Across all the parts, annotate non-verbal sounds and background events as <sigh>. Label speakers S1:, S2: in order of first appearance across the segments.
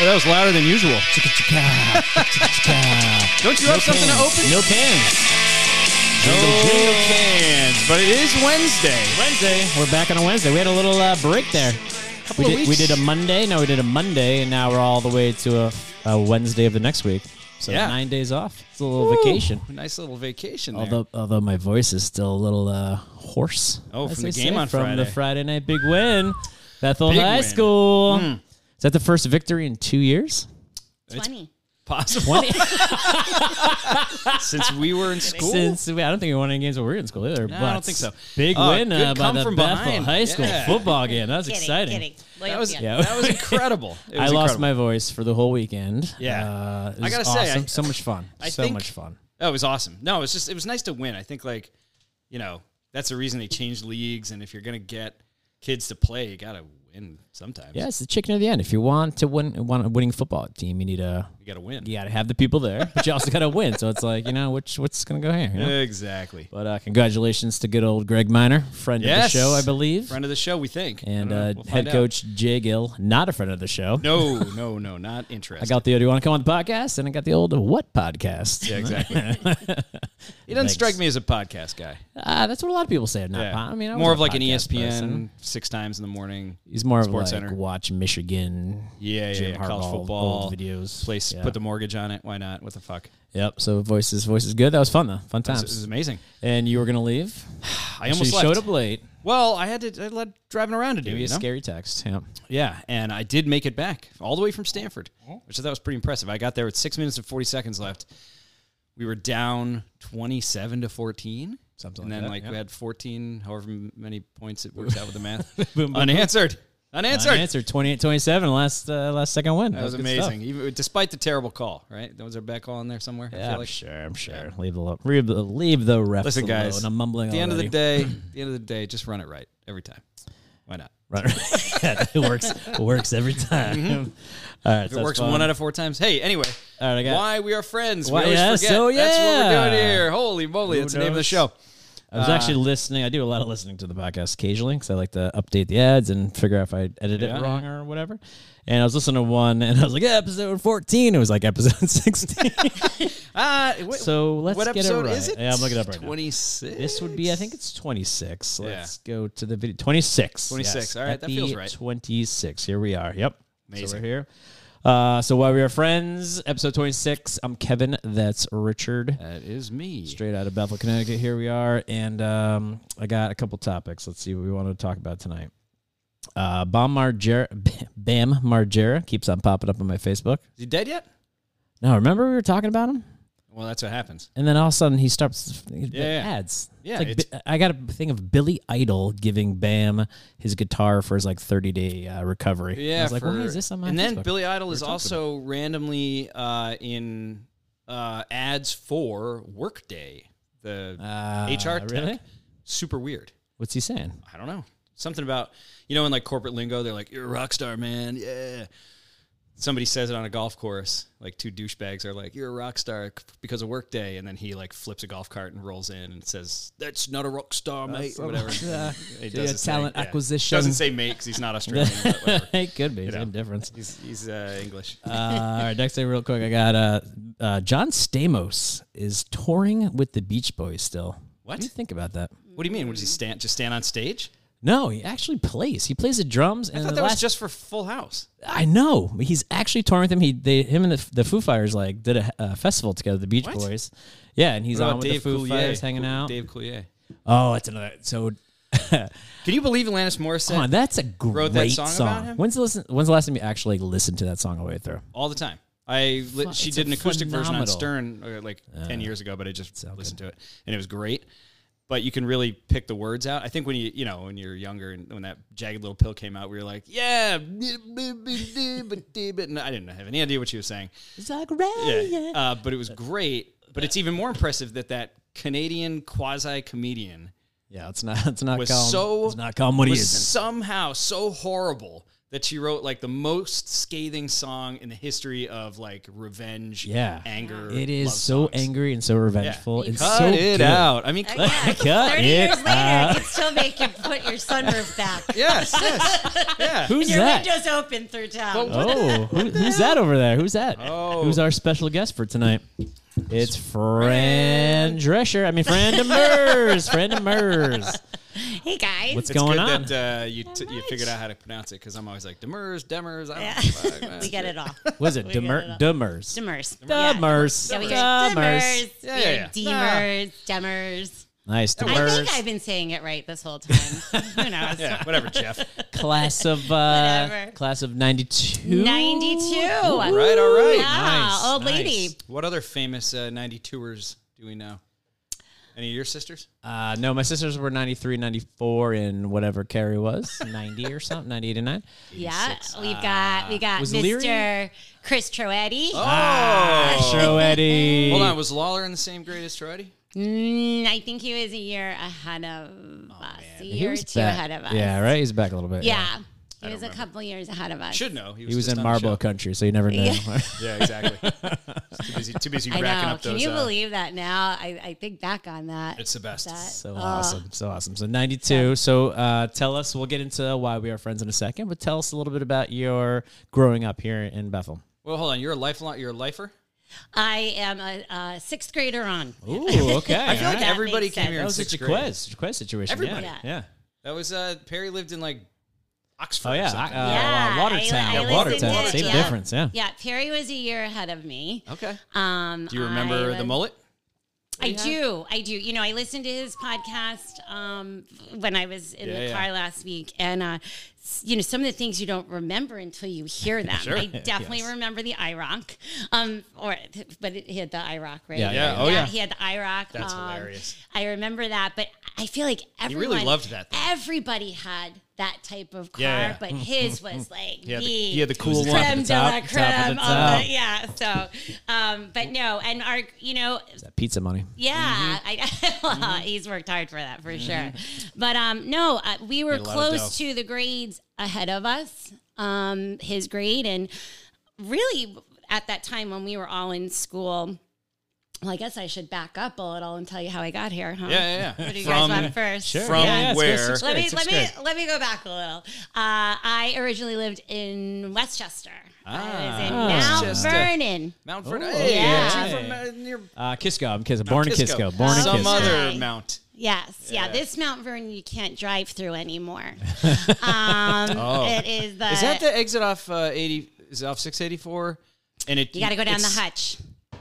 S1: Oh, that was louder than usual. Don't you have something to open?
S2: No pins. Jingle,
S1: No
S2: jingle.
S1: cans, but it is Wednesday.
S2: Wednesday. We're back on a Wednesday. We had a little uh, break there. We
S1: of
S2: did, we
S1: weeks.
S2: did a Monday. No, we did a Monday, and now we're all the way to a, a Wednesday of the next week. So
S1: Yeah.
S2: nine days off. It's a little vacation.
S1: Ooh, nice little vacation. There.
S2: Although, although my voice is still a little uh, hoarse.
S1: Oh,
S2: as
S1: from the
S2: they
S1: game
S2: say,
S1: on
S2: from the
S1: Friday.
S2: Friday night big win, Bethel
S1: Big
S2: High
S1: win. Hmm.
S2: School. Is that the first victory in two years?
S3: 20.
S1: possible <laughs>
S2: <laughs>
S1: since we were in school.
S2: Since we, I don't think we won any games when we were in school either.
S1: No, I
S2: but
S1: don't think so.
S2: Big
S1: Uh,
S2: win
S1: good
S2: uh, by
S1: come
S2: the
S1: from
S2: Bethel
S1: behind.
S2: High School
S1: Yeah. <laughs>
S2: football game. That was
S3: Kidding,
S2: exciting.
S3: kidding. Way
S1: that
S3: up
S1: was
S3: yet.
S2: Yeah.
S1: that was
S2: <laughs>
S1: incredible. It
S2: I
S1: was
S2: lost
S1: incredible.
S2: my voice for the whole weekend.
S1: Yeah.
S2: uh, it
S1: I
S2: was
S1: gotta say,
S2: awesome.
S1: I-
S2: so much fun.
S1: I
S2: so
S1: think-
S2: much fun.
S1: That was awesome. No, it was just it was nice to win. I think like, you know, that's the reason they changed leagues and if you're gonna get kids to play, you gotta win sometimes.
S2: Yeah, it's the chicken of the end. If you want to win, want a winning football team, you need a
S1: You gotta win.
S2: you got to have the people there, but you also got to win. So it's like you know which what's gonna go here. you know?
S1: Exactly.
S2: But uh, congratulations to good old Greg Miner, friend
S1: Yes.
S2: of the show, I believe,
S1: Friend of the show, we think.
S2: and
S1: I don't know.
S2: uh,
S1: We'll
S2: head
S1: find out.
S2: coach Jay Gill, not a friend of the show.
S1: No, no, no, not
S2: I
S1: interested.
S2: got the old, you want to come on the podcast? And I got the old, what podcast? <laughs>
S1: yeah, exactly. he doesn't
S2: Thanks.
S1: strike me as a podcast guy.
S2: Uh, that's what a lot of people say. Not,
S1: Yeah.
S2: po- I mean, I
S1: more
S2: was
S1: of
S2: a
S1: like an E
S2: podcast
S1: ESPN
S2: person.
S1: six times in the morning.
S2: He's more of like
S1: Sports Center.
S2: watch Michigan,
S1: Yeah, yeah,
S2: Jim
S1: yeah, college
S2: Harbaugh,
S1: football
S2: old videos.
S1: Place
S2: Yeah.
S1: put the mortgage on it. Why not? What the fuck?
S2: Yep. So voices, voices, good. That was fun though. Fun
S1: This
S2: times.
S1: is amazing.
S2: and you were gonna leave.
S1: I almost
S2: Um, so you
S1: left.
S2: showed up late.
S1: Well, I had to I had driving around to do
S2: Maybe
S1: you
S2: a
S1: know?
S2: scary text. Yeah.
S1: Yeah, and I did make it back all the way from Stanford,
S2: Mm-hmm.
S1: which I thought was pretty impressive. I got there with six minutes and forty seconds left. We were down twenty-seven to fourteen,
S2: Something
S1: and
S2: like
S1: then
S2: that,
S1: like
S2: yeah.
S1: we had fourteen, however many points it works out with the math.
S2: <laughs> boom, boom.
S1: unanswered, unanswered.
S2: Unanswered. 28-27, Last uh, last second win.
S1: That was amazing, even despite the terrible call. Right, was there a bad call in there somewhere? I
S2: Yeah,
S1: feel
S2: I'm <laughs>
S1: like.
S2: sure. I'm sure. Leave the lo- leave the leave the refs
S1: Listen,
S2: alone.
S1: guys,
S2: I'm mumbling.
S1: At the end of the day,
S2: already. <clears throat>
S1: at the end of the day, just run it right every time. Why not?
S2: <laughs> Right. <laughs> Yeah, it works. It works every time. All right.
S1: If Mm-hmm. it works one out of four times. Hey, anyway,
S2: All right, I got-
S1: why we are friends.
S2: Why-
S1: we always
S2: yeah,
S1: forget.
S2: so
S1: That's what we're
S2: yeah.
S1: doing here. Holy moly,
S2: Who
S1: that's the name of the
S2: knows?
S1: show.
S2: I was actually listening. I do a lot of listening to the podcast occasionally because I like to update the ads and figure out if I edit
S1: Yeah.
S2: it wrong or whatever. And I was listening to one, and I was like, yeah, episode 14. It was like episode <laughs> 16.
S1: Uh, wait,
S2: so let's
S1: what
S2: get it
S1: episode
S2: right.
S1: is it?
S2: Yeah, I'm looking it up right now.
S1: 26.
S2: This would be, I think it's 26. Let's go to the video. 26.
S1: 26.
S2: yes.
S1: All right, that feels
S2: Happy
S1: right.
S2: 26. Here we are. Yep. So
S1: Amazing.
S2: we're here. Uh, so while we are friends, episode 26. I'm Kevin. That's Richard.
S1: That is me.
S2: Straight out of Bethel, Connecticut. Here we are. And um, I got a couple topics. Let's see what we want to talk about tonight. Uh, Bam Margera, <laughs> Bam Margera keeps on popping up on my Facebook.
S1: Is he dead yet?
S2: Now, remember we were talking about him?
S1: Well, that's what happens.
S2: And then all of a sudden he starts
S1: Yeah.
S2: ads.
S1: Yeah,
S2: It's like,
S1: it's-
S2: Bi- I got a thing of Billy Idol giving Bam his guitar for his like 30 day uh, recovery.
S1: Yeah.
S2: I was like, why
S1: for-
S2: is this on my
S1: And then
S2: Facebook?
S1: Billy Idol is also randomly uh, in uh, ads for Workday, the
S2: Ah,
S1: HR tech.
S2: really?
S1: Super weird.
S2: What's he saying?
S1: I don't know. Something about you know in like corporate lingo, they're like, "You're a rock star, man." Yeah. Somebody says it on a golf course. Like two douchebags are like, "You're a rock star c- because of workday," and then he like flips a golf cart and rolls in and says, "That's not a rock star, mate," or whatever.
S2: Yeah.
S1: He
S2: Yeah,
S1: does his
S2: talent acquisition.
S1: Doesn't say mate 'cause he's not Australian. but
S2: <laughs>
S1: whatever.
S2: it could be.
S1: know.
S2: Same difference.
S1: He's, he's uh, English.
S2: Uh, all right, next thing, real quick, I got uh, uh, John Stamos is touring with the Beach Boys still.
S1: What?
S2: do you think about that?
S1: what do you mean? What does he stand? Just stand on stage?
S2: No, he actually plays. He plays the drums. And
S1: I
S2: in
S1: thought
S2: the
S1: that was
S2: last-
S1: just for Full House.
S2: I know but he's actually touring with them. He, they, him and the, the Foo Fighters like did a, a festival together, the Beach
S1: What?
S2: Boys. Yeah, and he's
S1: What
S2: on
S1: about
S2: with
S1: Dave
S2: the Foo
S1: Coulier?
S2: Fighters hanging
S1: Cool-
S2: out.
S1: Dave Coulier.
S2: Oh, that's another. So,
S1: Can you believe Alanis Morissette?
S2: come on, that's a great
S1: Wrote that song
S2: song.
S1: about him?
S2: When's the listen, When's the last time you actually listened to that song all the way through?
S1: all the time. I li-
S2: Fu-
S1: she
S2: it's
S1: did
S2: a
S1: an acoustic version on
S2: phenomenal-
S1: Stern uh, like ten years ago, but I just
S2: so
S1: listened to it and it was great. But you can really pick the words out. I think when you you know when you're younger and when that jagged little pill came out, we were like, yeah, <laughs> and I didn't have any idea what she was
S2: <laughs>
S1: saying. Yeah, uh, but it was great. But it's even more impressive that that Canadian quasi comedian
S2: Yeah, it's not. It's not.
S1: was
S2: Call him,
S1: so
S2: It's not. Call him what he
S1: was
S2: isn't.
S1: somehow so horrible that she wrote like the most scathing song in the history of like revenge,
S2: Yeah.
S1: anger.
S2: It is
S1: love
S2: so
S1: songs.
S2: angry and so revengeful.
S1: Yeah.
S2: It's
S1: Cut
S2: so
S1: it
S2: good. <laughs>
S1: out. I mean,
S3: Uh,
S1: cut-
S3: yeah,
S2: Cut
S3: <laughs> Thirty
S2: it
S3: years later,
S2: out.
S3: you can still make you put your sunroof back. <laughs>
S1: yes, yes, yeah.
S2: Who's
S3: Your
S2: that?
S3: windows open through town.
S1: Well,
S2: Oh, who, who's that over there? Who's that?
S1: Oh.
S2: Who's our special guest for tonight? It's Fran Drescher. I
S1: <laughs>
S2: mean, Fran Demers. Fran Demers.
S3: hey guys.
S2: What's
S1: It's
S2: going
S1: good
S2: on?
S1: that uh, you t- you
S3: right.
S1: figured out how to pronounce it because I'm always like Demers, Demers. I don't
S3: Yeah.
S1: know, fuck, man.
S3: <laughs> we get it all.
S2: Was it
S3: We got it
S2: Demer-
S3: all.
S2: Demers?
S3: Demers.
S2: Demers.
S3: Yeah, we hear
S2: Demers.
S3: Demers.
S1: Yeah,
S3: we
S1: yeah,
S3: hear
S1: yeah.
S3: Demers. Demers.
S2: Nice.
S3: I think I've
S2: Demers.
S3: been saying it right this whole time. Who knows?
S1: Yeah, whatever, Jeff.
S2: Class
S3: <laughs>
S2: of uh,
S3: Whatever.
S2: class of ninety two.
S3: 92.
S1: All right, all right.
S3: Yeah,
S2: Nice,
S3: old
S2: nice.
S3: lady.
S1: What other famous uh, 92ers do we know? Any of your sisters?
S2: Uh, no, my sisters were 93, 94 in whatever Carrie was, 90 or something, 98 and 9.
S3: Yeah, we've got we got
S2: was
S3: Mr.
S2: Leary-
S3: Chris Troetti.
S1: Oh,
S2: Show Eddie.
S1: hold on. Was Lawler in the same grade as Trotti?
S3: Mm, I think he was a year ahead of
S1: Oh,
S3: us, a
S2: He
S3: year or
S2: was
S3: two
S2: back.
S3: ahead of us.
S2: Yeah, right? He's back a little bit.
S3: Yeah, he was a
S1: remember.
S3: couple years ahead of us.
S1: Should know. was,
S2: He was
S1: just
S2: in
S1: on the
S2: Marlboro
S1: show.
S2: country, so you never know.
S1: Yeah, exactly. too busy, too busy
S3: I
S1: racking
S3: know.
S1: up
S3: Can
S1: those.
S3: you
S1: uh,
S3: believe that now? I, I think back on that.
S1: it's the best.
S2: <laughs>
S3: that.
S2: so
S3: Oh.
S2: awesome. So awesome. So 92. So uh, tell us, we'll get into why we are friends in a second, but tell us a little bit about your growing up here in Bethel.
S1: Well, hold on. You're a lifelong. You're a lifer.
S3: I am a, a sixth grader on.
S2: <laughs> Ooh, okay.
S1: I feel like
S3: That
S1: everybody
S3: makes
S1: came
S3: sense.
S1: here
S2: that
S1: in
S2: was such
S1: sixth
S2: a
S1: grade.
S2: quiz, such a quiz situation.
S1: Everybody.
S2: Yeah.
S3: Yeah.
S2: yeah.
S1: That was uh, Perry lived in like Oxford.
S2: Oh,
S1: or
S2: yeah. Uh,
S1: something.
S3: Yeah,
S2: uh, Watertown.
S3: I- I
S2: Yeah,
S3: listened
S2: Watertown.
S1: to-
S2: Same
S1: yeah.
S2: difference. Yeah.
S3: Yeah, Perry was a year ahead of me.
S1: okay.
S3: Um,
S1: Oh. Do you remember
S3: I
S1: the
S3: was-
S1: mullet?
S3: I do. I do. You know, I listened to his podcast um, when I was in
S1: Yeah,
S3: the
S1: yeah.
S3: car last week. And, uh, s- you know, some of the things you don't remember until you hear
S1: <laughs>
S3: them.
S1: Sure.
S3: I definitely remember the IROC. Um, or, but it, he had the IROC, right?
S2: Yeah, yeah,
S1: Yeah, oh, yeah.
S3: He had the IROC.
S1: That's
S3: um,
S1: hilarious.
S3: I remember that. But I feel like
S1: You
S3: everyone.
S1: really loved that, though.
S3: Everybody had that type of car.
S1: Yeah, yeah. <laughs>
S3: But his was like
S1: He had the,
S3: the
S1: he had the cool one.
S3: creme
S2: the
S3: de la
S2: top, top of the
S3: creme. of
S2: top.
S3: the- Yeah. So, um, but no. And our, you know,
S2: That pizza money.
S3: yeah,
S1: Mm-hmm.
S3: I, <laughs> well, he's worked hard for that for sure. But um, no, uh, we were
S1: a lot of
S3: close to the grades ahead of us, um, his grade, and really at that time when we were all in school. Well, I guess I should back up a little and tell you how I got here, huh?
S1: Yeah, yeah, yeah.
S3: What do you guys
S1: From-
S3: want first?
S2: Sure.
S1: From
S2: Yeah, yeah, it's good.
S1: where?
S2: Sixth
S3: Let
S2: grade,
S3: me
S2: sixth
S3: let
S2: grade.
S3: me let me go back a little. Uh, I originally lived in Westchester.
S1: Ah.
S3: I was in
S1: Westchester.
S3: Mount Vernon.
S1: Mount Vernon.
S2: Oh,
S1: Hey,
S3: yeah.
S1: aren't you from uh, near
S2: Uh, Kisco. I'm Kisco. Born in
S1: Kisco?
S2: Kisco. Born in
S1: Some
S2: Kisco.
S1: other
S3: Okay.
S1: mount.
S3: Yes, yeah.
S1: Yeah.
S3: This Mount Vernon you can't drive
S1: <laughs>
S3: through anymore. um,
S1: Oh.
S3: It is the.
S1: Is that the exit off uh, eighty? Is it off six eighty four? And it
S3: you got to go down the
S1: it's-
S3: hutch.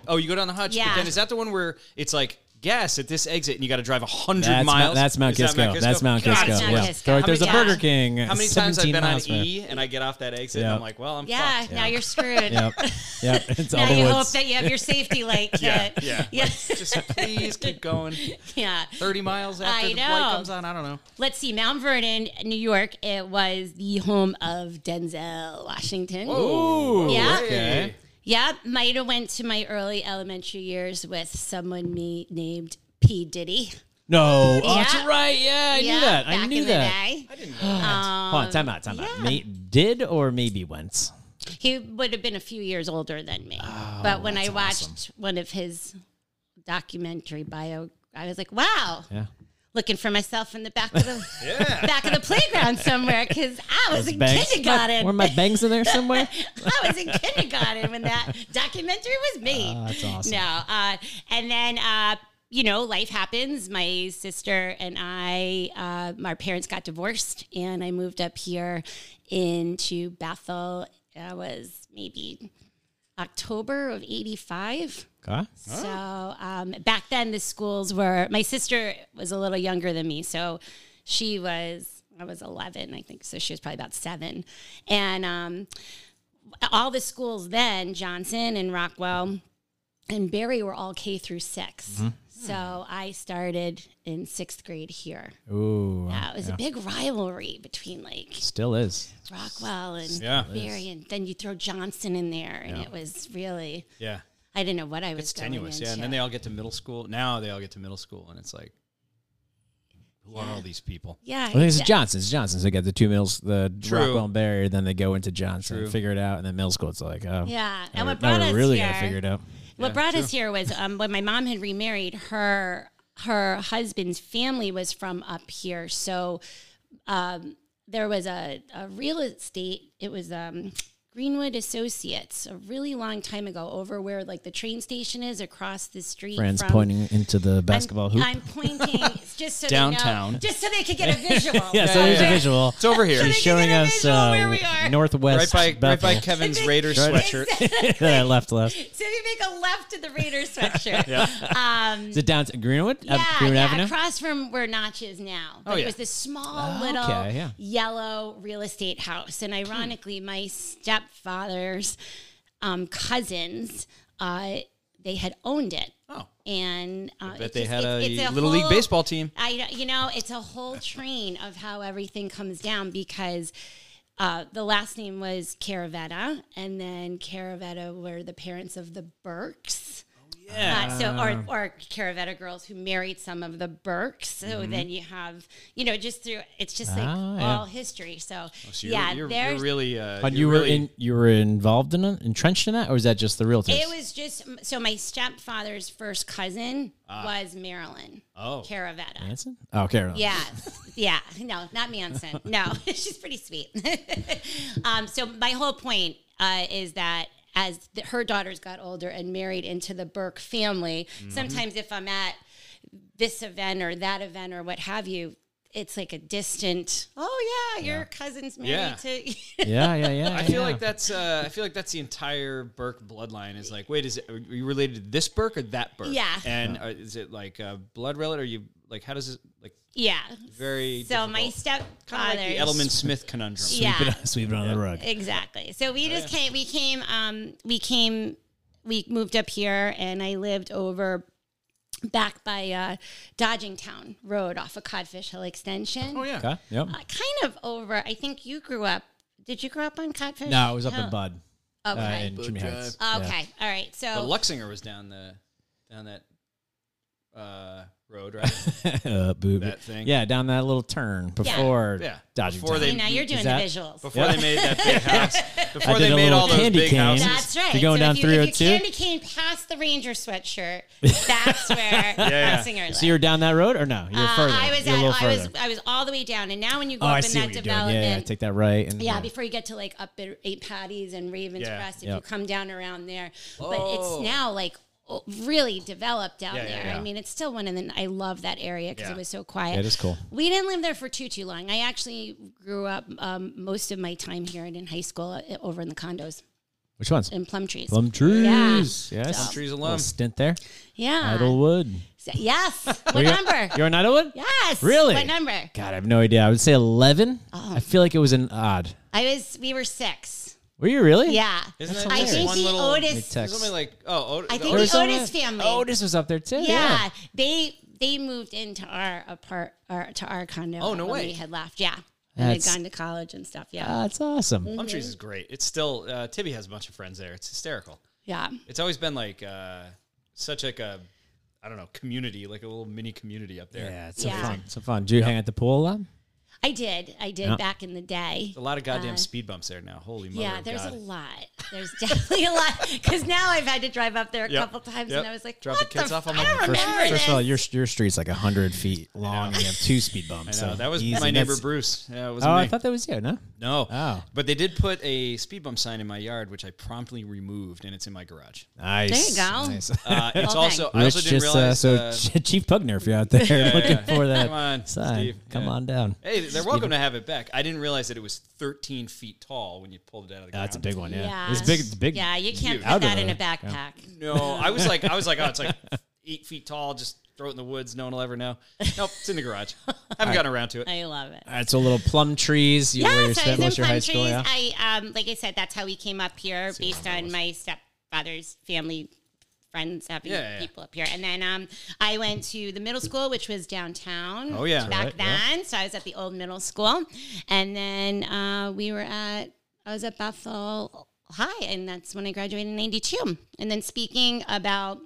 S1: Oh, you go down the hutch. But
S3: Yeah.
S1: then is that the one where it's like gas at this exit and you got to drive hundred
S2: That's,
S1: miles?
S2: Mount, that's Mount
S1: Is that
S2: Kisco. That's Mount
S1: God,
S2: Kisco.
S1: it's
S3: Mount
S2: yeah.
S3: Kisco.
S2: Right
S3: How
S2: there's a
S3: many
S2: Burger
S3: times-
S2: King.
S1: How many times I've
S2: 17
S1: been on
S2: miles away.
S1: E and I get off that exit
S2: Yeah.
S1: and I'm like, well, I'm
S3: Yeah,
S1: fucked.
S3: now you're screwed.
S1: <laughs>
S2: Yep. Yep. It's all
S3: Now
S2: the
S3: you hope
S2: woods.
S3: that you have your safety light kit.
S1: Yeah, yeah.
S3: <laughs> yeah.
S1: Just please keep going.
S3: yeah.
S1: Thirty miles after
S3: I
S1: the
S3: know.
S1: light comes on. I don't know.
S3: Let's see. Mount Vernon, New York. It was the home of Denzel Washington.
S1: Ooh,
S3: Yeah.
S1: hey.
S3: Yeah, might have went to my early elementary years with someone me named P Diddy.
S2: No. Oh,
S3: Yeah.
S2: that's right. Yeah, I
S3: yeah,
S2: knew that.
S3: back
S2: I knew
S3: in
S2: that.
S3: the day.
S1: I didn't know.
S2: Hold on. Time out. Time out. May, did or maybe went?
S3: He would have been a few years older than me.
S1: Oh,
S3: but when I watched one of his documentary bio, I was like, "Wow,
S2: Yeah.
S3: looking for myself in the back of
S2: <laughs>
S3: the
S1: Yeah.
S3: back of the playground somewhere because I was in kindergarten.
S2: Were my bangs in there somewhere?
S3: I was in kindergarten when that documentary was made.
S2: Oh, that's awesome.
S3: No, uh, and then uh, you know, life happens. My sister and I, uh, my parents got divorced, and I moved up here into Bethel. I was maybe October of '85.
S2: Okay.
S3: So um, back then, the schools were. My sister was a little younger than me, so she was. I was eleven, I think, so she was probably about seven, and um, all the schools then Johnson and Rockwell and Barry were all K through 6
S1: Mm-hmm.
S3: So I started in sixth grade here.
S2: Ooh.
S3: Uh, it was a big rivalry between like
S2: Still is.
S3: Rockwell and
S1: Yeah.
S3: Barry, and then you throw Johnson in there, and it was really
S1: Yeah.
S3: I didn't know what I was.
S1: It's
S3: going
S1: tenuous, yeah. And
S3: into.
S1: then they all get to middle school. Now they all get to middle school, and it's like Who are all these people?
S3: Yeah.
S2: I think it's Johnson's. Johnson's. They got the two Mills, the
S1: True.
S2: Rockwell and Barrier, then they go into Johnson,
S1: True.
S2: figure it out, and then Mills goes like, oh,
S3: Yeah.
S2: now
S3: And
S2: we're-
S3: what
S2: now
S3: brought us
S2: we're really
S3: here.
S2: to figure it out.
S3: What
S1: Yeah,
S3: brought
S1: true.
S3: us here was um, when my mom had remarried. Her her husband's family was from up here, so um, there was a, a real estate. It was um, Greenwood Associates a really long time ago, over where like the train station is across the street.
S2: Friends
S3: from,
S2: pointing into the basketball
S3: I'm,
S2: hoop. <laughs>
S3: I'm pointing just so They
S1: Downtown.
S3: know, just so they could get a visual.
S2: yeah, so there's a
S1: yeah.
S2: visual.
S1: It's over here,
S2: She's showing
S3: get a
S2: us
S3: visual where
S2: uh,
S3: we are.
S2: northwest
S1: right by right by
S2: Bethel.
S1: Kevin's
S3: <laughs> Right.
S1: Raiders sweatshirt.
S2: <laughs> that I left left.
S3: So they make a left to the Raiders sweatshirt. Um,
S2: Is it down to Greenwood? Up
S3: yeah,
S2: Greenwood
S3: yeah,
S2: Avenue?
S3: across from where Notch is now. But
S1: Oh,
S3: it
S1: yeah.
S3: was this small little
S2: okay, yeah.
S3: yellow real estate house.
S1: Hmm.
S3: And ironically, my stepfather's um, cousins, uh, they had owned it.
S1: Oh,
S3: And uh,
S1: bet
S3: it
S1: they
S3: just-
S1: had a,
S3: it's- it's
S1: little league
S3: whole-
S1: baseball team.
S3: I, you know, it's
S1: <laughs>
S3: a whole train of how everything comes down because uh, the last name was Caravetta, and then Caravetta were the parents of the Burks. Yeah. Uh, so,
S2: Ah.
S3: or, or Caravetta girls who married some of the Burks. So then you have, you know, just through, it's just like
S2: Mm-hmm. Ah, yeah.
S3: all history. So,
S1: Oh, So you're,
S3: yeah,
S1: you're, you're
S3: there's
S1: really. Uh,
S2: And
S1: you're
S2: you were
S1: really-
S2: in, you were involved in it, entrenched in that, or is that just the realtors?
S3: It was just so my stepfather's first cousin was Marilyn
S1: Ah. Oh.
S3: Caravetta.
S2: Manson? Oh, Carolyn.
S3: Yeah, yeah. No, not Manson. No, <laughs> she's pretty sweet. um, so my whole point uh, is that as the, her daughters got older and married into the Burke family,
S1: Mm-hmm.
S3: sometimes if I'm at this event or that event or what have you, it's like a distant. Oh yeah, your cousin's married to. <laughs>
S2: yeah, yeah,
S1: <laughs>
S2: yeah.
S1: I feel
S2: yeah.
S1: like that's. Uh, I feel like that's the entire Burke bloodline. Is like, wait, is it, are you related to this Burke or that Burke?
S3: Yeah.
S1: And uh, is it like uh, blood relative? Or you like? How does it like?
S3: yeah.
S1: Very.
S3: So my
S1: difficult.
S3: stepfather.
S1: Kinda like the Edelman Smith conundrum.
S3: Uh, Yeah.
S2: Sweep it, <laughs> sweep it on the rug.
S3: Exactly. So
S1: Oh,
S3: we just came. We came. Um, we came. We moved up here, and I lived over back by uh, Dodging Town Road off of Codfish Hill Extension.
S1: Oh yeah.
S2: Okay. Yep.
S3: Uh, kind of over. I think you grew up. Did you grow up on Codfish?
S2: No, it was up
S3: Hill?
S2: in Bud uh,
S3: Okay. Oh,
S2: in Jimmy Heights. Yeah.
S3: okay. All right. So
S1: But Luxinger was down the down that uh, road,
S2: <laughs>
S1: right?
S2: uh, boo-
S1: That thing.
S2: Yeah, down that little turn before
S1: Yeah.
S2: dodging.
S1: Before
S2: Town.
S1: they-
S3: you know you're doing
S2: that-
S3: the visuals.
S1: Before
S2: Yeah.
S1: they made that
S2: <laughs>
S1: big house. Before
S2: I did
S1: they
S2: a
S1: made
S2: little
S1: all those
S2: candy
S1: big
S2: cane.
S1: houses.
S3: That's right.
S2: You're going
S3: so
S2: down
S3: if you, if
S2: 302?
S3: you candy cane past the Ranger sweatshirt,
S2: <laughs>
S3: that's where
S1: yeah.
S3: Luxinger lives.
S2: So you're down that road or no? You're
S3: Uh,
S2: further.
S3: I was
S2: You're a
S3: at,
S2: little
S3: I was
S2: further.
S3: I was all the way down, and now when you go
S2: Oh,
S3: up
S2: I
S3: in
S2: see
S3: that
S2: what you're doing. Yeah, yeah,
S3: development,
S2: take that right. And
S3: yeah, before you get to like up at Eight Patties and Ravens
S1: Yeah.
S3: Crest, if you
S2: Yep.
S3: come down around there, but
S1: Oh.
S3: it's now like o- really developed down
S1: Yeah, yeah,
S3: there. I
S1: yeah.
S3: mean, it's still one, and then I love that area because
S1: Yeah.
S3: it was so quiet.
S2: Yeah, it is cool.
S3: We didn't live there for too too long. I actually grew up um, most of my time here and in high school uh, over in the condos
S2: Which ones?
S3: in Plum Trees.
S2: Plum trees. Yes.
S1: Plum Trees
S2: Little
S1: alum.
S2: stint there.
S3: yeah.
S2: Idlewood.
S3: So- yes. What number?
S2: You're in Idlewood?
S3: Yes.
S2: Really?
S3: What number?
S2: God, I have no idea. I would say eleven.
S3: Oh.
S2: I feel like it was an odd.
S3: I was. We were six.
S2: Were you really?
S3: Yeah.
S1: Isn't
S2: That's
S1: that
S3: I
S1: just
S3: think
S1: one
S3: the
S1: little?
S2: Big
S3: Otis.
S2: tech.
S1: There's only like oh, Ot-
S3: I
S1: the
S3: think
S1: Otis-
S3: the Otis family.
S2: Otis was up there too.
S3: Yeah.
S2: Yeah.
S3: they they moved into our apart our, to our condo.
S1: Oh, no
S3: when
S1: way.
S3: We had left. Yeah, and had
S2: That's- Uh,
S3: gone to college and stuff. Yeah,
S2: That's Ah, awesome.
S3: Mm-hmm.
S1: Plum Trees is great. It's still uh, Tibby has a bunch of friends there. It's hysterical.
S3: yeah.
S1: It's always been like uh, such like a I don't know community, like a little mini community up there.
S2: Yeah, it's
S3: Yeah.
S2: so fun. So fun. Do you hang at the pool a lot?
S3: I did. I did back in the day.
S1: There's a lot of goddamn speed bumps there now. Holy mother
S3: Uh-huh. Yeah,
S1: of
S3: there's
S1: God.
S3: a lot. There's <laughs> definitely a lot because now I've had to drive up there a
S1: Yep.
S3: couple times,
S1: Yep.
S3: and I was like,
S1: Drop
S3: "What
S1: the kids
S3: f-
S1: off. I'm
S3: I
S1: like,
S3: don't
S1: first-
S3: remember
S2: First of all,
S3: this."
S2: your your street's like hundred feet long, and you have
S1: <laughs>
S2: two speed bumps.
S1: No,
S2: so
S1: that was
S2: easy.
S1: my neighbor
S2: That's-
S1: Bruce. Yeah, it was
S2: Oh,
S1: me.
S2: I thought that was you. No,
S1: no.
S2: Oh.
S1: But they did put a speed bump sign in my yard, which I promptly removed, and it's in my
S2: <laughs>
S1: garage.
S2: nice.
S3: go.
S2: Nice.
S1: Uh, it's
S3: Well,
S1: also I
S2: Rich
S1: also didn't
S2: just, uh,
S1: realize.
S2: so
S1: uh,
S2: Ch- <laughs> Chief Pugner, if you're out there
S1: <laughs>
S2: looking
S1: yeah.
S2: for that
S1: Come on,
S2: sign,
S1: Steve.
S2: come
S1: Yeah.
S2: on down.
S1: hey, they're welcome to have it back. I didn't realize that it was 13 feet tall when you pulled it out of the ground.
S2: That's a big one. Yeah,
S3: yeah,
S2: it's big. It's big.
S3: Yeah, you can't
S1: Huge.
S3: put that in
S2: Outer-
S3: a backpack.
S1: No, I was like, I was like, oh, it's like eight feet tall. Just throw it in the woods. No one will ever know. Nope, it's in the garage. Haven't gotten around to it.
S3: I love it.
S2: All right, so little plum trees. You, where you
S3: Yes, I
S2: spent
S3: was
S2: most of your
S3: in
S2: high
S3: Plum
S2: school.
S3: Trees.
S2: Yeah.
S3: I, um, like I said, that's how we came up here based on my stepfather's family friends having
S1: Yeah, yeah, yeah.
S3: people up here. And then um, I went to the middle school, which was downtown.
S1: Oh, yeah.
S3: back
S2: Right, yeah.
S3: then. So I was at the old middle school, and then uh, we were at I was at Bethel High, and that's when I graduated in '92. And then speaking about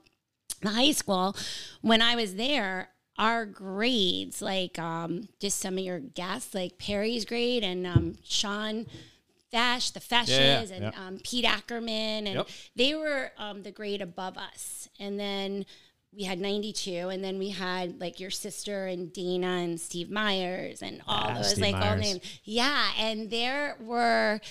S3: the high school, when I was there, our grades, like um, just some of your guests, like Perry's grade and um, Sean Fash, the Fashes,
S1: Yeah, yeah,
S3: and
S1: yeah.
S3: um, Pete Ackerman, and
S1: Yep.
S3: they were um, the grade above us. And then we had 92, and then we had like your sister and Dana and Steve Myers and all
S2: Ah,
S3: those
S2: Steve
S3: like all
S2: Myers.
S3: names. Yeah, and there were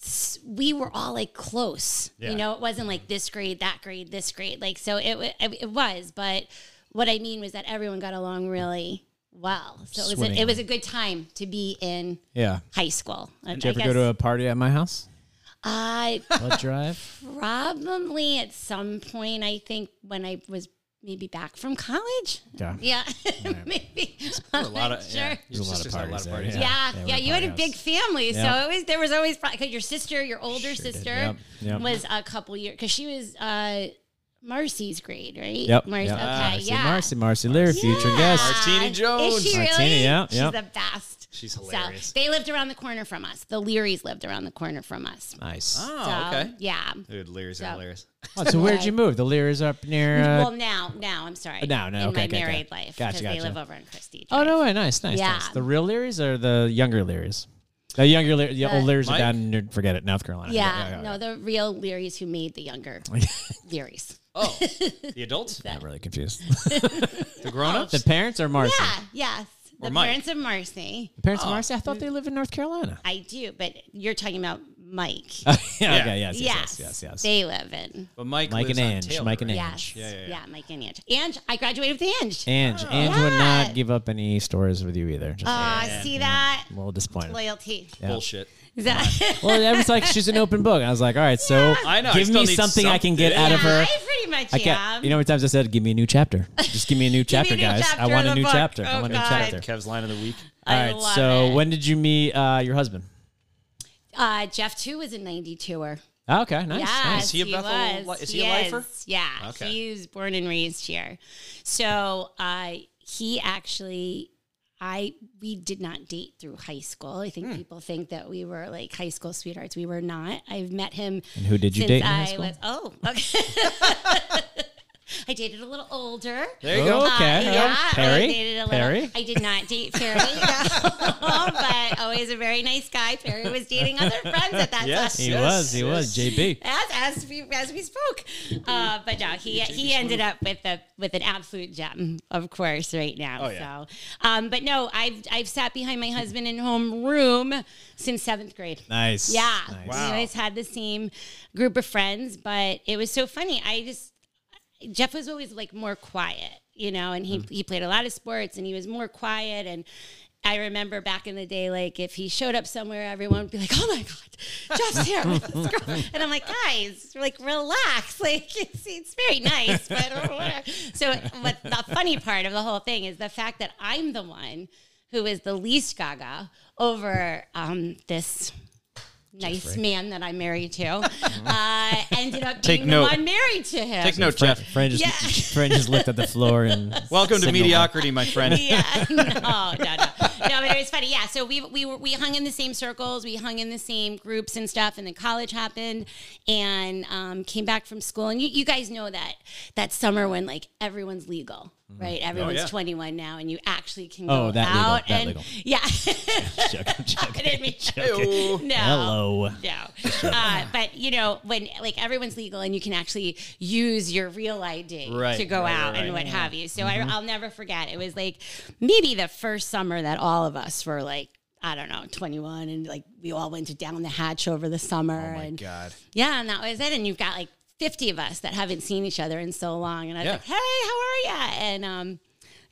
S3: s- we were all like close.
S1: Yeah.
S3: You know, it wasn't like this grade, that grade, this grade. Like so, it wa- it, it was. But what I mean was that everyone got along really well. So it was a,
S2: Swimmingly.
S3: it was a good time to be in
S2: Yeah.
S3: high school.
S2: Did you ever go to a party at my
S3: <laughs>
S2: house?
S3: I
S2: Let drive.
S3: probably at some point. I think when I was maybe back from college.
S2: Yeah.
S3: Yeah, <laughs> maybe.
S1: There were a lot of yeah,
S2: There's a
S1: your
S2: lot of
S1: sisters had a lot
S2: parties
S1: of
S2: there,
S1: parties.
S2: yeah.
S3: Yeah,
S2: they
S3: yeah,
S2: were
S3: you had a big
S2: podcasts.
S3: family,
S2: Yeah.
S3: so it was there was always because your sister, your older
S2: Sure did,
S3: sister,
S2: yep, yep.
S3: was a couple years because she was uh, Marcy's grade, right?
S2: Yep.
S3: Marcy.
S2: yeah.
S1: Ah,
S3: Okay,
S2: Marcy,
S3: yeah.
S2: Marcy, Marcy Lear, future guest.
S1: Martini
S3: Is
S1: Jones.
S3: she
S2: Martini,
S3: really?
S2: yeah,
S3: She's
S2: yeah.
S3: the best.
S1: She's
S3: So,
S1: hilarious.
S3: they lived around the corner from us. The Learys lived around the corner from us.
S2: Nice.
S1: Oh,
S3: So,
S1: okay.
S3: Yeah.
S1: Dude, Lear's
S3: So-
S1: hilarious.
S2: Oh, so where'd you move? The Lear is up near. Uh,
S3: well, now, now I'm sorry.
S2: Now, now, okay,
S3: in my
S2: okay, okay.
S3: married life, because
S2: Gotcha,
S3: they
S2: gotcha.
S3: live over in Christie.
S2: oh
S3: Drive.
S2: no way! Nice, nice,
S3: Yeah.
S2: nice. The real Learys or the younger Learys? The younger Lear, the old Learys are
S1: Mike?
S2: down in New- forget it, North Carolina.
S3: Yeah, no, the real Learys who made the younger
S2: <laughs>
S3: Learys.
S1: Oh,
S3: <laughs>
S1: the adults,
S2: I'm really confused.
S1: the grown-ups.
S2: the parents are Marcy.
S3: Yeah, Ah, Oh. yes.
S1: Or
S3: the
S1: Mike.
S3: parents of Marcy.
S2: The parents are Marcy. I thought they live in North
S3: <laughs>
S2: Carolina. <laughs>
S3: I do, but you're talking about Mike.
S2: yeah. Okay. Yes. Yes.
S3: yes,
S2: Oh, Yes. Yes. yes.
S3: They live in.
S1: But Mike,
S2: Mike
S1: lives
S2: and
S1: on
S2: Ange,
S1: Taylor,
S2: Mike and
S1: right?
S2: Ange.
S3: Yes.
S1: Yeah, yeah, yeah.
S3: Mike and Ange. Ange, I graduated with Ange.
S2: Ange, Ange would not
S3: Oh, Yeah.
S2: give up any stories with you either. Just
S3: Oh, I see that.
S2: I'm a little disappointed.
S3: Loyalty.
S1: Bullshit.
S3: Is that-
S2: well, it was like she's an open book. I was like, all right, so
S1: I know, I
S2: give
S1: still
S2: me
S1: need
S2: something, I can get
S1: something.
S2: out of her.
S3: <laughs> I pretty much
S2: I can't.
S3: am.
S2: You know, how many times I said, "Give me a new chapter. Just give me
S3: <laughs>
S2: a new chapter,
S3: new
S2: guys. I
S3: chapter
S2: want
S3: of
S2: a
S3: the
S2: new
S3: book.
S2: chapter. I
S3: Oh,
S2: want
S3: God.
S2: a new chapter."
S1: Kev's line of the week.
S2: All
S3: I
S2: right.
S3: love
S2: so
S3: it.
S2: when did you meet uh, your husband?
S3: uh, Jeff too was a 92er.
S2: Oh, okay, nice.
S3: Yes,
S2: nice.
S1: Is he a Bethel li- is he a lifer?
S3: Yeah,
S1: Okay.
S3: he was born and raised here. So uh, he actually, I we did not date through high school. I think people think that we were like high school sweethearts. We were not. I've met him.
S2: And who did you
S3: since
S2: date in high
S3: I
S2: school?
S3: was oh okay. <laughs> I dated a little older.
S1: There you go.
S2: Oh. Okay,
S3: Uh,
S2: oh,
S3: yeah,
S2: Perry,
S3: I dated a
S2: Perry.
S3: little. I did not date Perry, no, but always a very nice guy. Perry was dating other friends at that
S1: Yes.
S3: time
S2: he
S1: Yes,
S2: was. He
S1: yes.
S3: <laughs>
S2: was. JB.
S3: as as we as we spoke. Uh, but no, he he ended up with a with an absolute gem, of course, right now.
S1: Oh, yeah.
S3: So, um, but no, I've I've sat behind my husband in homeroom since seventh grade.
S2: Nice.
S3: Yeah,
S2: Nice.
S3: we
S1: Wow.
S3: always had the same group of friends, but it was so funny. I just Jeff was always like more quiet, you know, and
S1: Mm.
S3: he he played a lot of sports and he was more quiet and I remember back in the day, like if he showed up somewhere, everyone would be like, "Oh my god, Jeff's here!" with
S1: <laughs>
S3: his girl." and I'm like, "Guys, like relax. <laughs> Like it's it's very nice, but whatever." so." What the funny part of the whole thing is the fact that I'm the one who is the least gaga over um, this nice man that I'm married
S1: <laughs>
S3: to. uh, ended up
S1: Take
S3: being the
S1: note.
S3: one married to him.
S1: Take note,
S2: Fran,
S1: Jeff.
S2: Fran just,
S3: Yeah.
S2: <laughs> Fran just looked at the floor
S3: <laughs>
S2: and.
S1: Welcome to
S2: signaled me.
S1: mediocrity, my friend.
S3: yeah, no, no, no, no. But it was funny. Yeah, so we we were, we hung in the same circles, we hung in the same groups and stuff, and then college happened, and um, came back from school, and you, you guys know that that summer when like everyone's legal, right? Everyone's
S1: yeah.
S3: twenty one now, and you actually can
S2: Mm-hmm. Oh,
S3: go
S2: that legal,
S3: out
S2: that
S3: and
S2: legal.
S3: <laughs> yeah.
S2: Joking,
S3: I
S2: joking. <laughs>
S3: didn't mean
S1: Ew.
S3: no.
S2: Hello.
S3: No, uh, but you know when like everyone's legal and you can actually use your real ID
S1: Right,
S3: to go
S1: right,
S3: out
S1: right, Mm-hmm.
S3: and what have you. So I, I'll never forget. It was like maybe the first summer that all of us were like I don't know 21 and like we all went to down the hatch over the summer
S1: Oh My
S3: and
S1: God.
S3: yeah, and that was it. And you've got like 50 of us that haven't seen each other in so long. And I was
S1: Yeah.
S3: like, hey, how are you? And um,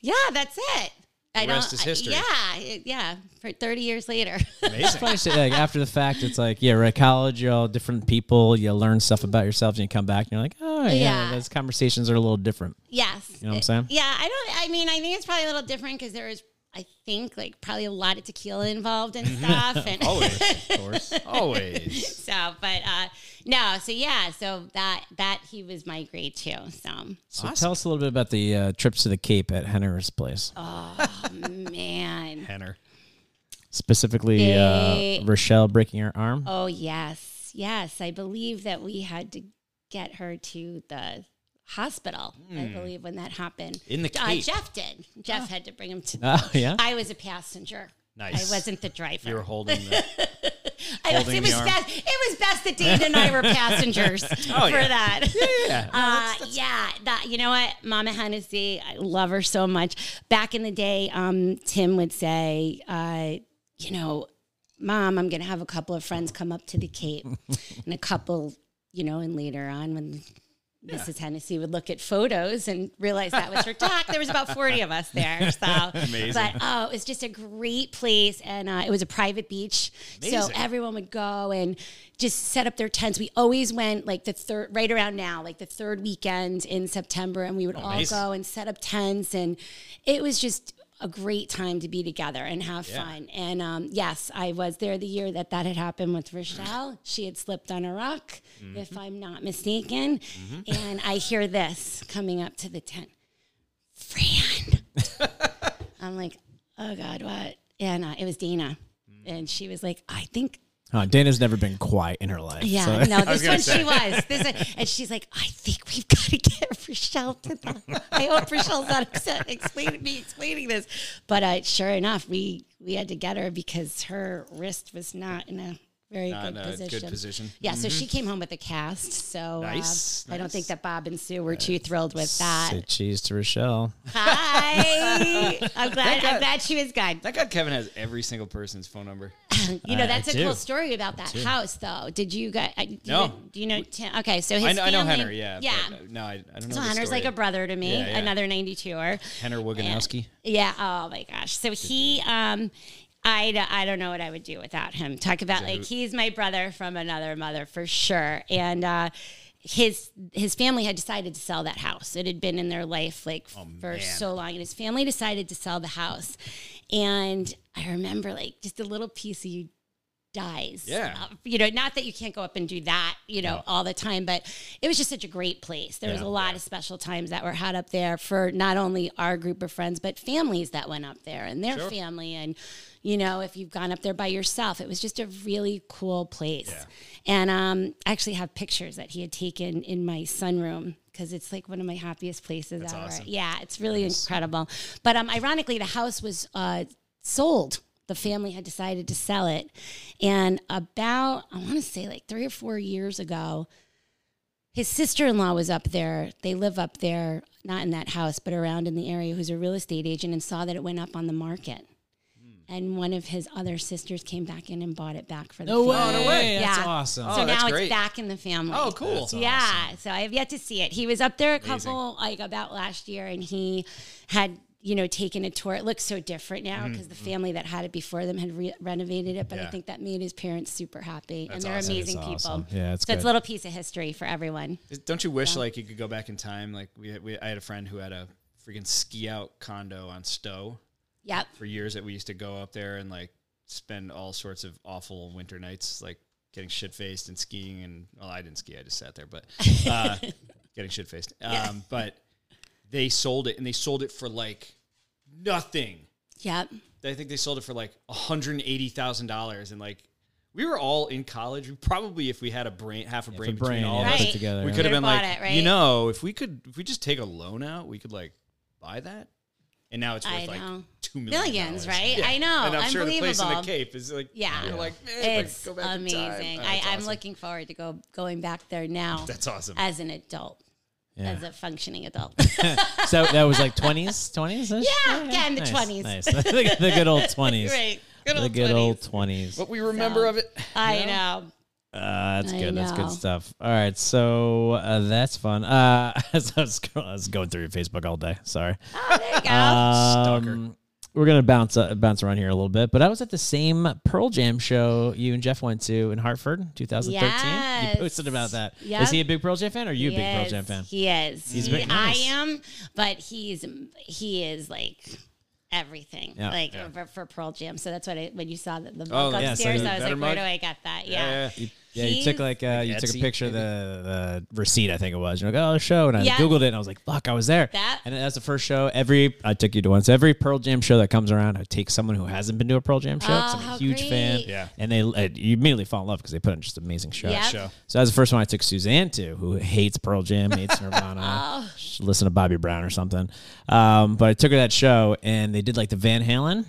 S3: yeah, that's it. I
S1: The rest is history.
S3: Yeah, it- yeah. For 30 years later. <laughs>
S1: Amazing.
S2: Funny shit, like after the fact, it's like yeah, we're at college, you're all different people, you learn stuff about yourself, and you come back and you're like, oh yeah,
S3: Yeah.
S2: those conversations are a little different.
S3: yes.
S2: You know what I'm saying?
S3: Yeah, I don't. I mean, I think it's probably a little different because there was, I think, like probably a lot of tequila involved and stuff.
S1: <laughs>
S3: and
S1: Always.
S2: Of course.
S1: Always.
S3: <laughs> so, but uh, no. So yeah. So that that he was my grade too. So.
S2: So tell us a little bit about the uh, trips to the Cape at Henner's place,
S3: Oh. Man,
S1: Henner.
S2: specifically
S3: They-
S2: uh, Rochelle breaking her arm.
S3: oh yes, yes. I believe that we had to get her to the hospital, I believe, when that happened.
S1: In the
S3: uh,
S1: Cape.
S3: Jeff did. Jeff had to bring him to.
S2: <laughs> Oh yeah.
S3: I was a passenger.
S1: Nice.
S3: I wasn't the driver.
S1: You were holding
S3: <laughs>
S1: the. <laughs>
S3: I was-
S1: holding the
S3: it was
S1: arm. Oh,
S3: best. It was best that Dave and I
S1: <laughs>
S3: were passengers for
S1: yeah.
S3: that. <laughs>
S1: yeah.
S3: Uh, yeah, that you know what, Mama Hennessy, I love her so much. Back in the day, um, Tim would say, uh, you know, Mom, I'm gonna have a couple of friends come up to the Cape, and a couple, you know, and later on when Mrs. Hennessy would look at photos and realize that was her doc. There was about 40 of us there. So, but oh, it was just a great place. And uh, it was a private beach. So
S1: Amazing.
S3: everyone would go and just set up their tents. We always went like the third, right around now, like the third weekend in September. And we would all
S1: amazing.
S3: go and set up tents. And it was just a great time to be together and have
S1: Yeah.
S3: fun. And um, yes, I was there the year that that had happened with Rochelle. She had slipped on a rock,
S1: Mm-hmm.
S3: if I'm not mistaken. And I hear this coming up to the tent
S1: <laughs>
S3: Fran. I'm like, oh God, what? And uh, it was Dana.
S1: Mm.
S3: And she was like, I think
S2: Huh, Dana's never been quiet in her life.
S1: <laughs>
S2: <laughs> so-
S3: yeah, no, this
S1: gonna
S3: one
S1: say.
S3: she was. This one, and she's like, I think we've got to get Rochelle to the. I hope Rochelle's not upset <laughs> explaining me explaining this, but uh, sure enough, we we had to get her because her wrist was not in a very
S1: Not
S3: good
S1: in a good
S3: position.
S1: position. Mm-hmm.
S3: Yeah, so she came home with a cast. So uh,
S1: Nice,
S3: I don't think
S1: nice.
S3: that Bob and Sue were too thrilled with that.
S2: Say cheese to Rochelle.
S1: <laughs>
S3: Hi, I'm glad.
S1: got-
S3: I'm glad she was good.
S1: Thank God Kevin has every single person's phone number.
S3: You know,
S2: I-
S3: that's
S2: I
S3: a cool
S2: do.
S3: story about that house, though. Did you guys? Do
S1: No.
S3: You, do you know? Tim? Okay, so his
S1: I know, I know
S3: family-
S1: Henner, yeah.
S3: yeah.
S1: but uh, no, I, I don't know. the
S3: So Hunter's
S1: story.
S3: like a brother to me,
S1: Yeah, yeah.
S3: another 92er.
S1: Henner Woganowski.
S3: Yeah. Oh my gosh. So he, um, I, I don't know what I would do without him. Talk about like
S1: hoot.
S3: he's my brother from another mother for sure. And uh, his his family had decided to sell that house. It had been in their life like for
S1: Oh, man.
S3: so long, and his family decided to sell the house. And I remember like just a little piece of you dies.
S1: Yeah.
S3: Uh, you know, not that you can't go up and do that, you know, all the time, but it was just such a great place. There was a
S2: Yeah.
S3: lot of special times that were had up there for not only our group of friends, but families that went up there and their
S1: Sure.
S3: family. And, you know, if you've gone up there by yourself, it was just a really cool place. And um, I actually have pictures that he had taken in my sunroom because it's like one of my happiest places ever.
S1: awesome.
S3: Yeah, it's really incredible. But um, ironically, the house was uh, sold. The family had decided to sell it. And about, I want to say like three or four years ago, his sister in law was up there. They live up there, not in that house, but around in the area, who's a real estate agent and saw that it went up on the market.
S1: Hmm.
S3: And one of his other sisters came back in and bought it back for the family.
S2: way.
S3: Yeah.
S2: That's awesome.
S1: Oh,
S3: So
S1: that's
S3: now
S1: great.
S3: it's back in the family.
S1: Oh, cool.
S2: That's
S3: Yeah. So I have yet to see it. He was up there a couple like about last year, and he had you know taken a tour. It looks so different now because the family that had it before them had re- renovated it, but I
S1: Mm-hmm. Yeah.
S3: think that made his parents super happy, and
S1: That's
S3: they're
S1: awesome.
S3: amazing
S2: That's
S3: people.
S2: awesome. Yeah, it's
S3: so it's
S2: good.
S3: a little piece of history for everyone.
S1: Don't you wish like you could go back in time? Like we, we, I had a friend who had a freaking ski out condo on Stowe
S3: Yep.
S1: for years that we used to go up there and like spend all sorts of awful winter nights, like getting shit faced and skiing. And well, I didn't ski; I just sat there, but
S3: <laughs>
S1: uh, getting shit faced. Um, But they sold it, and they sold it for like nothing.
S3: Yep.
S1: I think they sold it for like hundred and eighty thousand dollars, and like we were all in college. We probably, if we had a brain, half a brain
S2: The brain
S1: between all
S2: yeah,
S1: of us,
S2: put
S3: Right.
S2: together.
S1: we
S2: yeah.
S1: could have
S3: Could've
S1: been like,
S3: bought it, right?
S1: you know, if we could, if we just take a loan out, we could like buy that, and now it's worth
S3: I
S1: like
S3: know.
S1: two million
S3: Millions,
S1: dollars.
S3: right?
S1: Yeah.
S3: I know.
S1: and I'm sure the
S3: Unbelievable.
S1: place in the Cape is like,
S3: Yeah.
S1: you're like, man, if I
S3: it's
S1: could go back in
S3: amazing.
S1: time. Oh,
S3: I,
S1: that's
S3: I'm
S1: awesome.
S3: looking forward to go going back there now
S1: That's awesome.
S3: as an adult,
S2: Yeah.
S3: as a functioning adult.
S2: <laughs> So that was like 20s, 20s? -ish?
S3: Yeah, yeah, in the
S2: nice,
S3: 20s.
S2: Nice. <laughs> the the good old 20s.
S3: <laughs> right. Good
S2: The
S3: old
S2: good
S3: 20s.
S2: old 20s.
S1: what we remember
S3: So-
S1: of it. <laughs>
S3: I know.
S2: Uh, that's
S3: I
S2: good. That's
S3: know.
S2: good stuff. All right. So uh, that's fun. Uh, <laughs> as I, was, I was going through your Facebook all day. Sorry.
S3: Oh, there you go.
S2: Um, we're gonna bounce uh, bounce around here a little bit, but I was at the same Pearl Jam show you and Jeff went to in Hartford, 2013.
S3: Yes.
S2: You posted about that. Is
S3: Yep.
S2: he a big Pearl Jam fan? Or are you a
S3: He
S2: big Pearl
S3: is.
S2: Jam fan?
S3: He is.
S2: He's
S3: He-
S2: very nice.
S3: I am, but he's he is like everything,
S2: Yeah.
S3: like
S1: Yeah.
S3: For, for Pearl Jam. So that's what I, when you saw the, the
S1: Oh,
S3: book
S1: yeah,
S2: so
S3: upstairs,
S2: the
S3: I was like,
S1: Better
S3: where
S1: Mug?
S3: do I get that? Yeah.
S1: Yeah,
S2: You Yeah, you
S3: He's-
S2: took like uh, you took a
S1: Etsy,
S2: picture of the, the receipt, I think it was. You're like, oh, the show, and I
S3: Yeah.
S2: googled it, and I was like, fuck, I was there.
S3: That-
S2: and that's the first show. Every I took you to once. Every Pearl Jam show that comes around, I take someone who hasn't been to a Pearl Jam show. 'cause
S3: Oh,
S2: I'm a
S3: how
S2: huge fan.
S3: great.
S1: Yeah.
S2: and they uh, you immediately fall in love because they put on just amazing shows.
S3: Yep.
S1: show.
S2: So that was the first one I took Suzanne to, who hates Pearl Jam, hates
S3: <laughs> Oh.
S2: Nirvana, she listened to Bobby Brown or something. Um, but I took her to that show, and they did like the Van Halen.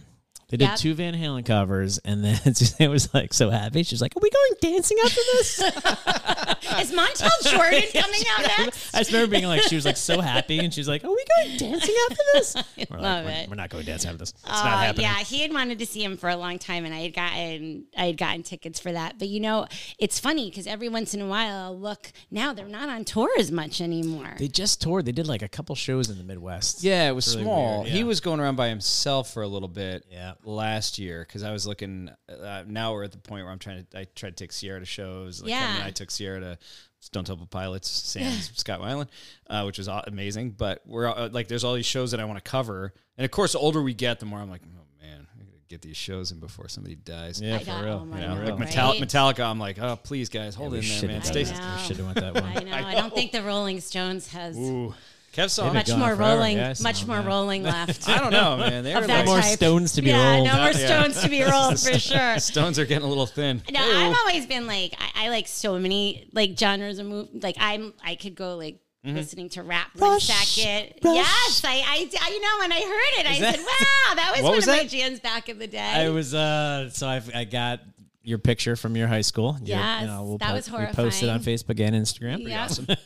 S2: They did
S3: Yep.
S2: two Van Halen covers, and then <laughs> Suzanne was like so happy. She was like, "Are we going dancing after
S3: <laughs>
S2: this?"
S3: Is Montel
S2: <laughs>
S3: Jordan coming out next?
S2: I just remember being like, she was like so happy, and she's like, "Are we going dancing after
S3: <laughs>
S2: this?" We're like,
S3: love
S2: we're,
S3: it.
S2: we're not going dancing after this. It's
S3: Oh,
S2: not happening.
S3: Yeah, he had wanted to see him for a long time, and I had gotten I had gotten tickets for that. But you know, it's funny because every once in a while, I'll look now they're not on tour as much anymore.
S2: They just toured. They did like a couple shows in the Midwest.
S1: Yeah, it was
S2: really
S1: small.
S2: weird, yeah.
S1: He was going around by himself for a little bit.
S2: Yeah.
S1: last year because I was looking. Uh, now we're at the point where I'm trying to. I tried to take Sierra to shows. Like,
S3: Yeah.
S1: and I took Sierra to Stone Temple Pilots, Sam's, <laughs> Scott Weiland, uh, which was aw- amazing. But we're uh, like, there's all these shows that I want to cover, and of course, the older we get, the more I'm like, oh man, I gotta get these shows in before somebody dies.
S2: Yeah,
S3: I
S2: for
S3: got-
S2: real.
S3: oh my
S1: You
S3: God,
S1: know,
S2: real.
S1: like
S3: right?
S1: Metallica, Metallica, I'm like, oh, please, guys, hold
S2: We
S1: in there,
S2: should
S1: man.
S2: have
S1: Stay.
S2: done
S3: Stacy.
S2: that. We should have
S3: <laughs>
S2: went that one.
S3: I know. I don't think the Rolling Stones has
S1: Ooh, Kev saw.
S2: Maybe
S3: much
S2: gone
S3: more
S2: forever,
S3: rolling,
S2: yeah, I saw
S3: much
S2: them,
S3: more
S2: yeah. <laughs>
S3: rolling left.
S1: I don't know, man. They were
S3: of that
S1: like,
S2: more
S3: type.
S2: stones to be
S3: yeah,
S2: rolled.
S3: No more
S1: Yeah.
S2: <laughs>
S3: stones to be rolled for sure.
S1: stones are getting a little thin.
S3: No,
S1: Hey-oh.
S3: I've always been like I, I like so many like genres of move. Like I'm, I could go like listening to rap one
S2: Mm-hmm. Rush,
S3: second.
S2: Rush.
S3: Yes, I, I, I- you know, when I heard it, I
S2: that-
S3: said, "Wow, that
S2: <laughs>
S3: was
S1: What
S3: one
S1: was
S3: of my
S1: that?
S3: jams back in the day."
S2: I was uh so I've, I got your picture from your high school. Your,
S3: Yes, that was
S2: We post it on Facebook and Instagram.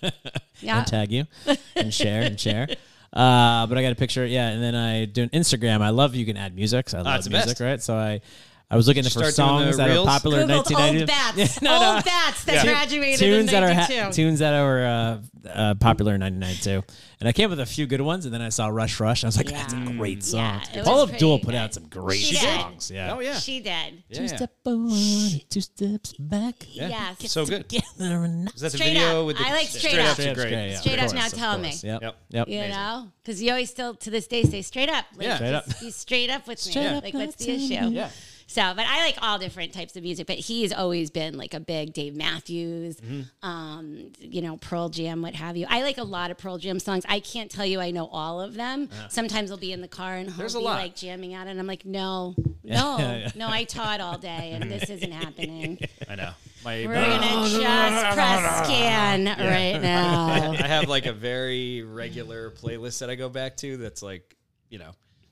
S3: <laughs> yeah, yeah.
S2: And tag
S3: <laughs>
S2: you and share and share. Uh, but I got a picture, yeah, and then I do an Instagram. I love you can add music. So I love
S1: Ah, it's the
S2: music,
S1: best.
S2: right? So I, I was looking for
S1: Start doing the
S2: songs that are
S1: reels.
S2: popular in
S3: Googled
S2: 1990.
S3: old
S2: <laughs>
S3: bats,
S2: Yeah, no, no.
S3: old bats that
S1: Yeah.
S3: graduated
S2: <laughs> tunes
S3: in
S2: that are
S3: '92.
S2: ha- tunes that are uh, uh, popular in '99 too. And I came up with a few good ones, and then I saw Rush Rush. And I was like, that's a
S3: Yeah.
S2: great song.
S3: Yeah, it was
S2: Paul
S3: pretty
S2: Abdul put
S3: good.
S2: out some great
S3: She did.
S2: songs. Yeah.
S1: Oh yeah.
S3: She did.
S1: Yeah.
S2: Two step forward, two steps back.
S1: Yeah.
S3: Yes.
S1: So good.
S2: Together and
S1: Is that the
S3: Straight
S1: video
S3: up.
S1: with the
S3: I like straight up.
S1: up's
S2: Straight up's
S1: great.
S2: great, yeah.
S3: Straight
S1: Of
S3: up
S1: course.
S3: now, tell me.
S2: Yep. Yep.
S1: Yep.
S3: You know, because you always still to this day say straight up. Like,
S1: Yeah. Straight
S3: just
S2: up.
S3: Be straight up with me.
S2: Straight up,
S3: like, what's the
S2: that's
S3: issue?
S2: it.
S1: Yeah.
S3: So, but I like all different types of music. But he's always been like a big Dave Matthews,
S1: Mm-hmm.
S3: um, you know, Pearl Jam, what have you. I like a lot of Pearl Jam songs. I can't tell you I know all of them. Sometimes I'll be in the car and he'll
S1: Ah. There's a
S3: be
S1: lot.
S3: like jamming out, and I'm
S1: <laughs>
S3: like, no, no, no, I taught all day, and this
S1: <laughs>
S3: isn't happening.
S1: I know. My,
S3: We're
S1: my- <laughs>
S3: gonna just press scan
S1: <laughs>
S3: right now.
S1: I have like a very regular playlist that I go back to that's like, you know,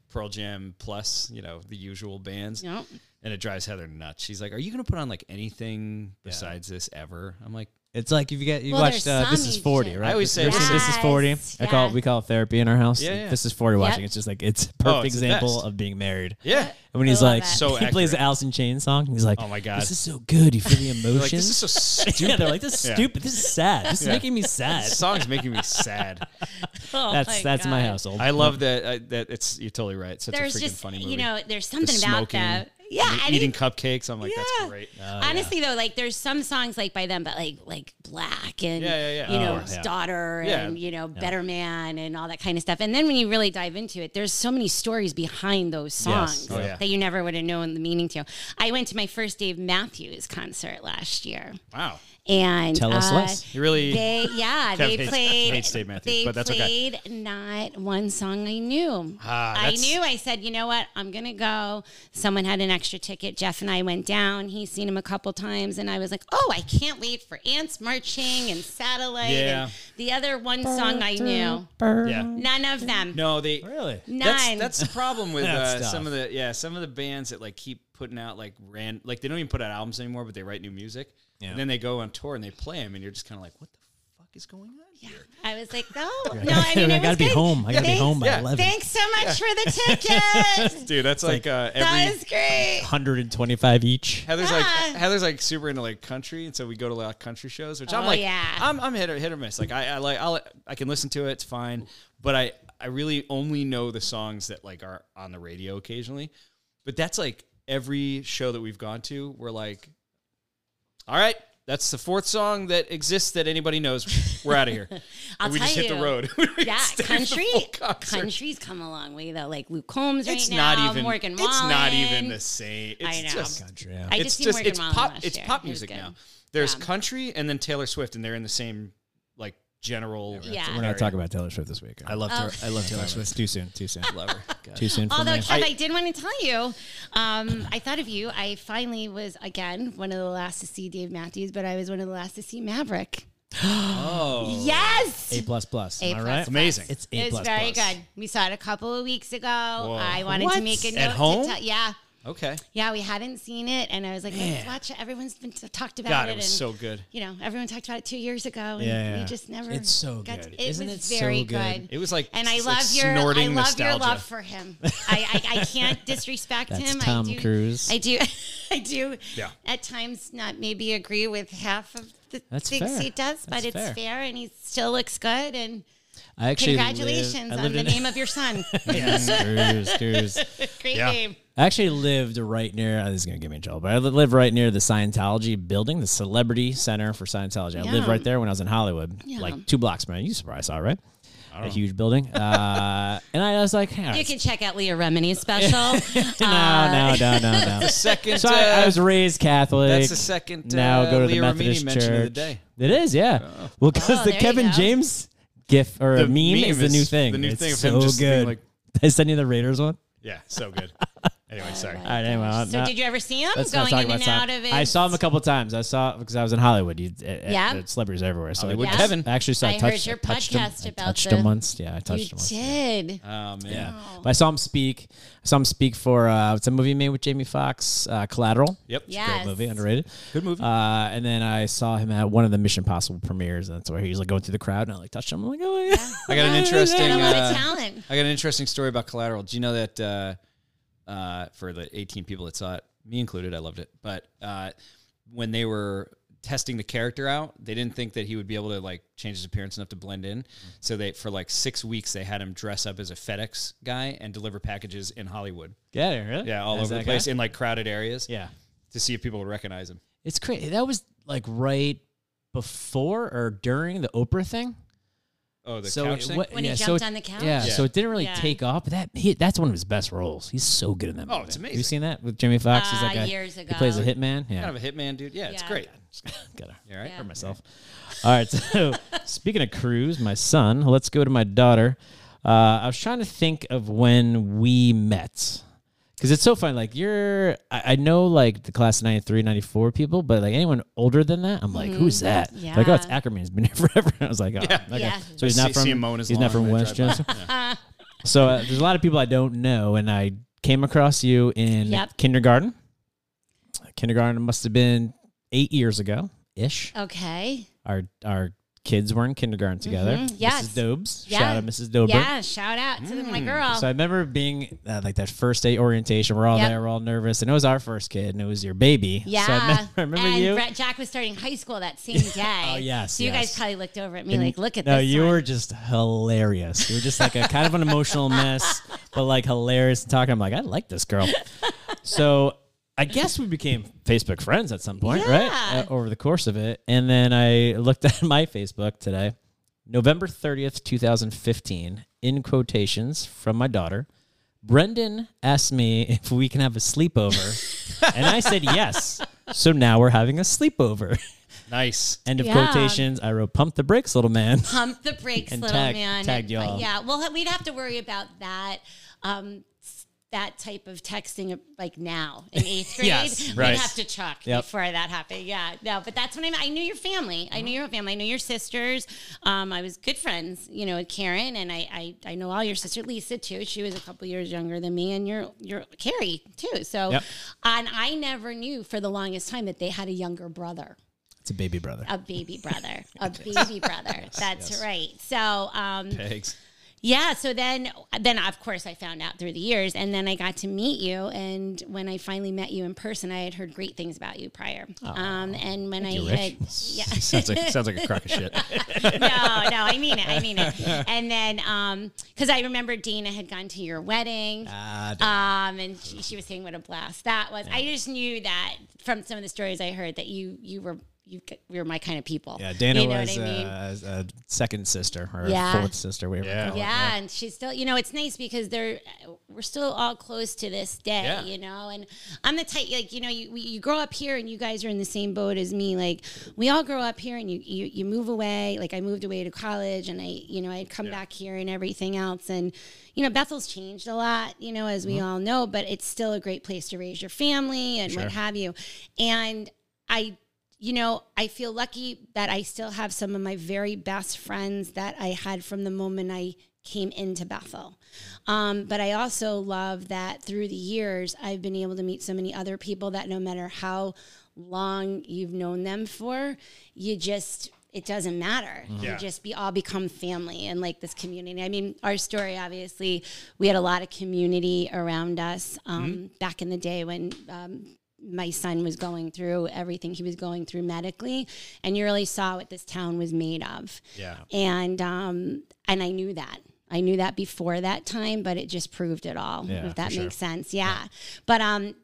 S1: Pearl Jam plus, you know, the usual bands.
S3: Yep.
S1: And it drives Heather nuts. She's like, Are you gonna put on like anything besides this ever? I'm like,
S2: It's like if you get you
S3: Well,
S2: watched
S3: there's
S2: uh, This
S3: some
S2: Is
S3: you
S2: Forty,
S3: should-
S2: right?
S1: I always say
S2: this,
S1: Yes,
S2: this is Forty. I call it,
S3: yeah.
S2: we call it therapy in our house.
S1: Yeah, yeah.
S2: This is Forty watching. It's just like it's a perfect
S1: it's the
S2: example
S1: best.
S2: of being married.
S1: Yeah.
S2: And when he's
S3: I love
S2: like,
S3: that.
S1: So
S2: <laughs> he plays the
S1: accurate.
S2: Alice in Chains song. and He's like,
S1: Oh my God.
S2: this is so good. You
S1: <laughs>
S2: feel the emotions.
S1: Like, this
S3: <laughs>
S1: is so stupid.
S2: <laughs> yeah, they're like, this is
S1: Yeah.
S2: stupid. This is sad. This is
S1: Yeah.
S2: making me
S1: <laughs>
S2: sad.
S1: This song's making me sad.
S3: <laughs> Oh
S2: that's
S3: my
S2: that's my
S3: God.
S2: household.
S1: I love that. I, that it's you're totally right. Such
S3: There's
S1: a freaking
S3: just
S1: funny movie.
S3: you know, there's
S1: The
S3: something about
S1: smoking,
S3: that. Yeah,
S1: the
S3: any-
S1: eating cupcakes. I'm like,
S3: Yeah.
S1: that's great. Uh,
S3: Honestly though, like there's some songs like by them, but like like Black and
S1: Yeah, yeah, yeah.
S3: you know
S1: Oh,
S2: yeah.
S3: Daughter
S1: Yeah.
S3: and you know Better Man and all that kind of stuff. And then when you really dive into it, there's so many stories behind those songs
S2: Oh,
S1: yeah.
S3: that you never would have known the meaning to. I went to my first Dave Matthews concert last year,
S1: wow.
S3: and
S2: Tell us
S3: uh,
S2: less.
S1: You really <laughs>
S3: They yeah
S1: Kev
S3: they
S1: hates-
S3: played
S1: hates Dave Matthews,
S3: they
S1: but that's okay.
S3: played not one song I knew.
S1: Ah,
S3: I
S1: that's-
S3: knew I said you know what I'm gonna go. Someone had an extra ticket. Jeff and I went down. He's seen him a couple times, and I was like, oh, I can't wait for Ants Marching and Satellite.
S1: Yeah.
S3: And the other one song I knew,
S1: Yeah.
S3: none of them.
S1: No, they
S2: Really?
S3: Nine.
S1: That's, that's the problem with
S2: <laughs> That's
S1: uh,
S2: tough.
S1: some of the yeah some of the bands that like keep putting out like ran like they don't even put out albums anymore, but they write new music.
S2: Yeah.
S1: And then they go on tour and they play them, and you're just kind of like, what the fuck is going on? here?
S3: I was like, no,
S1: <laughs>
S3: no. I
S2: <laughs>
S3: mean,
S2: I
S3: it
S2: gotta
S3: was
S2: be
S3: good.
S2: home. I gotta be
S3: Thanks-
S2: home by
S1: Yeah.
S2: eleven.
S3: Thanks so much for
S1: <laughs>
S3: the ticket.
S1: Dude, that's like, uh,
S3: that
S1: every
S3: was great.
S2: 125 each.
S1: Heather's
S3: Ah.
S1: like Heather's like super into like country, and so we go to a lot of country shows, which I'm
S3: Oh,
S1: like,
S3: yeah.
S1: I'm I'm hit or hit or miss. Like I, I like I'll I can listen to it, it's fine, but I I really only know the songs that like are on the radio occasionally, but that's like every show that we've gone to, we're like, all right. That's the fourth song that exists that anybody knows. We're out
S3: <laughs>
S1: of here.
S3: I'll
S1: And we just
S3: tell
S1: hit the
S3: you.
S1: road. <laughs>
S3: Yeah, country.
S1: country.
S3: Country's come a long way though. Like Luke Holmes right
S1: It's
S3: now,
S1: not even.
S3: Morgan
S1: it's not even
S3: Wallen.
S1: the same. It's
S3: I know.
S1: just
S2: Country, yeah.
S3: I
S1: it's
S3: just see
S1: just
S3: Morgan
S1: it's
S3: Wallen
S1: pop
S3: last
S1: it's
S3: year.
S1: pop
S3: He was
S1: music
S3: good.
S1: now There's
S3: Yeah.
S1: country and then Taylor Swift, and they're in the same like general.
S3: Yeah.
S2: We're not talking about Taylor Swift this week.
S4: I love
S3: Oh.
S4: Taylor, I love Taylor Swift.
S2: too soon. Too soon.
S1: Love
S2: <laughs>
S1: her. God.
S2: too soon for
S3: Although,
S2: me.
S3: Kev, I, did want to tell you, um, I thought of you. I finally was, again, one of the last to see Dave Matthews, but I was one of the last to see Maverick.
S1: Oh,
S3: Yes!
S2: A plus plus.
S3: A
S2: Am I
S3: plus
S2: right?
S3: plus. Amazing.
S2: It's A
S3: It was
S2: plus
S3: very
S2: plus.
S3: good. We saw it a couple of weeks ago. I wanted to
S1: What?
S3: make a
S1: At
S3: note.
S1: home?
S3: To tell, yeah.
S1: okay.
S3: Yeah, we hadn't seen it. And I was like,
S1: Man.
S3: let's watch it. Everyone's been t- talked about
S1: God,
S3: it.
S1: it was
S3: and,
S1: so good.
S3: you know, everyone talked about it two years ago. And
S2: Yeah, yeah.
S3: we just never.
S4: It's so
S3: got
S4: good.
S3: it
S2: Isn't
S3: was
S2: it so
S3: very
S2: good?
S3: good.
S1: It was like
S3: and I
S1: it's
S3: love
S1: like
S3: your
S1: snorting
S3: I love
S1: nostalgia.
S3: your love for him. I, I, I
S2: <laughs>
S3: can't disrespect
S2: That's
S3: him.
S2: Tom
S3: I do,
S2: Cruise.
S3: I do <laughs> I do
S1: Yeah.
S3: at times not maybe agree with half of the
S2: That's
S3: things
S2: fair.
S3: he does, but
S2: That's
S3: it's
S2: fair.
S3: fair. and he still looks good and
S2: I actually live-
S3: congratulations
S2: I
S3: on
S2: lived
S3: the
S2: in-
S3: name of your son.
S2: <laughs>
S3: <laughs>
S2: Cruise, Cruise.
S3: Great
S1: Yeah.
S3: name.
S2: I actually lived right near. oh, this is gonna give me in trouble, but I li- lived right near the Scientology building, the Celebrity Center for Scientology. I lived
S3: Yeah.
S2: right there when I was in Hollywood,
S3: Yeah.
S2: like two blocks from it. You surprised saw it, right? A huge building, uh, <laughs> and I was like, hey,
S3: You can check out Leah Remini's
S2: <laughs>
S3: special. Uh,
S2: no, <laughs> no, no, no,
S3: <laughs>
S2: no.
S1: Second,
S2: <laughs> So I, I
S1: uh,
S2: was raised Catholic.
S1: that's the second,
S2: now
S1: uh,
S2: go to the
S1: Leah Remini
S2: Methodist
S1: mention of
S2: Church.
S1: the day.
S2: It is, yeah. Well, because
S3: Oh,
S2: the
S3: there you
S2: Kevin
S3: go.
S2: James gif or
S1: The
S2: meme,
S1: meme
S2: is, the new
S1: is
S2: thing.
S1: the new
S2: It's
S1: thing of
S2: so
S1: him just being
S2: good.
S1: like-
S2: <laughs> Did I send you the Raiders one?
S1: <laughs> Yeah, so
S2: <laughs>
S1: good. anyway, sorry.
S2: All right, anyway. I'll
S3: so
S2: not-
S3: did you ever see him
S2: let's not
S3: going
S2: talk
S3: in
S2: about
S3: and
S2: Sci-
S3: out of it?
S2: I saw him a couple times. I saw because I was in Hollywood. You, yeah,
S3: Yeah.
S2: celebrities everywhere. So
S1: Hollywood
S2: I,
S3: Yeah. Kevin.
S2: I actually saw.
S3: I
S2: I
S3: heard
S2: touched,
S3: your
S2: I touched him.
S3: podcast
S2: I
S3: about
S2: touched
S3: the-
S2: him once. Yeah, I touched
S3: You
S2: him once.
S3: did.
S1: Oh man,
S2: Yeah, but I saw him speak. I saw him speak for uh, it's a movie he made with Jamie Foxx, uh, Collateral.
S1: yep.
S3: Yes.
S2: Great movie, underrated.
S1: Good movie.
S2: Uh, and then I saw him at one of the Mission Possible premieres, and that's where he's like going through the crowd, and I like touched him. I'm like, oh yeah.
S1: I got an interesting.
S3: Got a lot
S1: uh,
S3: of talent.
S1: <laughs> I got an interesting story about Collateral. Do you know that uh, uh, for the 18 people that saw it, me included, I loved it. But uh, when they were testing the character out, they didn't think that he would be able to like change his appearance enough to blend in. So they, for like six weeks, they had him dress up as a FedEx guy and deliver packages in Hollywood.
S2: <laughs> Get it, really?
S1: Yeah, all
S2: Is
S1: over
S2: that
S1: the place
S2: guy?
S1: in like crowded areas.
S2: Yeah,
S1: to see if people would recognize him.
S2: it's crazy. That was like right before or during the Oprah thing.
S1: Oh, the
S2: so
S1: couch
S2: it
S1: thing.
S2: wa-
S3: When he
S2: yeah, so
S3: jumped
S2: it-
S3: on the couch?
S2: Yeah,
S1: Yeah.
S2: so it didn't really
S3: Yeah.
S2: take off. But that he, that's one of his best roles. He's so good in that.
S1: Oh,
S2: movie.
S1: it's
S2: Have You
S1: amazing.
S2: seen that with Jamie Foxx? He's
S3: Uh,
S2: that guy.
S3: years
S2: He plays a
S3: ago.
S2: hitman. Yeah,
S1: kind of a hitman dude. Yeah, it's
S3: Yeah.
S1: great.
S2: gotta
S1: You all right?
S3: Yeah.
S1: Or
S2: hurt
S1: my-
S2: myself. All right. <laughs> So speaking of cruise, my son. Let's go to my daughter. Uh, I was trying to think of when we met. Because it's so fun. Like, you're, I, I know, like, the class of 93, 94 people, but, like, anyone older than that, I'm like, who's that? Like, oh, it's
S3: Mm-hmm. Yeah.
S2: Ackerman. He's been <laughs> here forever. I was like, oh, okay.
S3: Yeah.
S2: So he's
S1: I
S2: not
S1: see- see him
S2: from,
S1: mowing his
S2: he's
S1: lawn
S2: not from
S1: when I
S2: West
S1: drive by.
S2: Johnson.
S3: <laughs>
S2: So uh, there's a lot of people I don't know, and I came across you in
S3: Yep.
S2: kindergarten. Kindergarten must have been eight years ago ish.
S3: Okay.
S2: Our our kids were in kindergarten together.
S3: Mm-hmm. yes.
S2: Mrs. Dobes. Shout
S3: Yeah.
S2: out Mrs. Dober.
S3: Yeah, shout out to the- my girl.
S2: Hmm. So I remember being uh, like that first day orientation. We're all
S3: Yep.
S2: there, we're all nervous, and it was our first kid, and it was your baby.
S3: yeah,
S2: So I remember, I <laughs> remember
S3: and
S2: you.
S3: Brett Jack was starting high school
S2: <laughs>
S3: that same day.
S2: Oh, yes,
S3: so you
S2: yes.
S3: guys probably looked over at me
S2: And-
S3: like, "Look at
S2: no,
S3: this."
S2: you
S3: one.
S2: were just hilarious. You were just like a kind of an emotional
S3: <laughs>
S2: mess, but like hilarious and talking. I'm like, I like this girl. So I guess we became Facebook friends at some point,
S3: Yeah.
S2: right? Uh, over the course of it, and then I looked <laughs> at my Facebook today, November 30th, 2015, in quotations from my daughter. Brendan asked me <laughs> if we can have a sleepover, and I said yes. So now we're having a sleepover.
S1: Nice.
S2: End of
S3: Yeah.
S2: quotations. I wrote, "Pump the brakes, little man."
S3: pump the brakes,
S2: And
S3: little
S2: tagged-
S3: man.
S2: tagged y'all.
S3: But Yeah, well, we'd have to worry about that. Um, s- that type of texting, uh, like now
S2: <laughs>
S3: in eighth grade,
S2: Yes,
S1: right.
S3: we'd have to chuck
S2: Yep.
S3: before that happened. Yeah, no, but that's when I, met- I knew your family. I knew your family. I knew your sisters. Um, I was good friends, you know, with Karen, and I, I, I know all your sister Lisa too. She was a couple years younger than me, and your, your Carrie too. So,
S2: Yep.
S3: and I never knew for the longest time that they had a younger brother
S2: It's a baby brother.
S3: a baby brother, a baby
S2: <laughs>
S3: brother. That's right. So, um,
S1: Pegs.
S3: yeah. So then, then of course I found out through the years, and then I got to meet you. And when I finally met you in person, I had heard great things about you prior. Um, and when I
S2: you, Rick.
S3: had,
S2: <laughs>
S3: yeah,
S1: sounds like sounds like a crock of
S3: <laughs>
S1: shit.
S3: no, no, I mean it, I mean it. And then, um, because I remember Dana had gone to your wedding.
S2: Ah,
S3: Um, and she, she was saying what a blast that was. I just knew that from some of the stories I heard that you you were you c- you're my kind of people.
S2: Yeah, Dana
S3: you know
S2: was
S3: what I mean?
S2: uh, a second sister or
S3: Yeah.
S2: fourth sister, whatever. you
S1: Yeah.
S2: call it.
S3: yeah, and she's still, you know, it's nice because they're we're still all close to this day,
S1: Yeah.
S3: you know. And I'm the type, like, you know, you we- you grow up here, and you guys are in the same boat as me. Like, we all grow up here, and you you, you move away. Like, I moved away to college, and I, you know, I'd come back here and everything else. And you know, Bethel's changed a lot, you know, as we all know, but it's still a great place to raise your family and what have you. And I you know, I feel lucky that I still have some of my very best friends that I had from the moment I came into Bethel. Um, but I also love that through the years, I've been able to meet so many other people that no matter how long you've known them for, you just, it doesn't matter.
S1: Yeah.
S3: You just be all become family and like this community. I mean, our story obviously, we had a lot of community around us um, back in the day when um, my son was going through everything he was going through medically and you really saw what this town was made of
S1: Yeah.
S3: and um and i knew that i knew that before that time but it just proved it all
S2: Yeah,
S3: if that
S2: for sure.
S3: makes sense yeah. but um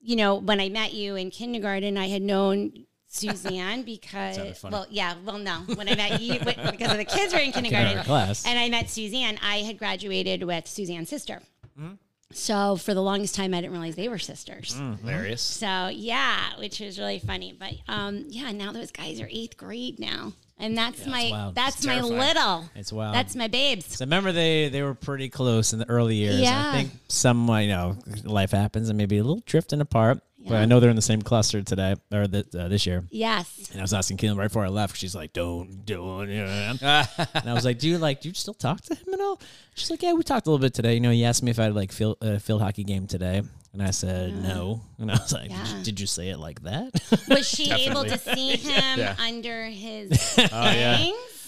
S3: you know when i met you in kindergarten i had known
S2: <laughs>
S3: Suzanne,
S1: Sounded
S3: because
S1: funny.
S3: well, yeah, well, no. When I met you, because of the kids were in
S2: Kindergarten
S3: kindergarten,
S2: class.
S3: and I met Suzanne. I had graduated with Suzanne's sister,
S2: Mm-hmm.
S3: so for the longest time, I didn't realize they were sisters.
S1: <laughs>
S2: Mm.
S1: Hilarious.
S3: So yeah, which was really funny. But um, yeah, now those guys are eighth grade now, and that's my
S2: wild.
S3: that's
S2: It's
S3: my
S1: terrifying.
S3: little
S2: It's wild.
S3: that's my babes.
S2: So I remember they they were pretty close in the early years. I
S3: Yeah.
S2: think some you know life happens and maybe a little drifting apart. But I
S3: Yeah.
S2: know they're in the same cluster today or th- uh, this year.
S1: <laughs>
S3: Yes,
S2: And I was asking Kim right before I left. She's like, "Don't do it." you know. and I was like, "Do you like? Do you still talk to him at all?" She's like, "Yeah, we talked a little bit today." You know, he asked me if I had like field uh, field hockey game today, and I said no. And I was like, did, you,
S3: Yeah.
S2: "Did you say it like that?"
S1: <laughs>
S3: was she able
S1: Definitely.
S3: to see
S1: <laughs>
S3: him
S1: Yeah.
S3: under
S1: <laughs>
S3: his bangs?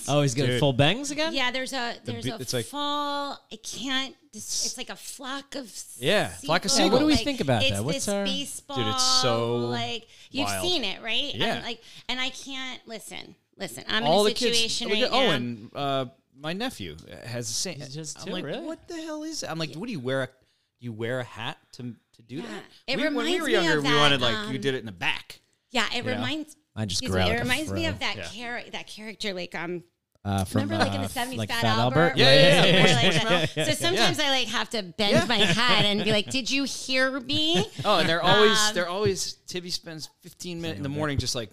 S2: oh, he's getting
S1: Dude.
S2: full bangs again.
S3: Yeah, there's a there's
S1: bi-
S3: a
S1: it's like-
S3: full. I can't. dis- It's like a flock of s-
S1: Yeah, flock of
S3: seagulls.
S1: seagulls. What do
S2: we
S3: Like,
S2: think about
S3: it's
S2: that? What's
S3: this
S2: our- Dude,
S3: baseball?
S1: so
S3: like you've
S1: wild.
S3: seen it, right?
S1: Yeah.
S3: I'm like, and I can't listen. Listen, I'm
S1: All
S3: in a
S1: the kids.
S3: situation
S1: look
S3: right
S1: at
S3: now.
S1: Owen, uh, my nephew, uh, has the same.
S2: He's just
S1: I'm
S2: two,
S1: like,
S2: really?
S1: what the hell is? That? I'm like, what do you wear? A, you wear a hat to to do that?
S3: It
S1: when we
S3: reminds
S1: were
S3: me of
S1: younger, we
S3: that,
S1: wanted like you
S3: um,
S1: did it in the back.
S3: Yeah, it
S1: know?
S3: reminds.
S2: I just
S3: excuse
S2: grew out
S3: me,
S2: like
S3: it
S2: a
S3: reminds me
S2: fro.
S3: of that
S1: Yeah.
S3: char- that character, like um,
S2: Uh, from,
S3: remember like in
S2: uh,
S3: the seventies,
S2: like
S3: Fat, Albert.
S1: Yeah,
S3: where
S1: yeah,
S3: they
S1: yeah,
S3: were
S1: yeah.
S3: like
S2: <laughs>
S1: Yeah,
S3: that.
S1: yeah,
S3: So sometimes I like have to bend my head and be like, "Did you
S2: <laughs>
S3: hear me?"
S1: Oh, and
S3: <laughs>
S1: they're always
S3: Um,
S1: they're always Tibby spends 15 minutes in the morning just like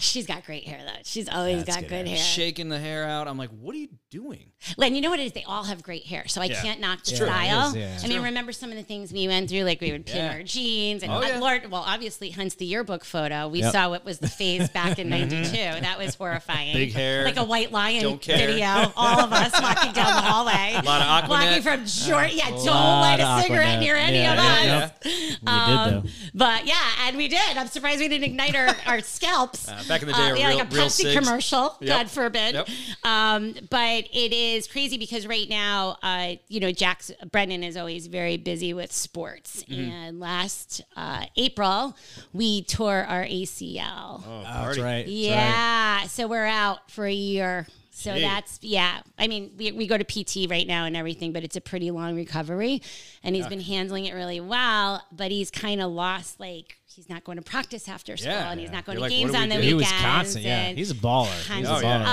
S3: She's got great hair though. She's always
S2: That's
S3: got
S2: good
S3: good,
S2: hair.
S3: hair.
S1: shaking the hair out. I'm like, what are you doing?
S3: And you know what it is? They all have great hair, so I
S1: Yeah.
S3: can't knock the
S2: true. It
S3: style.
S2: is, yeah. It's
S3: I mean, remember some of the things we went through, like we would pin
S1: Yeah.
S3: our jeans and
S1: Oh,
S3: uh,
S1: yeah.
S3: Lord, well, obviously, hence the yearbook photo. We
S2: Yep.
S3: saw what was the phase back
S2: <laughs>
S3: in '92. That was horrifying.
S1: Big hair.
S3: like a white lion
S1: Don't care.
S3: video. All of us walking down the hallway,
S1: <laughs>
S3: a
S1: <laughs> lot of Aquanet.
S3: walking from Jordan. Yeah, don't
S2: lot
S3: light a
S2: of
S3: cigarette
S2: Aquanet.
S3: near any
S2: Yeah,
S3: of
S2: yeah,
S3: us.
S2: yeah. You did
S3: Um,
S2: though.
S3: But yeah, and we did. I'm surprised we didn't ignite
S1: <laughs>
S3: our, our scalps.
S1: Uh, back in the day,
S3: yeah,
S1: real-
S3: like a
S1: real
S3: Pepsi
S1: cigs.
S3: commercial,
S1: Yep.
S3: God forbid.
S1: Yep.
S3: Um, but it is crazy because right now, uh, you know, Jack's Brennan is always very busy with sports.
S1: Mm-hmm.
S3: And last uh, April, we tore our ACL.
S1: Oh,
S2: Oh, that's right. that's right.
S3: Yeah. So we're out for a year. So
S1: Gee.
S3: that's, yeah. I mean, we, we go to PT right now and everything, but it's a pretty long recovery. And he's been handling it really well, but he's kind of lost, like, he's not going to practice after school
S1: Yeah.
S3: and he's not going
S1: You're
S3: to
S1: like, what
S3: games
S1: do we
S3: on the
S1: do?
S3: weekends.
S2: He was constant. Yeah,
S3: and-
S2: he's a baller. He's a
S3: Oh,
S2: baller. like
S3: yeah.
S2: that, yeah.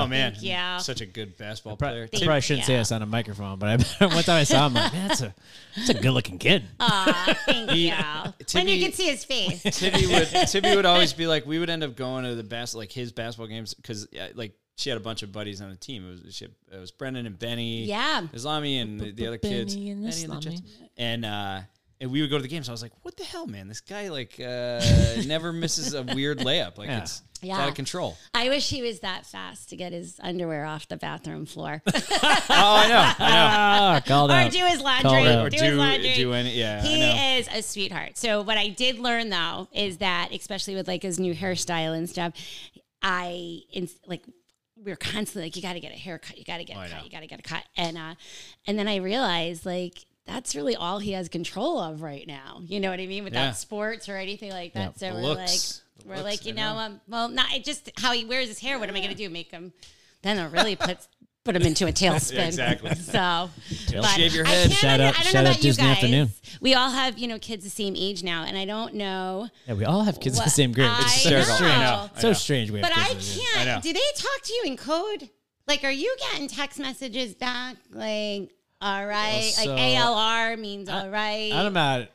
S3: Aw,
S1: Oh man,
S3: Thank you.
S1: such a good basketball
S2: Pro-
S1: player.
S2: I probably shouldn't say
S3: you.
S2: this on a microphone, but I <laughs> remember one time I saw him, like, man, that's a, that's a good looking
S3: <laughs>
S2: kid.
S3: <laughs> Aw, thank you. When
S1: Timmy-
S3: you can see his face.
S1: Tibby would
S3: <laughs>
S1: Tibby would always be like, we would end up going to the bas- like his basketball games because like she had a bunch of buddies on the team. It was she had- it was Brendan and Benny,
S3: Yeah.
S1: Islami and the, the other kids,
S2: Benny and
S1: and the
S2: Islami.
S1: Jets. and uh, and we would go to the games. I was like, what the hell, man? This guy like
S3: <laughs>
S1: uh, never misses a weird layup. Like
S2: Yeah.
S1: it's, it's
S3: Yeah.
S1: out of control.
S3: I wish he was that fast to get his underwear off the bathroom floor.
S1: Oh, I know, I know.
S3: <laughs>
S2: Ah, called
S3: or
S2: out.
S3: do his
S2: Call
S3: laundry.
S2: it out.
S1: Or
S3: do,
S1: do-
S3: his laundry.
S1: do any- yeah, I know.
S3: he is a sweetheart. So what I did learn though is that, especially with like his new hairstyle and stuff, I in, like we were constantly like, you got to get a haircut, you got to get a
S1: Oh, I
S3: cut,
S1: know.
S3: you got to get a cut, and uh, and then I realized like. That's really all he has control of right now. You know what I mean? Without
S1: Yeah.
S3: sports or anything like that. So
S1: The
S3: we're
S1: looks.
S3: like,
S1: The
S3: we're
S1: looks,
S3: like, you
S1: I
S3: know,
S1: know.
S3: um, well, not it just how he wears his hair. What am I going to do? Make him? Then it really puts put them
S1: <laughs>
S3: into a tailspin.
S1: exactly.
S3: <laughs> So, but
S1: Shave your head.
S3: I, can't
S2: Shout
S3: under-
S2: out-
S3: I don't
S2: shout
S3: know
S2: out
S3: about you
S2: Disney
S3: guys.
S2: Afternoon.
S3: We all have you know kids the same age now, and I don't know.
S2: Yeah, we all have kids in the
S3: What?
S2: same grade.
S3: I
S2: It's so
S1: hysterical.
S2: strange.
S1: I know. I
S2: So
S1: know.
S2: strange. We have
S3: But I
S2: kids in the same-
S1: I know.
S3: can't. Do they talk to you in code? Like, are you getting text messages back? Like, all right.
S2: so-
S3: like ALR means all right.
S2: I'm about.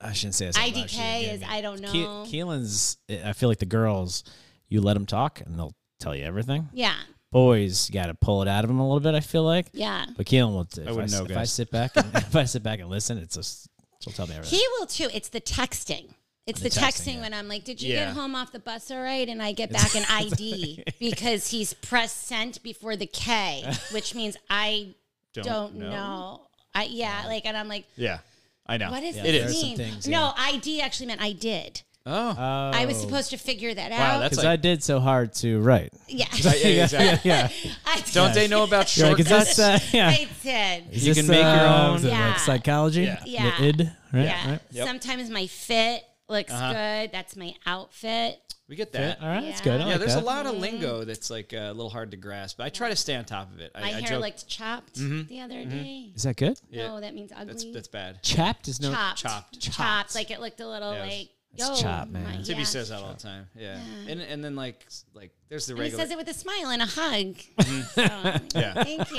S2: I shouldn't say this. out loud.
S3: IDK
S2: She's gonna get
S3: is
S2: me.
S3: I don't
S2: Ke-
S3: know.
S2: Keelan's. I feel like the girls, you let them talk and they'll tell you everything.
S3: yeah.
S2: Boys, you got to pull it out of them a little bit. I feel like.
S3: Yeah.
S2: But Keelan will. If I,
S1: wouldn't
S2: s-
S1: know,
S2: if I
S1: guys.
S2: sit back, and, <laughs> if I sit back and listen, it's just she'll tell me everything.
S3: He will too. It's the texting. It's the,
S2: The texting,
S3: texting,
S2: yeah.
S3: when I'm like, "Did you
S1: Yeah.
S3: get home off the bus all right?" And I get back an ID because he's pressed sent before the K, which means I don't, know. I yeah, like, and I'm like,
S1: Yeah, I know.
S3: "What does
S2: Yeah, there are
S3: this
S2: some
S3: mean?"
S2: things,
S3: no, ID actually meant I did.
S1: Oh,
S2: <laughs>
S3: I was supposed to figure that out.
S1: that's-
S2: Because
S1: like-
S2: I did so hard to write.
S3: <laughs> yeah.
S1: yeah, exactly.
S2: Yeah.
S3: I
S1: Don't they know about
S2: You're like, is
S1: shortcuts?
S2: this? Uh, <laughs> yeah.
S3: I did.
S2: Is
S1: You
S2: this,
S1: can make your
S2: uh,
S1: own-
S2: is it
S3: Yeah.
S2: Like psychology.
S1: Yeah.
S3: Yeah.
S2: The id. Right.
S3: Yeah.
S2: Right.
S1: Yep.
S3: Sometimes my fit looks good. That's my outfit.
S1: we get
S2: Yeah,
S1: that.
S2: All right. That's good. I
S3: Yeah,
S1: Yeah,
S2: like
S1: there's
S2: that.
S1: a lot of lingo that's like uh, a little hard to grasp. I try to stay on top of it. I,
S3: My
S1: I
S3: hair
S1: joke,
S3: looked chopped the other day.
S2: Is that good?
S1: Yeah.
S3: No, that means ugly.
S1: that's that's bad.
S2: Chapped is no.
S3: chopped.
S1: chopped.
S3: chopped.
S2: Chopped.
S3: Like it looked a little
S1: Yeah,
S3: like.
S2: it's
S3: Yo,
S2: chopped,
S3: my-
S2: man.
S1: Tibby
S3: yeah.
S1: says that all the time. Yeah. and and then like s- like there's the
S3: And he
S1: regular. Mm-hmm.
S3: says it with a smile and a
S1: <laughs>
S3: hug. So, Thank you.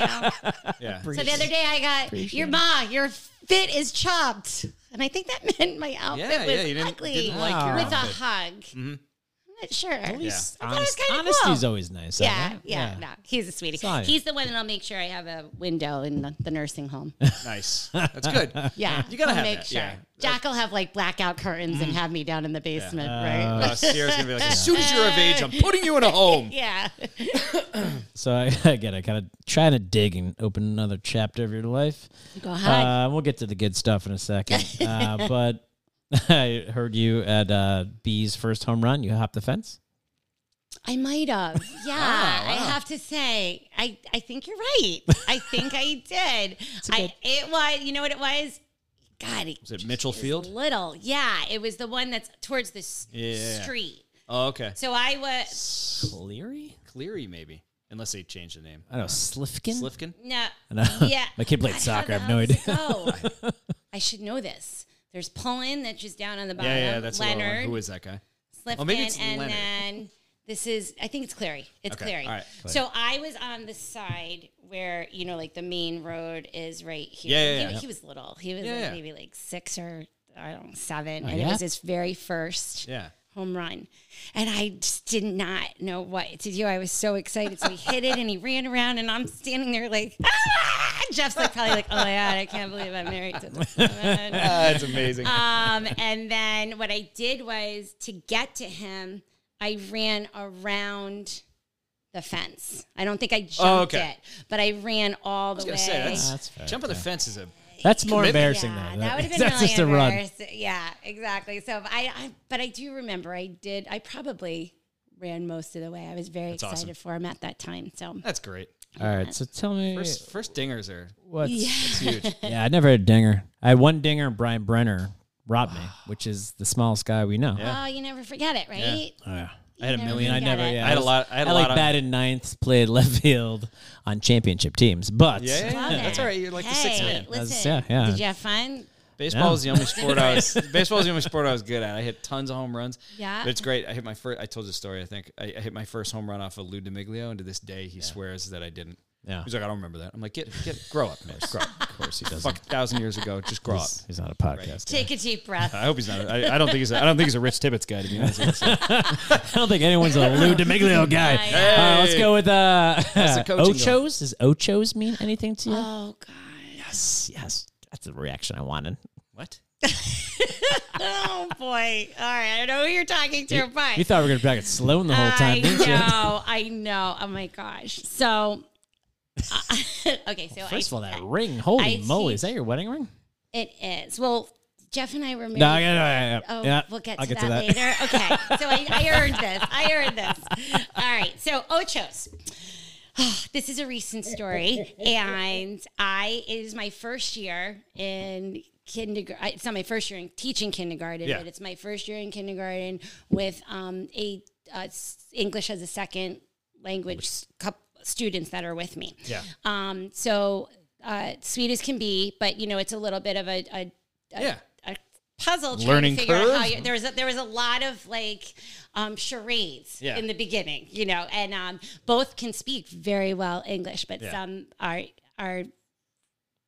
S1: yeah,
S3: So the other day I got your ma, your fit is chopped, and I think that <laughs> meant my outfit
S1: yeah,
S3: was
S1: yeah. You didn't,
S3: ugly
S1: didn't like your
S2: Wow.
S3: with a
S1: outfit. Mm-hmm.
S3: hug. I'm not sure.
S1: Yeah.
S2: Honest,
S3: I thought it was kinda
S2: honesty
S3: cool.
S2: is always nice. though,
S3: Yeah,
S2: right?
S3: yeah, no, he's a sweetie.
S2: Sorry.
S3: He's the one that'll make sure I have a window in the, the nursing <laughs> home.
S2: <laughs>
S1: Nice. That's good.
S3: Yeah,
S1: You gotta
S3: he'll
S1: have
S3: make
S1: that,
S3: sure.
S1: yeah. Mm-hmm.
S3: Jack will have like blackout curtains and have me down in the basement, right?
S1: Uh, Sierra's gonna be like, as soon as you're of age, I'm putting you in a home.
S3: <laughs> yeah,
S2: So I, <laughs> again, I kind of trying to dig and open another chapter of your life.
S3: go ahead.
S2: Uh, we'll get to the good stuff in a
S3: <laughs>
S2: second. uh, but <laughs> I heard you at uh, B's first home run. You hopped the fence.
S3: I
S1: <laughs>
S3: might have. Yeah,
S1: Oh,
S3: I have to say, I, I think you're right. I think I
S1: <laughs>
S3: did. I it was. You know what it was? God, it
S1: Is it Mitchell
S3: was
S1: Field?
S3: little. Yeah, it was the one that's towards the s-
S1: Yeah.
S3: street.
S1: Oh, okay.
S3: So I was
S2: Cleary?
S1: Cleary maybe, unless they changed the name.
S2: I don't know. Slifkin.
S1: Slifkin.
S3: no.
S2: No.
S1: <laughs>
S3: Yeah,
S2: My kid
S3: <laughs>
S2: played
S3: God,
S2: soccer. I have
S3: how
S2: no
S3: the
S2: idea.
S3: hell does it go? I should know this. There's Pullen that's just down on the bottom.
S1: Yeah, yeah. That's the little one.
S3: Uh, Leonard.
S1: Who is that guy?
S3: Slipkin,
S1: Oh, maybe it's
S3: and
S1: Leonard.
S3: then this is I think it's Clary. It's
S1: Okay,
S3: Clary.
S1: all right, Clary.
S3: So I was on the side where you know, like the main road is right here.
S1: Yeah, yeah,
S3: he,
S1: yeah.
S3: he was little. He was
S1: Yeah,
S3: like
S1: yeah.
S3: maybe like six or I don't know seven, and
S2: yeah?
S3: it was his very first
S1: Yeah.
S2: <laughs>
S3: home run. And I just did not know what to do. I was so excited. So he hit it and he ran around and I'm standing there like <laughs> "Ah!" Jeff's like probably like, Oh my god, I can't believe I'm married to this woman.
S1: That's amazing.
S3: Um, and then what I did was to get to him, I ran around the fence. I don't think I jumped
S1: Oh, okay.
S3: it, but I ran all the
S1: I was gonna
S3: way.
S1: say that's,
S2: Ah, that's fair,
S1: jump on the fence is a
S2: That's more
S1: Commitment.
S2: embarrassing
S3: yeah,
S2: though. <laughs>
S3: that would have been
S2: that's
S3: really
S2: just a run.
S3: embarrassing. Yeah, exactly. So if I, I, but I do remember I did. I probably ran most of the way. I was very
S1: That's
S3: excited
S1: awesome.
S3: for him at that time. So
S1: that's great.
S2: All right. So tell me
S1: First first dingers are
S2: what's
S1: it's
S2: <laughs>
S1: huge.
S2: Yeah, I never had a dinger. I had one dinger. Brian Brenner robbed
S1: <sighs>
S2: me, which is the smallest guy we know.
S3: oh, you never forget it, right?
S1: I had a
S3: never
S1: million.
S3: really
S2: Oh, I
S1: I,
S3: got
S2: never.
S3: it.
S2: Yeah,
S1: I had a
S2: was-
S1: lot- I had a
S2: like
S1: lot of-
S2: batted ninth, played <laughs> left field on championship teams, but
S1: yeah, yeah,
S3: Love
S1: yeah. that's
S3: it.
S1: all right. You're like the
S3: Hey,
S1: sixth man.
S3: Listen,
S2: yeah, yeah.
S3: did you have fun?
S1: Baseball
S2: Yeah.
S1: was the only sport I
S3: <laughs>
S1: was. baseball was the only sport I was good at. I hit tons of home runs.
S3: Yeah.
S1: but it's great. I hit my first. I told this story. I think I, I hit my first home run off of Lou D'Amiglio, and to this day he swears that I didn't.
S2: Yeah.
S1: he's like, I don't remember that. I'm like, get get grow up, man. grow up.
S2: of course he doesn't.
S1: Fuck, thousand years ago, just grow up.
S2: He's not a podcast.
S3: Take a deep breath.
S1: I hope he's not. I, I don't think he's. A, I don't think he's a Rich Tibbetts guy. To be honest,
S2: <laughs>
S1: with you.
S2: <laughs> I don't think anyone's a Lou D'Amiglio guy.
S3: Hey.
S2: All right, let's go with uh, <laughs>
S1: the coaching Uh,
S2: Ochos. Does Ochos mean anything to you?
S3: Oh God.
S2: yes, yes. That's the reaction I wanted.
S1: what?
S3: Oh boy! All right, I know who you're talking to, but
S2: You thought we were gonna be back at Sloan the whole time,
S3: I
S2: didn't you? <laughs>
S3: know, I know. Oh my gosh! So, <laughs> uh, okay, so
S2: First of all, that
S3: I,
S2: ring. Holy
S3: I
S2: moly!
S3: teach-
S2: Is that your wedding ring?
S3: it is. Well, Jeff and I were married.
S2: No, I- I- I-
S3: Oh,
S2: yeah,
S3: we'll get to,
S2: I'll
S3: that, later. Okay. So I, I earned this. I earned this. All right. So Ochos. <sighs> this is a recent story. And I, it is my first year in kindergarten. It's not my first year in teaching kindergarten,
S1: Yeah.
S3: but it's my first year in kindergarten with um, a uh, s- English as a second language cup students that are with me.
S1: Yeah.
S3: Um, so uh, sweet as can be, but you know, it's a little bit of a, a, a
S1: Yeah.
S3: a puzzle trying
S1: Learning
S3: to figure out how
S1: curve?
S3: you, there was a, there was a lot of like um, charades
S1: Yeah.
S3: in the beginning, you know, and um, both can speak very well English, but
S1: Yeah.
S3: some are are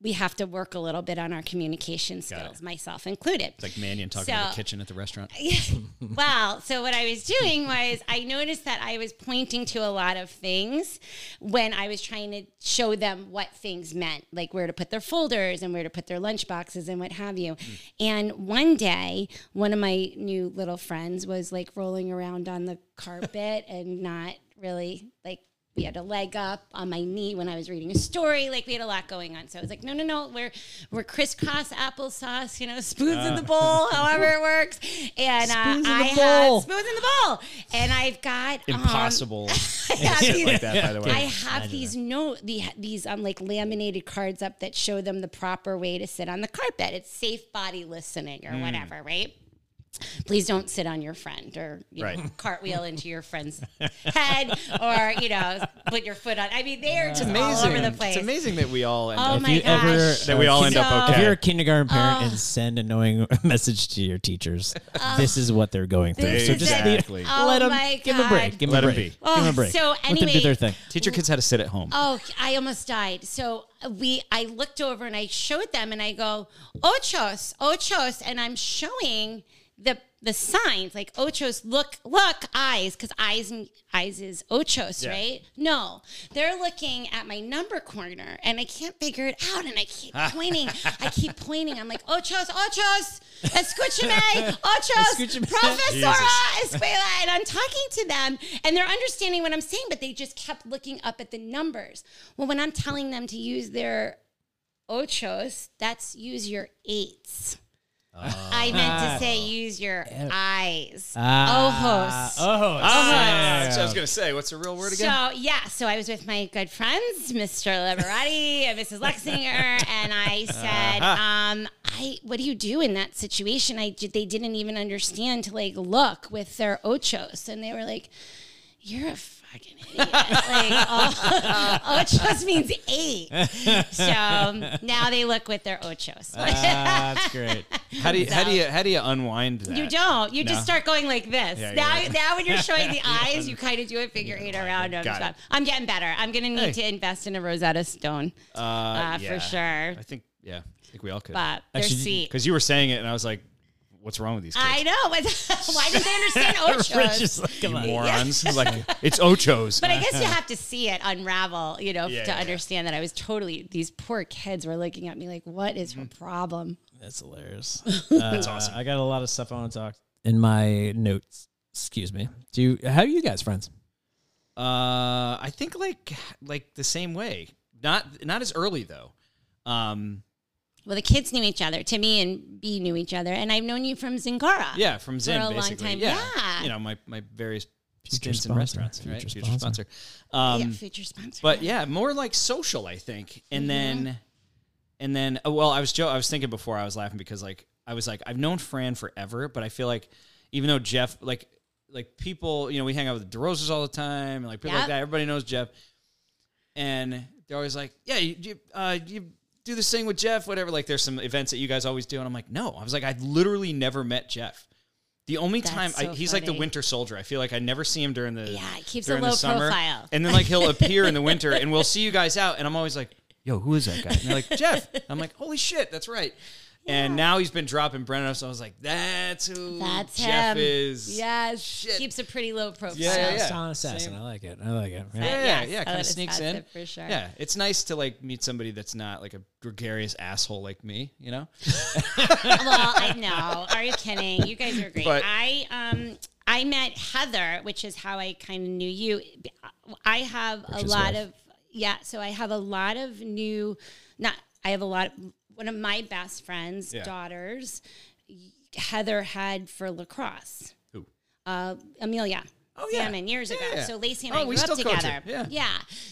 S3: we have to work a little bit on our communication
S1: it.
S3: skills, myself included.
S1: It's like Mannion talking in the
S3: So-
S1: kitchen at the restaurant.
S3: <laughs> well, so what I was doing was I noticed that I was pointing to a lot of things when I was trying to show them what things meant, like where to put their folders and where to put their lunch boxes and what have you. And one day, one of my new little friends was like rolling around on the carpet and not really like we had a leg up on my knee when I was reading a story. Like we had a lot going on. So I was like, no, no, no, we're we're crisscross applesauce, you know, spoons in
S1: Ah.
S3: the bowl, however it works. And uh,
S2: Spoons in the
S3: I
S2: bowl.
S3: have spoons in the bowl, and I've got um, <laughs>
S1: Impossible.
S3: I have
S1: <laughs>
S3: these-
S1: like that, by the way.
S3: I have these no the, these um like laminated cards up that show them the proper way to sit on the carpet. It's safe body listening or
S1: Mm.
S3: whatever, right? Please don't sit on your friend or you know,
S1: Right.
S3: <laughs> cartwheel into your
S1: <laughs>
S3: friend's head or you know put your foot on. I mean, they are just all
S1: amazing.
S3: over the place.
S1: It's amazing that we all end
S3: Oh
S1: up.
S3: my
S2: you
S3: gosh!
S2: ever-
S1: That we all end up
S3: So-
S2: If
S1: okay.
S2: you're a kindergarten parent and send annoying <laughs> message to your teachers, this is what they're going through.
S3: This
S2: So
S3: is
S2: just
S3: it.
S2: leave-
S1: Exactly.
S3: Oh
S2: <laughs> let them
S3: my
S2: give them a break.
S3: God.
S2: Give them
S1: Let
S2: a
S1: 'em
S2: break.
S1: be.
S2: Give them a
S3: Oh,
S2: break.
S3: so
S2: Let them do
S3: anyway,
S2: their thing.
S1: Teach your kids how to sit at home.
S3: Oh, I almost died. So uh, we, I looked over and I showed them, and I go ochos, ochos, and I'm showing the the signs like ochos, look, look, eyes, because eyes m- eyes is ochos,
S1: Yeah.
S3: right? No, they're looking at my number corner, and I can't figure it out, and I
S1: <laughs>
S3: keep pointing, I keep pointing. I'm like ochos, ochos,
S1: <laughs>
S3: escúchame, ochos,
S2: Escúchame.
S3: professora, escuela, and I'm talking to them, and they're understanding what I'm saying, but they just kept looking up at the numbers. Well, when I'm telling them to use their ochos, that's use your eights. I meant to say use your eyes. Ojos.
S2: Oh,
S3: Uh-huh.
S1: So I was gonna say, what's the real word again?
S3: So yeah, so I was with my good friends, Mr. Liberati and Mrs. Lexinger, and
S1: <laughs>
S3: I
S1: Uh-huh.
S3: said, um, "I, what do you do in that situation? I did, they didn't even understand to like look with their ochos, and they were like." You're a fucking idiot. like, oh, <laughs> ochos means eight. So now they look with their
S1: <laughs>
S3: ochos.
S1: Uh-huh.
S2: That's great.
S1: how do you how do you how do you unwind that?
S3: You don't. You just start going like this.
S1: Yeah, you're
S3: now,
S1: right.
S3: now when you're
S1: <laughs>
S3: showing the eyes, you kind of do a figure eight around.
S1: Got
S3: nonstop.
S1: it.
S3: I'm getting better. I'm gonna need
S1: Hey.
S3: to invest in a Rosetta Stone,
S1: Uh,
S3: uh,
S1: yeah.
S3: for sure.
S1: I think yeah, I think we all could.
S3: But they're
S2: Actually,
S3: sweet.
S1: Because you were saying it, and I was like, what's wrong with these kids?
S3: I know. <laughs> But why did
S1: <laughs>
S3: they understand
S2: Rich
S3: ochos?
S2: is like, come on.
S1: Morons. like it's ochos.
S3: But I
S1: <laughs>
S3: guess you have to see it unravel, you know,
S1: Yeah,
S3: to
S1: yeah, yeah.
S3: understand that I was totally. These poor kids were looking at me like, "What is
S1: Mm-hmm.
S3: her problem?"
S2: That's hilarious. That's awesome. I got a lot of stuff I want to talk <laughs> in my notes. Excuse me. Do you, how are you guys friends?
S1: Uh, I think like like the same way. Not not as early though. Um,
S3: Well, the kids knew each other. Timmy and B knew each other, and I've known you from Zingara.
S1: yeah, from Zen
S3: a long
S1: basically.
S3: time,
S1: Yeah.
S3: yeah.
S1: you know my my various
S2: Future
S1: stints in
S2: sponsor.
S1: restaurants, right?
S2: Future
S1: Future
S2: sponsor.
S1: sponsor. Um,
S3: Yeah, future sponsor.
S1: but yeah, more like social, I think. And
S3: Mm-hmm.
S1: then, and then, oh, well, I was Joe. I was thinking before I was laughing because like I was like I've known Fran forever, but I feel like even though Jeff, like, like people, you know, we hang out with the DeRosas all the time, and like people
S3: Yep.
S1: like that. Everybody knows Jeff, and they're always like, yeah, you, you, uh, you do this thing with Jeff, whatever. Like, there's some events that you guys always do, and I'm like, no, I was like, I literally never met Jeff. The only
S3: That's
S1: time I,
S3: so
S1: he's like the
S3: funny.
S1: winter soldier. I feel like I never see him during the
S3: Yeah, he keeps a
S1: during
S3: low
S1: the summer.
S3: profile.
S1: And then like he'll appear in the winter and we'll see you guys out. And I'm always like, yo, who is that guy? And they're like, Jeff. I'm like, holy shit, that's right. And now he's been dropping Brennan. So I was like, that's who
S3: That's
S1: Jeff
S3: him.
S1: is.
S3: Yes.
S1: Shit.
S3: Keeps a pretty low profile.
S1: Yeah, yeah, yeah.
S2: Silent assassin.
S1: Same.
S2: I like it. I like it. Yeah.
S1: Yeah, yeah,
S3: Yes, Oh,
S1: yeah.
S3: I
S1: Kind
S3: would
S1: of sneaks
S3: assess
S1: in.
S3: it for sure.
S1: Yeah, it's nice to like meet somebody that's not like a gregarious asshole like me, you know?
S3: well,
S1: <laughs>
S3: I know. Are you kidding? You guys are great.
S1: But-
S3: I um I met Heather, which is how I kind of knew you. I have a
S2: is
S3: lot
S2: rough.
S3: of yeah, so I have a lot of new not I have a lot one of my best friends'
S1: Yeah.
S3: daughters Heather had for lacrosse.
S1: Who?
S3: Uh, Amelia.
S1: Oh, yeah.
S3: Salmon years ago.
S1: Yeah.
S3: So Lacey and
S1: Oh,
S3: I
S1: we
S3: grew up
S1: still coach
S3: together.
S1: her. Yeah.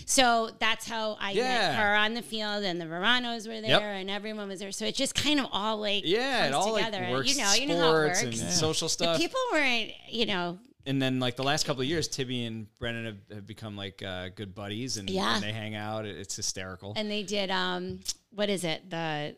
S3: So that's how I
S1: Yeah.
S3: met her on the field, and the Veranos were there, and everyone was there. So it just kind of all like
S1: Yeah, it
S3: comes
S1: all
S3: together.
S1: like works.
S3: you know, you know how it
S1: sports
S3: works.
S1: and social
S3: The
S1: stuff.
S3: people weren't, you know,
S1: and then like the last couple of years, Tibby and Brennan have, have become like uh, good buddies, and,
S3: Yeah.
S1: and they hang out. It- It's hysterical.
S3: And they did um, what is it? The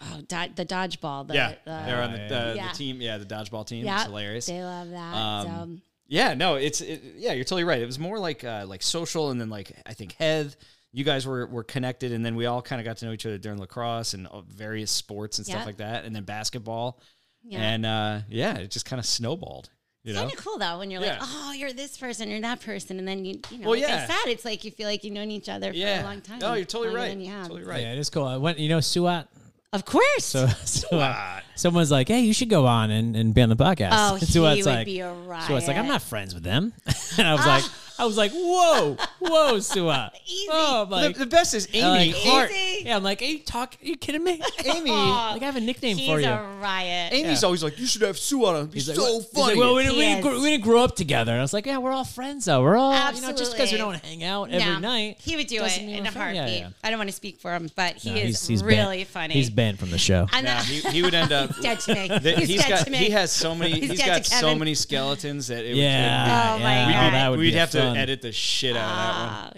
S3: oh, do- the dodgeball. The,
S1: yeah,
S3: the-
S1: they're on the, the,
S3: uh, Yeah.
S1: the team. Yeah, the dodgeball team.
S3: yeah,
S1: It's hilarious.
S3: They love that.
S1: Um,
S3: so.
S1: Yeah, no, it's it, yeah, you're totally right. It was more like uh, like social, and then like I think Heath, you guys were were connected, and then we all kind of got to know each other during lacrosse and uh, various sports and
S3: Yeah.
S1: stuff like that, and then basketball,
S3: Yeah.
S1: and uh, yeah, it just kind of snowballed. You know,
S3: Kind of cool though when you're like,
S1: Yeah.
S3: oh, you're this person, you're that person, and then you, you know,
S1: Well,
S3: like I
S1: yeah.
S3: said, it's like you feel like you've known each other
S1: yeah,
S3: for a long time.
S1: No, you're totally
S3: longer
S1: right.
S3: than you have.
S1: Totally right.
S2: Yeah, it is cool. I went, you know, Suat.
S3: Of course.
S2: So, <laughs> so uh,
S1: Suat.
S2: someone's like, "Hey, you should go on and, and be on the podcast." <laughs>
S3: oh, he
S2: Suat's
S3: would
S2: like,
S3: be a riot. Ah.
S2: Suat's like, "I'm not friends with them," <laughs> and I was like, "I was like, whoa, whoa, Suat,
S3: <laughs> Easy.
S2: oh, I'm like,
S1: the, the best is Amy.
S2: like,
S1: Amy-
S2: heart.
S3: Easy.
S2: yeah." I'm like, "Are you talk? Are you kidding
S3: <laughs>
S2: me?"
S1: Amy,
S3: <laughs> Aw,
S2: like, I have a nickname
S3: he's
S2: for you.
S3: a riot.
S1: Amy's always like, you should have Sue on. it. He's
S2: He's like,
S1: so
S2: "What?" He's like,
S1: funny.
S2: well, we didn't, we,
S3: He
S2: didn't grow,
S3: is.
S2: we didn't grow up together. And I was like, yeah, we're all friends though. We're all you know, just because we
S3: Absolutely.
S2: don't hang out every
S3: No,
S2: night.
S3: he would do it
S2: doesn't mean
S3: in
S2: we're
S3: a
S2: friends.
S3: heartbeat.
S2: Yeah,
S3: I don't want to speak for him, but he
S2: yeah. No,
S3: is
S2: banned-
S3: really funny.
S2: He's banned from the show.
S3: I'm
S1: Nah,
S3: <laughs> not-
S1: he, he would end
S3: <laughs>
S1: up.
S3: dead to me.
S1: that
S3: he's
S1: he's
S3: dead
S1: got,
S3: to me.
S1: he has so many.
S3: <laughs> He's
S1: he's
S3: dead
S1: got
S3: to
S1: so
S3: Kevin.
S1: many skeletons that it would- it would. be-
S2: yeah,
S3: Oh,
S2: yeah.
S3: my God.
S2: that would
S1: We'd
S2: be
S1: have
S2: fun.
S1: to edit the shit out of that one.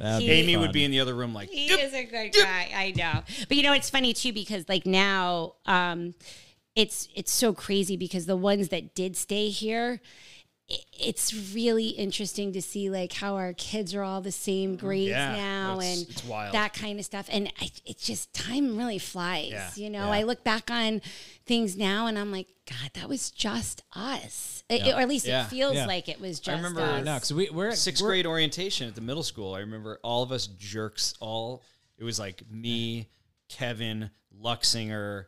S3: Ah,
S2: That'd
S3: he-
S2: be
S1: Amy
S2: fun.
S1: would be in the other room like,
S3: He
S1: "Yep."
S3: is a good guy. I know. But you know, it's funny too because like now, um, it's it's so crazy because the ones that did stay here. i- It's really interesting to see like how our kids are all the same grades
S1: Mm-hmm. Yeah.
S3: now,
S1: It's-
S3: and
S1: it's wild.
S3: that kind of stuff. And I, it's just time really flies.
S1: Yeah.
S3: You know,
S1: Yeah.
S3: I look back on things now, and I'm like, God, that was just us, I- or at least
S1: Yeah.
S3: it feels
S2: Yeah.
S3: like it was just.
S1: remember-
S3: us.
S1: I
S2: No, because we, we're
S1: 6th
S2: we're-
S1: grade orientation at the middle school. I remember all of us jerks. All it was like me, Kevin, Luxinger,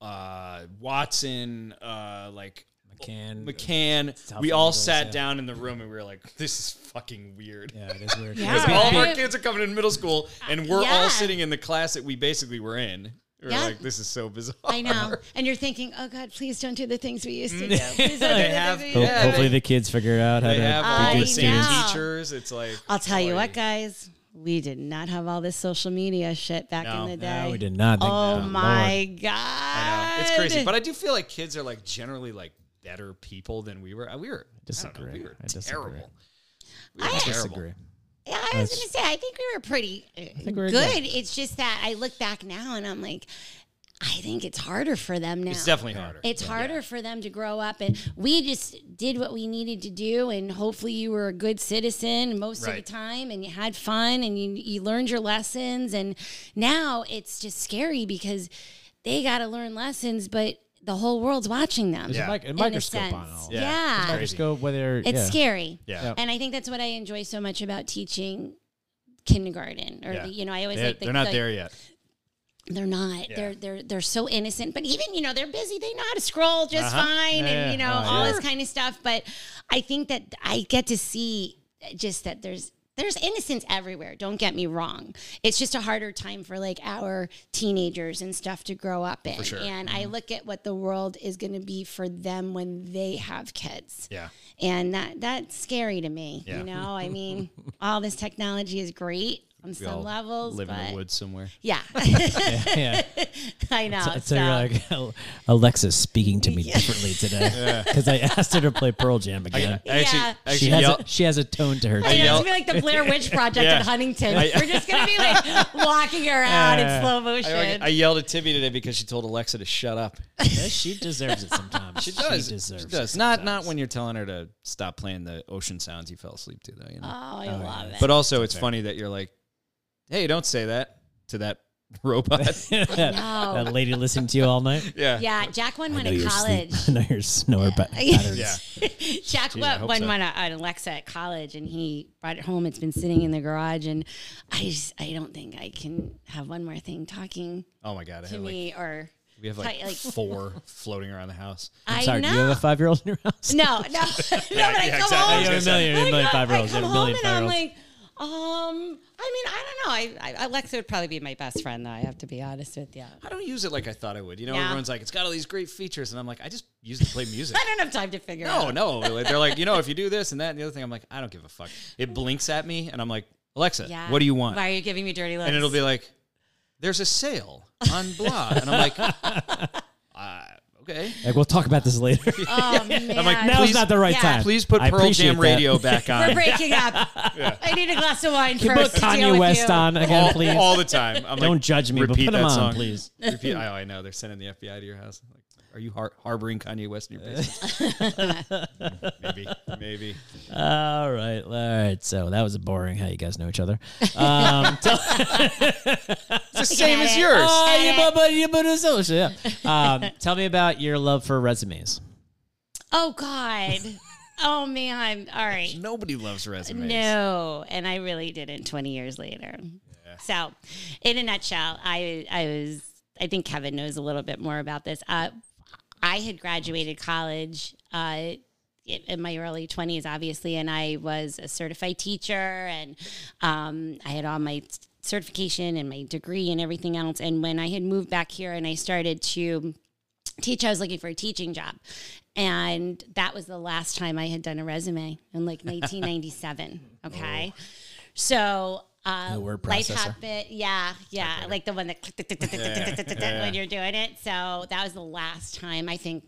S1: uh, Watson, uh, like
S2: McCann.
S1: McCann.
S2: Tough
S1: We all
S2: angles,
S1: sat
S2: yeah.
S1: down in the room and we were like, "This is fucking weird."
S2: Yeah, it is weird.
S3: Yeah.
S1: Because all of our
S3: Right.
S1: kids are coming in middle school, and we're
S3: Uh, Yeah.
S1: all sitting in the class that we basically were in. We're
S3: Yeah.
S1: like, this is so bizarre. <laughs>
S3: I know. And you're thinking, oh God, please don't do the things we used to do.
S1: <laughs>
S3: Please
S1: Mm.
S3: don't
S1: They
S3: do the
S1: have-
S3: things we
S2: Ho-
S3: used
S1: Yeah,
S3: to do."
S2: hopefully the kids figure out how
S1: They
S2: to
S1: have
S3: I
S1: all
S2: be
S1: the
S2: good
S1: same
S2: students.
S3: know.
S1: teachers. It's like
S3: I'll tell you what,
S1: boy.
S3: guys, we did not have all this social media shit back
S1: No.
S3: in the day.
S2: No, we did not. Think,
S3: Oh
S2: Lord.
S3: my
S1: I
S3: God.
S1: know. It's crazy, but I do feel like kids are like generally like better people than we were. We were I
S2: disagree.
S1: don't know, we were
S2: I disagree.
S1: terrible. We were
S3: I
S1: terrible.
S2: disagree.
S3: Yeah, I was going to say, I think we were pretty uh,
S2: we were
S3: good.
S2: good.
S3: It's just that I look back now and I'm like, I think it's harder for them now.
S1: It's definitely harder.
S3: It's harder for them to grow up, and we just did what we needed to do. And hopefully, you were a good citizen most of
S1: Right.
S3: the time, and you had fun, and you you learned your lessons. And now it's just scary because they got to learn lessons, but the whole world's watching them.
S1: Yeah.
S2: There's a mic- a
S3: in a
S2: microscope
S3: sense.
S2: on all.
S1: Yeah.
S3: Yeah.
S1: It's crazy.
S2: Microscope, whether
S3: It's
S2: yeah.
S3: scary.
S1: Yeah.
S2: Yeah.
S3: And I think that's what I enjoy so much about teaching kindergarten or
S1: Yeah.
S3: the, you know, I always
S1: They,
S3: like the,
S1: they're not
S3: the-
S1: there yet.
S3: they're not.
S1: Yeah.
S3: They're they're they're so innocent. But even you know they're busy. They know how to scroll just
S1: Uh-huh.
S3: fine,
S2: Yeah,
S3: and you know
S2: yeah.
S3: all
S1: Sure.
S3: this kind of stuff. But I think that I get to see just that there's there's innocence everywhere. Don't get me wrong. It's just a harder time for like our teenagers and stuff to grow up in.
S1: sure. Mm-hmm.
S3: And I look at what the world is going to be for them when they have kids
S1: Yeah.
S3: and that that's scary to me.
S1: Yeah.
S3: You know,
S1: <laughs>
S3: I mean, all this technology is great on
S1: We
S3: some
S1: all
S3: levels,
S1: Live in
S3: but
S1: the woods somewhere. <laughs>
S3: yeah,
S2: <laughs> yeah.
S3: I know.
S2: I'd
S3: so.
S2: say you're like Alexa's speaking
S3: <laughs>
S2: to me
S1: <laughs>
S2: differently today because I asked her to play Pearl Jam again.
S1: I actually,
S3: Yeah.
S1: I
S2: she
S1: actually
S2: has
S1: yell-
S2: a, she has a tone to her.
S3: I
S2: Too.
S3: know,
S1: yell-
S2: <laughs>
S3: it's gonna be like the Blair Witch
S1: <laughs>
S3: Project
S1: Yeah.
S3: in Huntington.
S1: I-
S3: We're just gonna
S1: <laughs>
S3: be like walking around in
S2: Yeah.
S3: slow
S1: I,
S3: motion.
S1: I yelled at Tibby today because she told Alexa to shut up.
S2: she deserves it sometimes.
S1: She does.
S2: She deserves.
S1: She does.
S2: It.
S1: Not not when you're telling her to stop playing the ocean sounds you fell asleep to though. You know.
S3: oh, I love it.
S1: but also, it's funny that you're like, hey, don't say that to that <laughs>
S2: <laughs>
S1: robot.
S2: that lady listened to you all night.
S1: yeah.
S3: yeah, Jack won one
S2: uh, I know
S3: at
S2: you're
S3: college.
S2: asleep. <laughs> I know your snore ba-
S3: Yeah.
S2: patterns.
S1: Yeah.
S3: Jack
S1: I
S3: won
S1: hope
S3: one
S1: so.
S3: on a- on Alexa at college, and he brought it home. It's been sitting in the garage, and I just I don't think I can have one more thing talking
S1: Oh my god. I
S3: to
S1: have like,
S3: me or
S1: we have like,
S3: Tight, like- <laughs> Uh,
S1: four floating around the house.
S3: i
S2: Sorry,
S3: know.
S2: do you have a five year old in your house?
S3: No, no, no. but <laughs> I
S1: yeah,
S3: come
S1: exactly.
S2: You
S1: I was
S2: have
S1: gonna
S2: a
S1: say-
S2: million, you have a million
S3: home.
S2: five year
S3: I
S2: olds. You
S3: come
S2: have a
S3: home
S2: million
S3: and
S2: five
S3: I'm
S2: year olds.
S3: like, um, I mean, I don't know. I, I Alexa would probably be my best friend, though. I have to be honest with you.
S1: I don't use it like I thought I would. You know,
S3: Yeah.
S1: everyone's like, it's got all these great features, and I'm like, I just use it to
S3: <laughs>
S1: play music.
S3: I don't have time to figure
S1: no,
S3: out.
S1: no. Like, They're like, you know, if you do this and that and the other thing, I'm like, I don't give a fuck. It blinks at me, and I'm like, Alexa, what do you want?
S3: Why are you giving me dirty looks?
S1: And it'll be like, there's a sale on blah, and I'm like, <laughs> uh, Okay.
S2: Like we'll talk about this
S1: <laughs>
S2: later.
S3: Oh, man.
S1: I'm like,
S2: Now's
S1: Please-
S2: not the right
S3: yeah.
S2: time.
S1: Please put
S2: I
S1: Pearl
S2: appreciate
S1: Jam
S2: that.
S1: Radio back
S3: <laughs> We're
S1: on
S3: breaking up. I need a glass of wine
S2: Can you <laughs> put
S3: first. to deal
S2: Kanye
S3: with
S2: West
S3: you.
S2: on again,
S1: all,
S2: please.
S1: all the time. I'm
S2: Don't
S1: like,
S2: judge me, but
S1: Repeat
S2: put
S1: that
S2: him on,
S1: song,
S2: please.
S1: <laughs> Repeat. Oh, I know they're sending the FBI to your house. Like, are you har- harboring Kanye West in your basement?
S3: <laughs>
S1: maybe, maybe.
S2: All right, all right. So that was boring. How you guys know each
S3: <laughs>
S2: other? <laughs> Um, tell-
S1: It's the same
S3: at
S1: as
S3: it. Oh.
S1: yours.
S2: Ah, you bu- bu- you bu- so- so, yeah.
S3: <laughs>
S2: Um, tell me about your love for resumes.
S3: Oh God. Oh man. All right.
S1: Nobody loves resumes.
S3: No, and I really didn't. Twenty years later. So, in a nutshell, I I was I think Kevin knows a little bit more about this. Uh, I had graduated college uh, in in my early twenties, obviously, and I was a certified teacher, and um, I had all my certification and my degree and everything else. And when I had moved back here, and I started to teach. I was looking for a teaching job. And that was the last time I had done a resume in like 1997. Okay. So, uh,
S2: The word
S3: life
S2: processor.
S3: happened. Yeah. Yeah. Like the one that click, tick, tick, tick, tick, tick, tick, tick, tick, tick, when you're doing it. So, that was the last time I think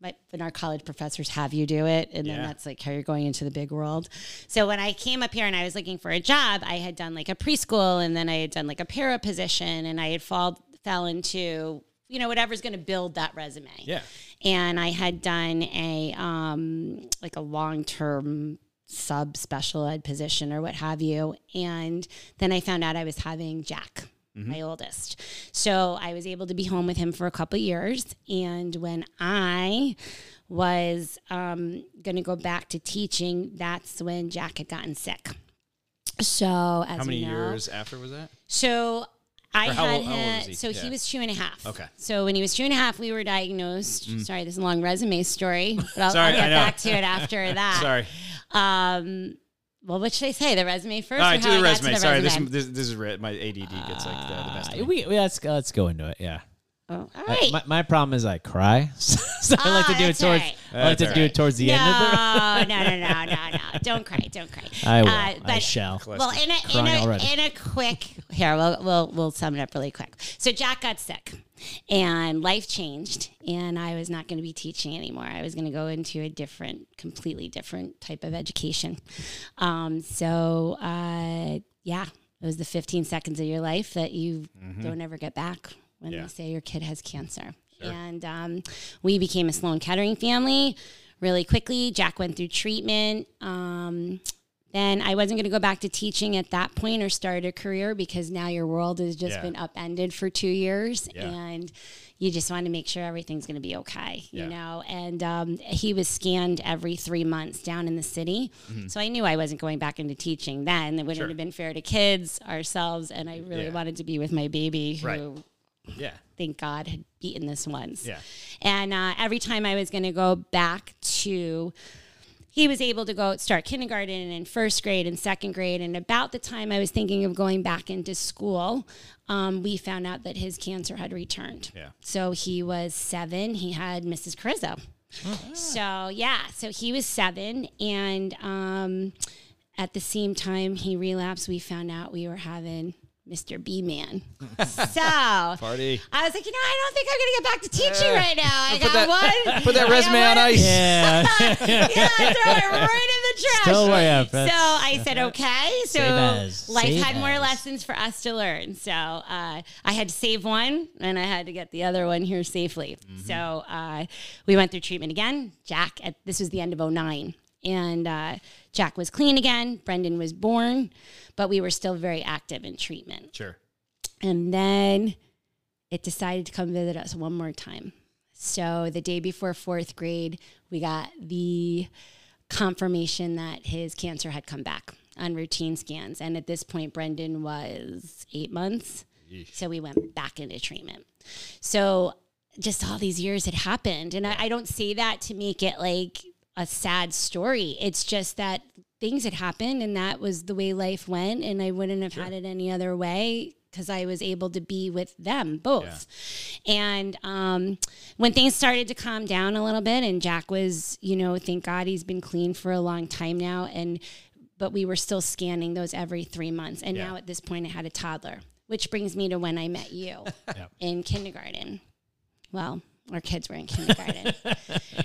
S3: my, when our college professors have you do it, and then
S1: Yeah.
S3: that's like how you're going into the big world. So when I came up here and I was looking for a job, I had done like a preschool, and then I had done like a para position, and I had fall fell into you know whatever's going to build that resume.
S1: Yeah.
S3: and I had done a um like a long term sub special ed position or what have you, and then I found out I was having Jack
S1: Mm-hmm.
S3: my oldest. So I was able to be home with him for a couple years. And when I was um, going to go back to teaching, that's when Jack had gotten sick. So as
S1: How many
S3: we know,
S1: years after was that?
S3: so I
S1: Or how
S3: had
S1: old- how old
S3: had-
S1: was he?
S3: so he
S1: Yeah.
S3: was two and a half.
S1: Okay. Mm-hmm.
S3: So when he was two and a half, we were diagnosed. Sorry, this is a long resume story, but
S1: <laughs>
S3: I'll,
S1: Sorry,
S3: I'll get
S1: I know.
S3: back to
S1: <laughs>
S3: it after that.
S1: Sorry.
S3: Um, well, what should I say? The resume first.
S1: All
S3: or
S1: right,
S3: how
S1: do the
S3: I got to
S1: resume. Sorry, this,
S3: resume?
S1: this this is re- my ADD gets like the, the best.
S2: Uh,
S1: Of me.
S2: we, we- let's let's go into it. Yeah.
S3: Oh,
S1: Uh,
S3: all
S2: I-
S3: right.
S2: my, my problem is I cry, <laughs> so I like to
S3: Ah,
S2: do it
S3: that's
S2: towards
S3: all right.
S2: I like
S1: That's
S2: to
S1: all
S2: do
S1: right.
S2: it towards the
S3: <laughs> no,
S2: end of the.
S3: no, no, no, no, no. Don't cry. Don't cry.
S2: <laughs> I will.
S3: Uh,
S2: I
S3: but-
S2: shall.
S3: Well, in a, in
S2: Crying already.
S3: a, in a quick, here, we'll, we'll, we'll sum it up really quick. So Jack got sick and life changed, and I was not going to be teaching anymore. I was going to go into a different, completely different type of education. Um, so, uh, yeah, it was the 15 seconds of your life that you
S2: Mm-hmm.
S3: don't ever get back when
S1: Yeah.
S3: they say your kid has cancer. And um, we became a Sloan Kettering family really quickly. Jack went through treatment. Um, then I wasn't going to go back to teaching at that point or start a career because now your world has just
S1: Yeah.
S3: been upended for two years
S1: Yeah.
S3: and you just want to make sure everything's going to be okay,
S1: Yeah.
S3: you know? And um, he was scanned every three months down in the city. So I knew I wasn't going back into teaching then. It wouldn't
S1: Mm-hmm. Sure.
S3: have been fair to kids, ourselves. And I really
S1: Yeah.
S3: wanted to be with my baby who,
S1: Right. yeah,
S3: thank God, had beaten this once.
S1: yeah.
S3: And uh, every time I was going to go back to, he was able to go start kindergarten and first grade and second grade. And about the time I was thinking of going back into school, um, we found out that his cancer had returned.
S1: Yeah.
S3: So he was seven. He had Mrs. Carrizzo.
S1: Mm-hmm.
S3: So yeah, so he was seven, and um, at the same time he relapsed, we found out we were having Mr.
S1: <laughs>
S3: B Man. so
S1: Party.
S3: I was like, you know, I don't think I'm gonna get back to teaching right now. I
S1: Put
S3: got
S1: that-
S3: one.
S1: <laughs> put that
S3: I got
S1: resume on
S3: one-
S1: ice.
S3: <laughs>
S2: Yeah. <laughs>
S3: yeah, throw it right
S1: <laughs>
S3: in the trash.
S2: Don't worry about
S3: so
S2: that.
S3: I said, okay. So
S2: as,
S3: life
S2: save
S3: had more
S2: as.
S3: lessons for us to learn. So uh, I had to save one, and I had to get the other one here safely.
S1: Mm-hmm.
S3: So uh, we went through treatment again. Jack, at this was the end of '09, and uh, Jack was clean again. Brendan was born, but we were still very active in treatment.
S1: Sure.
S3: And then it decided to come visit us one more time. So the day before fourth grade, we got the confirmation that his cancer had come back on routine scans. And at this point, Brendan was eight months. So we went back into treatment. So just all these years had happened. And I, I don't say that to make it like a sad story. It's just that things had happened and that was the way life went. And I wouldn't have had it any other way because I was able to be with them both. And um, when things started to calm down a little bit, and Jack was, you know, thank God he's been clean for a long time now. And but we were still scanning those every three months. And
S1: Yeah.
S3: now at this point, I had a toddler, which brings me to when I met you in kindergarten. Well, Our kids were in kindergarten.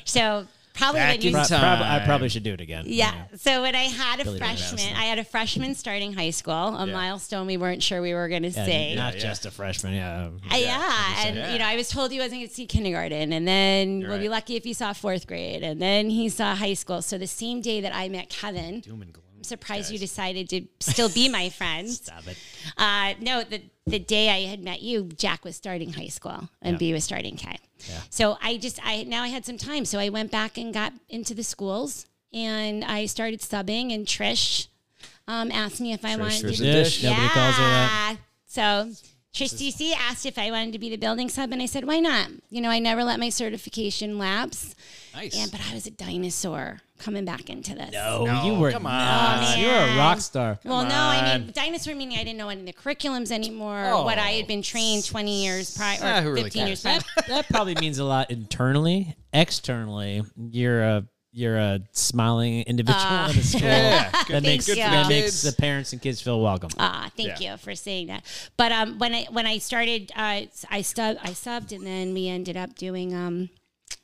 S3: so probably
S1: Back
S3: when you
S1: in
S2: Pro-
S1: Time.
S2: prob- I probably should do it again.
S3: yeah. So when I had a
S2: Billy Ray Cyrus.
S3: freshman, I had a freshman starting high school, a
S1: Yeah.
S3: milestone we weren't sure we were going to
S2: Yeah,
S3: see.
S2: not
S1: Yeah, yeah.
S2: just a freshman. Yeah.
S3: Uh, yeah, and
S1: Yeah.
S3: you know, I was told he wasn't going to see kindergarten, and then we'll be
S1: right.
S3: lucky if he saw fourth grade, and then he saw high school. So the same day that I met Kevin,
S1: Doom and gloom.
S3: I'm surprised you decided to still be my friend.
S2: Stop it.
S3: Uh, no, the the day I had met you, Jack was starting high school, and B was starting K. So I just I now I had some time, so I went back and got into the schools, and I started subbing, and Trish um, asked me if I wanted
S1: was
S3: to
S1: a dish.
S2: Nobody calls her that.
S3: so Trish DC asked if I wanted to be the building sub, and I said, why not? You know, I never let my certification lapse,
S1: Nice.
S3: and but I was a dinosaur coming back into this.
S2: Oh,
S1: No,
S2: you were
S1: come
S2: nuts.
S3: on.
S2: You were a rock star.
S3: Well, no, I mean,
S1: on.
S3: dinosaur meaning I didn't know any of the curriculums anymore,
S1: Oh.
S3: what I had been trained 20 years prior, or
S1: Ah,
S3: 15
S1: who really
S3: years prior.
S2: that probably means a lot internally. Externally, you're a you're a smiling individual
S3: Uh.
S2: in the school.
S1: yeah, good-
S2: That makes
S3: you.
S2: that
S3: Good
S2: makes
S1: kids.
S2: the parents and kids feel welcome.
S3: Ah, thank
S1: Yeah.
S3: you for saying that. But um, when I when I started, uh, I stub I subbed, and then we ended up doing um,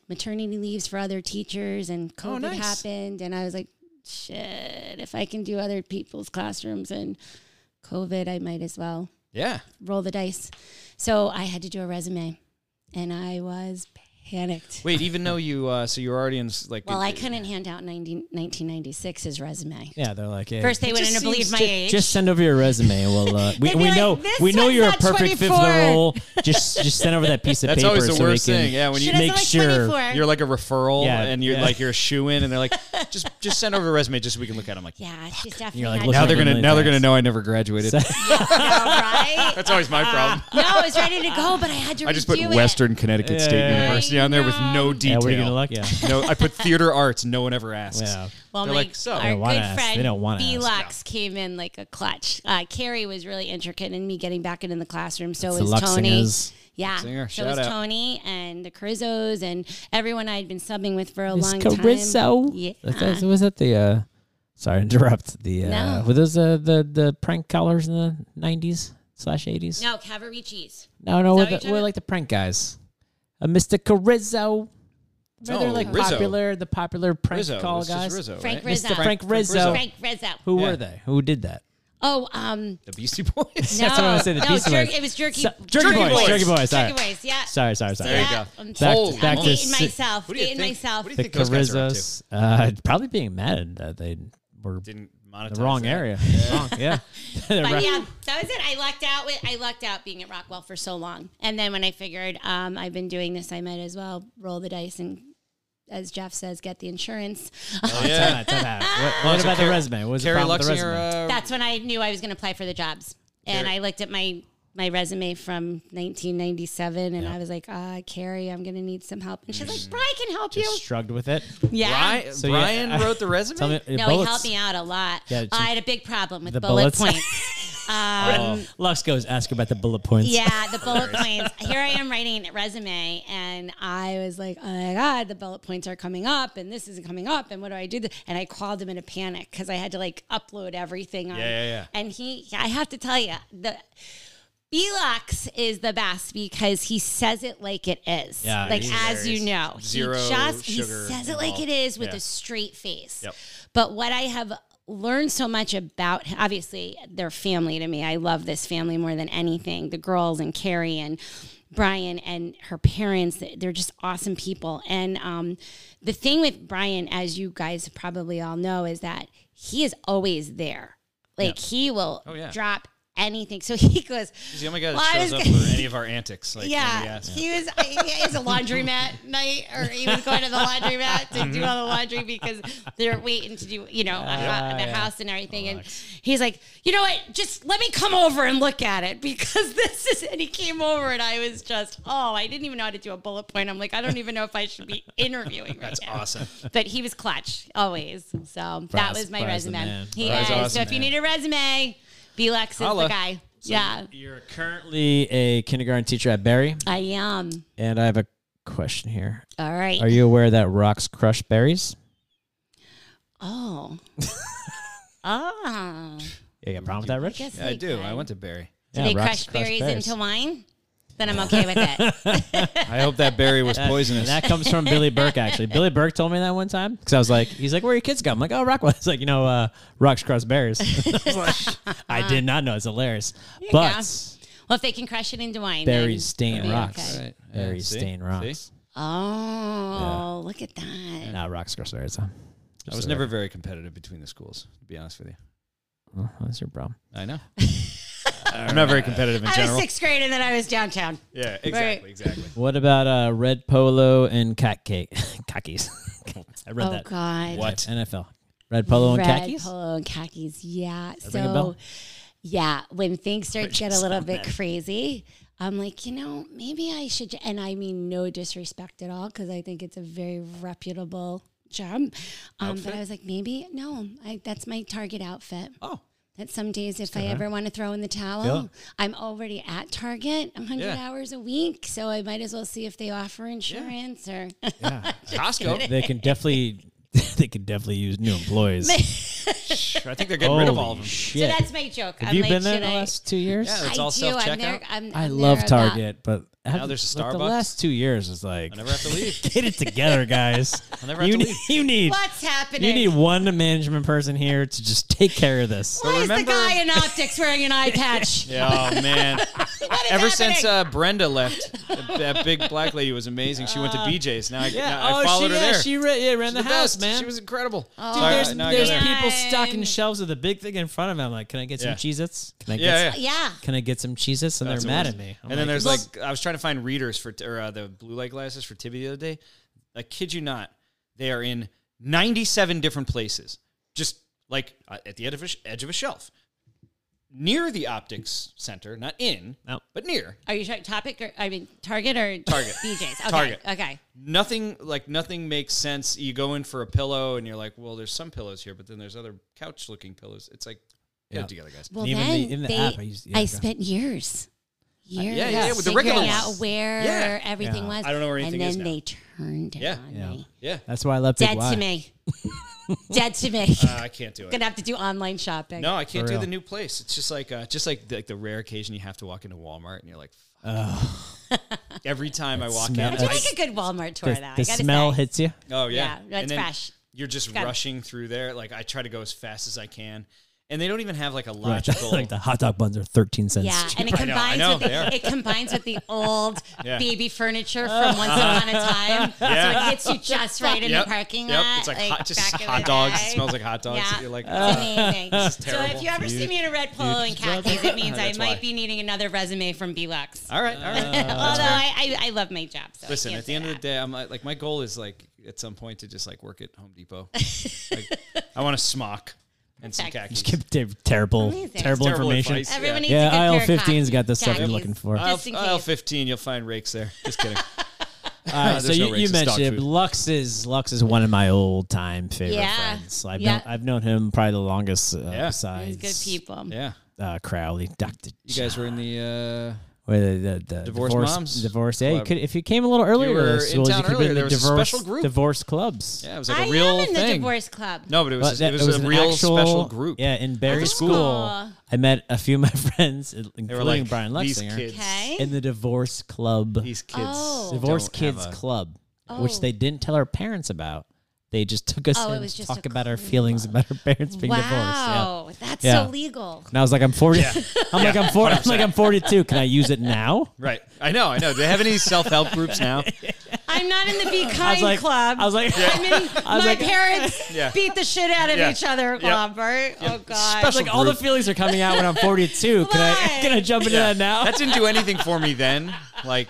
S3: maternity leaves for other teachers, and COVID
S1: Oh, nice.
S3: happened, and I was like, shit, if I can do other people's classrooms and COVID, I might as well
S1: yeah.
S3: roll the dice. So I had to do a resume, and I was panicked.
S1: Wait, even though you, uh, so you were already in, s- like,
S3: Well,
S1: it-
S3: I couldn't hand out 90, 1996's resume.
S2: Yeah, they're like, hey,
S3: First, they wouldn't have
S1: seems
S3: believed my
S1: ju-
S3: age.
S2: just send over your resume. Well,
S3: <laughs>
S2: uh, we,
S3: They'd be
S2: we
S3: like,
S2: know
S3: "This
S2: we know
S3: one's
S2: you're a
S3: not
S2: perfect fit for
S3: 24.
S2: the role. Just just send over that piece of
S1: that's
S2: paper.
S1: always the
S2: so we
S1: worst
S2: can-
S1: thing. Yeah, when
S3: she
S1: you
S2: Should've-
S3: doesn't
S2: make
S3: like
S2: sure
S3: 24.
S1: you're like a referral
S2: Yeah,
S1: and you're
S2: yeah.
S1: like you're a shoe in, and
S3: <laughs>
S1: they're like, just just send over a resume just so we can look at. it. I'm like,
S3: yeah, she's definitely
S2: You're like,
S3: not
S2: "Look
S1: now
S2: at
S1: they're
S2: them
S1: gonna
S2: really
S1: now they're gonna
S2: fast."
S1: know I never
S2: <laughs>
S1: graduated.
S3: right.
S1: <laughs> that's always
S3: Uh,
S1: my problem. <laughs>
S3: No, I was ready to go, but I had to.
S1: I
S3: redo
S1: just put
S3: it.
S1: Western Connecticut State
S2: Yeah.
S1: University on there with no
S2: Yeah,
S1: detail.
S2: what are you gonna look? Yeah.
S1: No, I put theater arts. No one ever asks.
S2: Yeah.
S3: Well,
S1: They're
S3: my,
S1: like, so. They
S3: our
S1: don't
S2: wanna
S3: good
S2: ask. They
S3: friend
S2: don't wanna ask.
S3: Lux came in like a clutch. Uh, Carrie was really intricate in me getting back into the classroom. So
S2: The
S3: was
S2: Lux
S3: Tony.
S2: singers.
S3: Yeah,
S1: Singer,
S3: so
S1: shout
S3: was
S1: out.
S3: Tony and the Carizzos and everyone I had been subbing with for a
S2: Miss
S3: long
S2: Carizzo.
S3: time. Yeah,
S2: That's- that's- was that the? Uh, sorry, <laughs> interrupt. The uh,
S3: No.
S2: were those uh, the the prank callers in the nineties slash eighties?
S3: no Cavaricci's.
S2: No, no,
S3: Is
S2: we're,
S3: that what
S2: the,
S3: you're
S2: we're
S3: talking
S2: like the prank guys. Uh, Mr. Carizzo. Remember they're
S1: No,
S2: like
S1: Rizzo.
S2: popular, the popular prank
S1: Rizzo.
S2: call
S1: it's just
S2: guys.
S1: Rizzo,
S3: Frank
S1: right?
S3: Rizzo. Mr.
S2: Frank Rizzo.
S3: Frank Rizzo.
S2: Who
S1: Yeah.
S2: were they? Who did that?
S3: Oh, um,
S1: The Beastie Boys.
S3: no,
S2: That's what I was saying, the
S3: no,
S2: Beastie
S3: jerk,
S2: Boys.
S3: it was jerky.
S2: So- Jerky
S1: Boys,
S2: Jerky Boys, sorry.
S3: Jerky Boys. Yeah.
S2: Sorry, sorry, sorry.
S1: There you
S3: Yeah,
S1: go.
S3: I'm
S1: Back-
S3: Holy-
S2: back
S3: I'm
S2: to
S3: hating
S2: si-
S3: myself.
S1: What do you
S3: Hating
S1: think-
S3: myself.
S1: What do you
S2: The
S1: think those guys are up to?
S2: Carizzos. Uh, probably being mad that they were
S1: <laughs> Didn't
S2: in
S1: monetize
S2: the wrong
S1: that.
S2: area. Wrong, yeah. They're
S3: But
S2: <laughs> right.
S3: yeah, that was it. I lucked out. With, I lucked out being at Rockwell for so long, and then when I figured um, I've been doing this, I might as well roll the dice and, as Jeff says, get the insurance.
S2: Oh, time
S1: Yeah.
S2: out, time out. What, what
S1: so
S2: about the
S1: Carrie-
S2: resume? What was the
S1: Carrie
S2: problem with the
S1: Luxinger.
S2: resume?
S1: uh,
S3: That's when I knew I was going to apply for the jobs, and
S1: There-
S3: I looked at my my resume from 1997, and I was like, uh, Carrie, I'm going to need some help. And she's
S1: Mm.
S3: like, Brian can help
S2: Just shrugged with it.
S3: you. Yeah.
S1: Brian,
S2: So, yeah,
S1: Brian
S2: I- <laughs>
S1: wrote the resume.
S2: Tell me,
S3: No,
S2: bullets.
S3: he helped me out a lot.
S2: Yeah, she-
S3: I had a big problem with
S2: The
S3: bullet
S2: bullets? <laughs> Oh.
S3: points. um,
S2: Lux goes ask about the bullet points.
S3: Yeah, the bullet points. Here I am writing a resume, and I was like, "Oh my god, the bullet points are coming up, and this isn't coming up, and what do I do?" And I called him in a panic because I had to like upload everything. On,
S1: Yeah, yeah, yeah.
S3: And he, I have to tell you, the Belux is the best because he says it like it is.
S2: Yeah,
S3: like
S2: he's
S3: as you know,
S1: hilarious. Zero
S3: he just he
S1: sugar
S3: says it like it
S1: involved.
S3: is with
S1: Yeah.
S3: a straight face.
S1: Yep.
S3: But what I have learned so much about, obviously, their family to me. I love this family more than anything. The girls and Carrie and Brian and her parents, they're just awesome people. And um, the thing with Brian, as you guys probably all know, is that he is always there. Like he will
S1: yeah.
S3: drop anything. So he <laughs> goes,
S1: He's the only guy that
S3: Well, I
S1: shows
S3: was
S1: up
S3: gonna- <laughs>
S1: for any of our antics. Like, when we
S3: yeah,
S1: ask.
S3: he was. He was a laundromat
S1: <laughs>
S3: night, or he was going to the laundromat to do all the laundry because they're waiting to do, you know, a ho- the house and everything. And he's like, you know what? Just let me come over and look at it <laughs> because this is. And he came over, and I was just, oh, I didn't even know how to do a bullet point. I'm like, I don't even know if I should be interviewing right now. <laughs>
S1: Awesome.
S3: But he was clutch always. So that
S2: Brian's-
S3: was my
S2: Brian's the
S3: resume.
S2: man.
S3: He
S1: Brian's
S3: is. so
S1: awesome,
S3: if you
S1: man.
S3: need a resume, Belex is
S1: Holla.
S3: the guy. yeah,
S2: You're currently a kindergarten teacher at Barry,
S3: I am.
S2: and I have a question here.
S3: All right.
S2: Are you aware that rocks crush berries?
S1: <laughs>
S3: Oh. oh.
S2: Yeah, you got a problem with that, Rich?
S3: Guess
S1: Yeah, I do. I went to Barry.
S3: Do
S2: Yeah,
S3: they
S2: rocks
S3: crush
S2: crush
S3: berries
S2: berries.
S3: into wine? then I'm okay
S2: <laughs>
S3: with it.
S1: I hope that berry
S3: <laughs>
S1: was poisonous.
S2: That comes from Billy Burke, actually. Billy Burke told me that one time because I was like, he's like, where your kids go? I'm like, oh, Rockwell. <laughs> It's like, you know, uh, rocks cross bears. I, was like, <laughs> I did not know. It's hilarious. But
S3: Well, if they can crush it into wine, then-
S2: berries stain
S3: Yeah,
S2: rocks.
S3: okay.
S1: Right. Yeah,
S2: Berries
S1: see?
S2: stain rocks.
S1: See?
S3: Oh, look at that.
S2: Not rocks cross bears. Huh?
S1: I was never very competitive between the schools, to be honest with you.
S2: Well, that's your problem.
S1: I
S3: <laughs>
S1: know. I'm not very competitive in
S3: I was
S1: general.
S3: sixth grade and then I was downtown.
S1: Yeah, exactly, exactly.
S2: What about uh, red polo and cat cake? <laughs> Khakis. I read
S3: oh
S2: that.
S3: God.
S1: What?
S2: NFL. Red polo and
S3: Red
S2: khakis?
S3: polo and khakis. Yeah.
S2: ring a bell?
S3: So, yeah, when things start to get a little bit crazy, I'm like, you know, maybe I should. j- And I mean, no disrespect at all, because I think it's a very reputable job. Um, but I was like, maybe no, I, that's my target outfit.
S2: Oh.
S3: That some days, if I ever want to throw in the towel, I'm already at Target 100
S1: Yeah.
S3: hours a week, so I might as well see if they offer insurance or. <laughs>
S1: Costco.
S2: They can definitely <laughs> they can definitely use new
S3: <laughs>
S2: employees.
S1: I think they're getting rid of all of
S2: Holy
S1: them.
S2: Shit.
S3: So that's my joke.
S2: Have
S3: I'm
S2: you
S3: like,
S2: been there in
S3: should
S2: the
S3: I-
S2: last two years?
S1: Yeah, it's all
S3: do. I'm
S1: self-checkout.
S3: there- I'm-
S2: I
S3: I'm
S2: love
S3: there about-
S2: Target, but
S1: Now there's a
S2: like, The
S1: Starbucks.
S2: last two years is like
S1: I never have to
S3: <laughs>
S1: leave.
S2: get it
S1: <laughs>
S2: together, guys.
S1: I'll never have to
S2: you, need,
S1: leave.
S2: you need
S3: What's happening?
S2: you need one management person here to just take care of this.
S3: Why is the
S1: remember-
S3: guy in optics wearing an eye
S1: <laughs>
S3: patch?
S1: Yeah, oh man.
S3: What is
S1: Ever
S3: happening?
S1: since uh, Brenda left, that- that big black lady was amazing. She
S3: Uh,
S1: went to BJ's. Now I, now I
S2: oh,
S1: followed
S2: she,
S1: her
S2: yeah,
S1: there.
S2: she ran, yeah, ran
S1: She's
S2: the, house,
S1: best.
S2: man.
S1: She was incredible.
S2: Dude,
S1: Sorry,
S2: there's,
S1: now I go
S2: there's
S1: there.
S2: people stocking
S3: Fine.
S2: shelves with a big thing in front of me. I'm like, can I get some
S1: Yeah.
S2: Cheez-Its? Can I get
S1: Yeah,
S2: some-
S1: yeah.
S3: yeah.
S2: Can I get some Cheez-Its? And
S1: That's
S2: they're
S1: what it
S2: mad
S1: was.
S2: at me.
S1: and
S2: I'm
S1: then
S2: like,
S1: there's
S2: "Look,
S1: like I was trying to find readers for or uh, the blue light glasses for Tibby the other day. I kid you not, they are in 97 different places, just like uh, at the edge of a, sh- edge of a shelf, near the optics center, not in,
S2: Nope.
S1: but near.
S3: Are you talking topic or I mean Target or <laughs>
S1: Target.
S3: BJ's? Okay.
S1: Target.
S3: Okay.
S1: Nothing like nothing makes sense. You go in for a pillow, and you're like, well, there's some pillows here, but then there's other couch looking pillows. It's like get
S2: Yeah.
S1: it together, guys.
S3: Well,
S2: Even
S3: then
S2: the- in the
S3: they,
S2: app, I used- yeah, go.
S3: spent years,
S1: Uh,
S3: years
S1: yeah, yeah, with the
S3: figuring
S1: regular
S3: out
S1: ones.
S3: where
S1: Yeah.
S3: everything
S2: Yeah.
S3: was.
S1: I don't know where anything
S3: And
S1: is
S3: then
S1: now.
S3: they turned it
S1: Yeah.
S3: on
S2: Yeah.
S3: me.
S1: Yeah,
S2: that's why I left. Big
S3: Dead
S2: Y. <laughs>
S3: to me. Dead to me.
S1: Uh, I can't do it.
S3: <laughs> Gonna have to do online shopping.
S1: No, I can't
S2: For
S1: do
S2: real.
S1: the new place. It's just like uh, just like the, like the rare occasion you have to walk into Walmart and you're like, Fuck. every time I walk in,
S2: smell-
S1: it's
S3: Do
S1: like,
S3: like a good Walmart tour
S2: The,
S3: though.
S2: the
S3: I gotta
S2: smell
S3: say.
S2: hits you. <laughs>
S1: oh yeah,
S3: yeah, that's
S1: And then
S3: fresh.
S1: You're just
S3: gotta-
S1: rushing through there. Like I try to go as fast as I can, and they don't even have like a logical.
S2: <laughs> like the hot dog buns are thirteen cents.
S3: Yeah,
S2: cheap. <laughs>
S3: and it
S1: I know, I
S3: combines
S1: know,
S3: with
S1: they are.
S3: the, it combines
S1: <laughs>
S3: with the old
S1: Yeah. Oh.
S3: baby furniture from once upon a time.
S1: <laughs>
S3: So
S1: Yeah.
S3: it hits you just right in the parking
S1: yep.
S3: lot.
S1: It's like, hot, just
S3: back in
S1: hot
S3: the
S1: dogs. It
S3: day.
S1: smells like hot dogs.
S3: Yeah.
S1: You're like, <laughs>
S3: It's amazing. so
S1: terrible.
S3: if you ever see me in a red polo and
S1: <laughs>
S3: khakis, it means I
S1: That's
S3: might
S1: why.
S3: be needing another resume from <laughs> BLux.
S1: all right, all right.
S3: Although I, I, I love my job. So I
S1: Listen,
S3: can't
S1: at the
S3: say
S1: end of the
S3: that.
S1: day, I'm like, like my goal is like at some point to just like work at Home
S3: <laughs>
S1: Depot. like, I want a smock and some
S3: Exact-
S1: khakis.
S2: Just give ter- terrible,
S3: Amazing.
S2: terrible,
S1: Terrible
S2: information.
S1: advice.
S3: everyone needs
S2: Yeah,
S3: a good
S2: aisle
S3: pair of
S2: 15's
S3: khaki-
S2: got the stuff you're
S3: khakis,
S2: looking for.
S1: Aisle,
S3: Just in
S1: aisle
S3: case.
S1: 15, you'll find rakes there. Just
S3: <laughs>
S1: kidding.
S2: All right,
S1: there's
S2: so you,
S1: no
S2: you
S1: racist dog
S2: mentioned it,
S1: food.
S2: but Lux is Lux is one of my old time favorite
S3: Yeah.
S2: friends. I've
S3: Yeah.
S2: known I've known him probably the longest. Uh,
S1: Yeah.
S2: besides
S3: These good people.
S1: yeah.
S2: Uh, Crowley, Doctor.
S1: You guys were in the. Uh,
S2: Where the, the, the
S1: Divorced
S2: divorce,
S1: Moms
S2: Divorce. Yeah, you
S1: Club.
S2: could if you came a little earlier.
S1: were
S2: to
S1: in
S2: the schools,
S1: town
S2: you could have been
S1: earlier. There
S2: in the
S1: was a
S2: divorce,
S1: special group.
S2: divorce clubs.
S1: yeah, it was
S3: I
S1: like a
S3: am
S1: real
S3: in the
S1: thing.
S3: divorce club.
S1: No, but it was
S2: Well,
S1: just-
S2: that-
S1: it was,
S2: an
S1: a real
S2: actual-
S1: special group.
S2: Yeah, in Barry
S1: At the
S2: School,
S1: school.
S2: I met a few of my <laughs> friends, including
S1: they were like
S2: Brian
S1: these
S2: Lexinger,
S1: kids.
S3: Okay.
S2: in the divorce club,
S1: These kids.
S3: Oh.
S2: divorce
S1: don't have
S2: kids
S1: a-
S2: club,
S3: Oh.
S2: which they didn't tell our parents about. They just took us
S3: Oh, it
S2: in
S3: was
S2: to
S3: just
S2: talk
S3: a
S2: about our
S3: club.
S2: feelings about our parents being divorced. Yeah.
S3: Wow, that's
S2: Yeah.
S3: so legal.
S2: And I was like, I'm 40. I'm like, I'm 40. I'm
S1: 100%.
S2: like, I'm 42. Can I use it
S3: <laughs>
S2: now?
S1: Right. I know. I know. Do they have any self help groups
S2: <laughs>
S1: now?
S3: I'm not in the Be Kind
S2: I was like,
S3: Club.
S2: <laughs> I was like,
S3: I mean, my
S2: was like-
S3: parents
S1: Yeah.
S3: beat the shit out of
S1: Yeah.
S3: each other,
S1: Yep.
S3: club, right? Oh God.
S2: It's like all the feelings are coming out when I'm 42. Can I
S3: <laughs> Why?
S2: can I jump into
S1: Yeah.
S2: that now?
S1: That didn't do anything for me then. Like,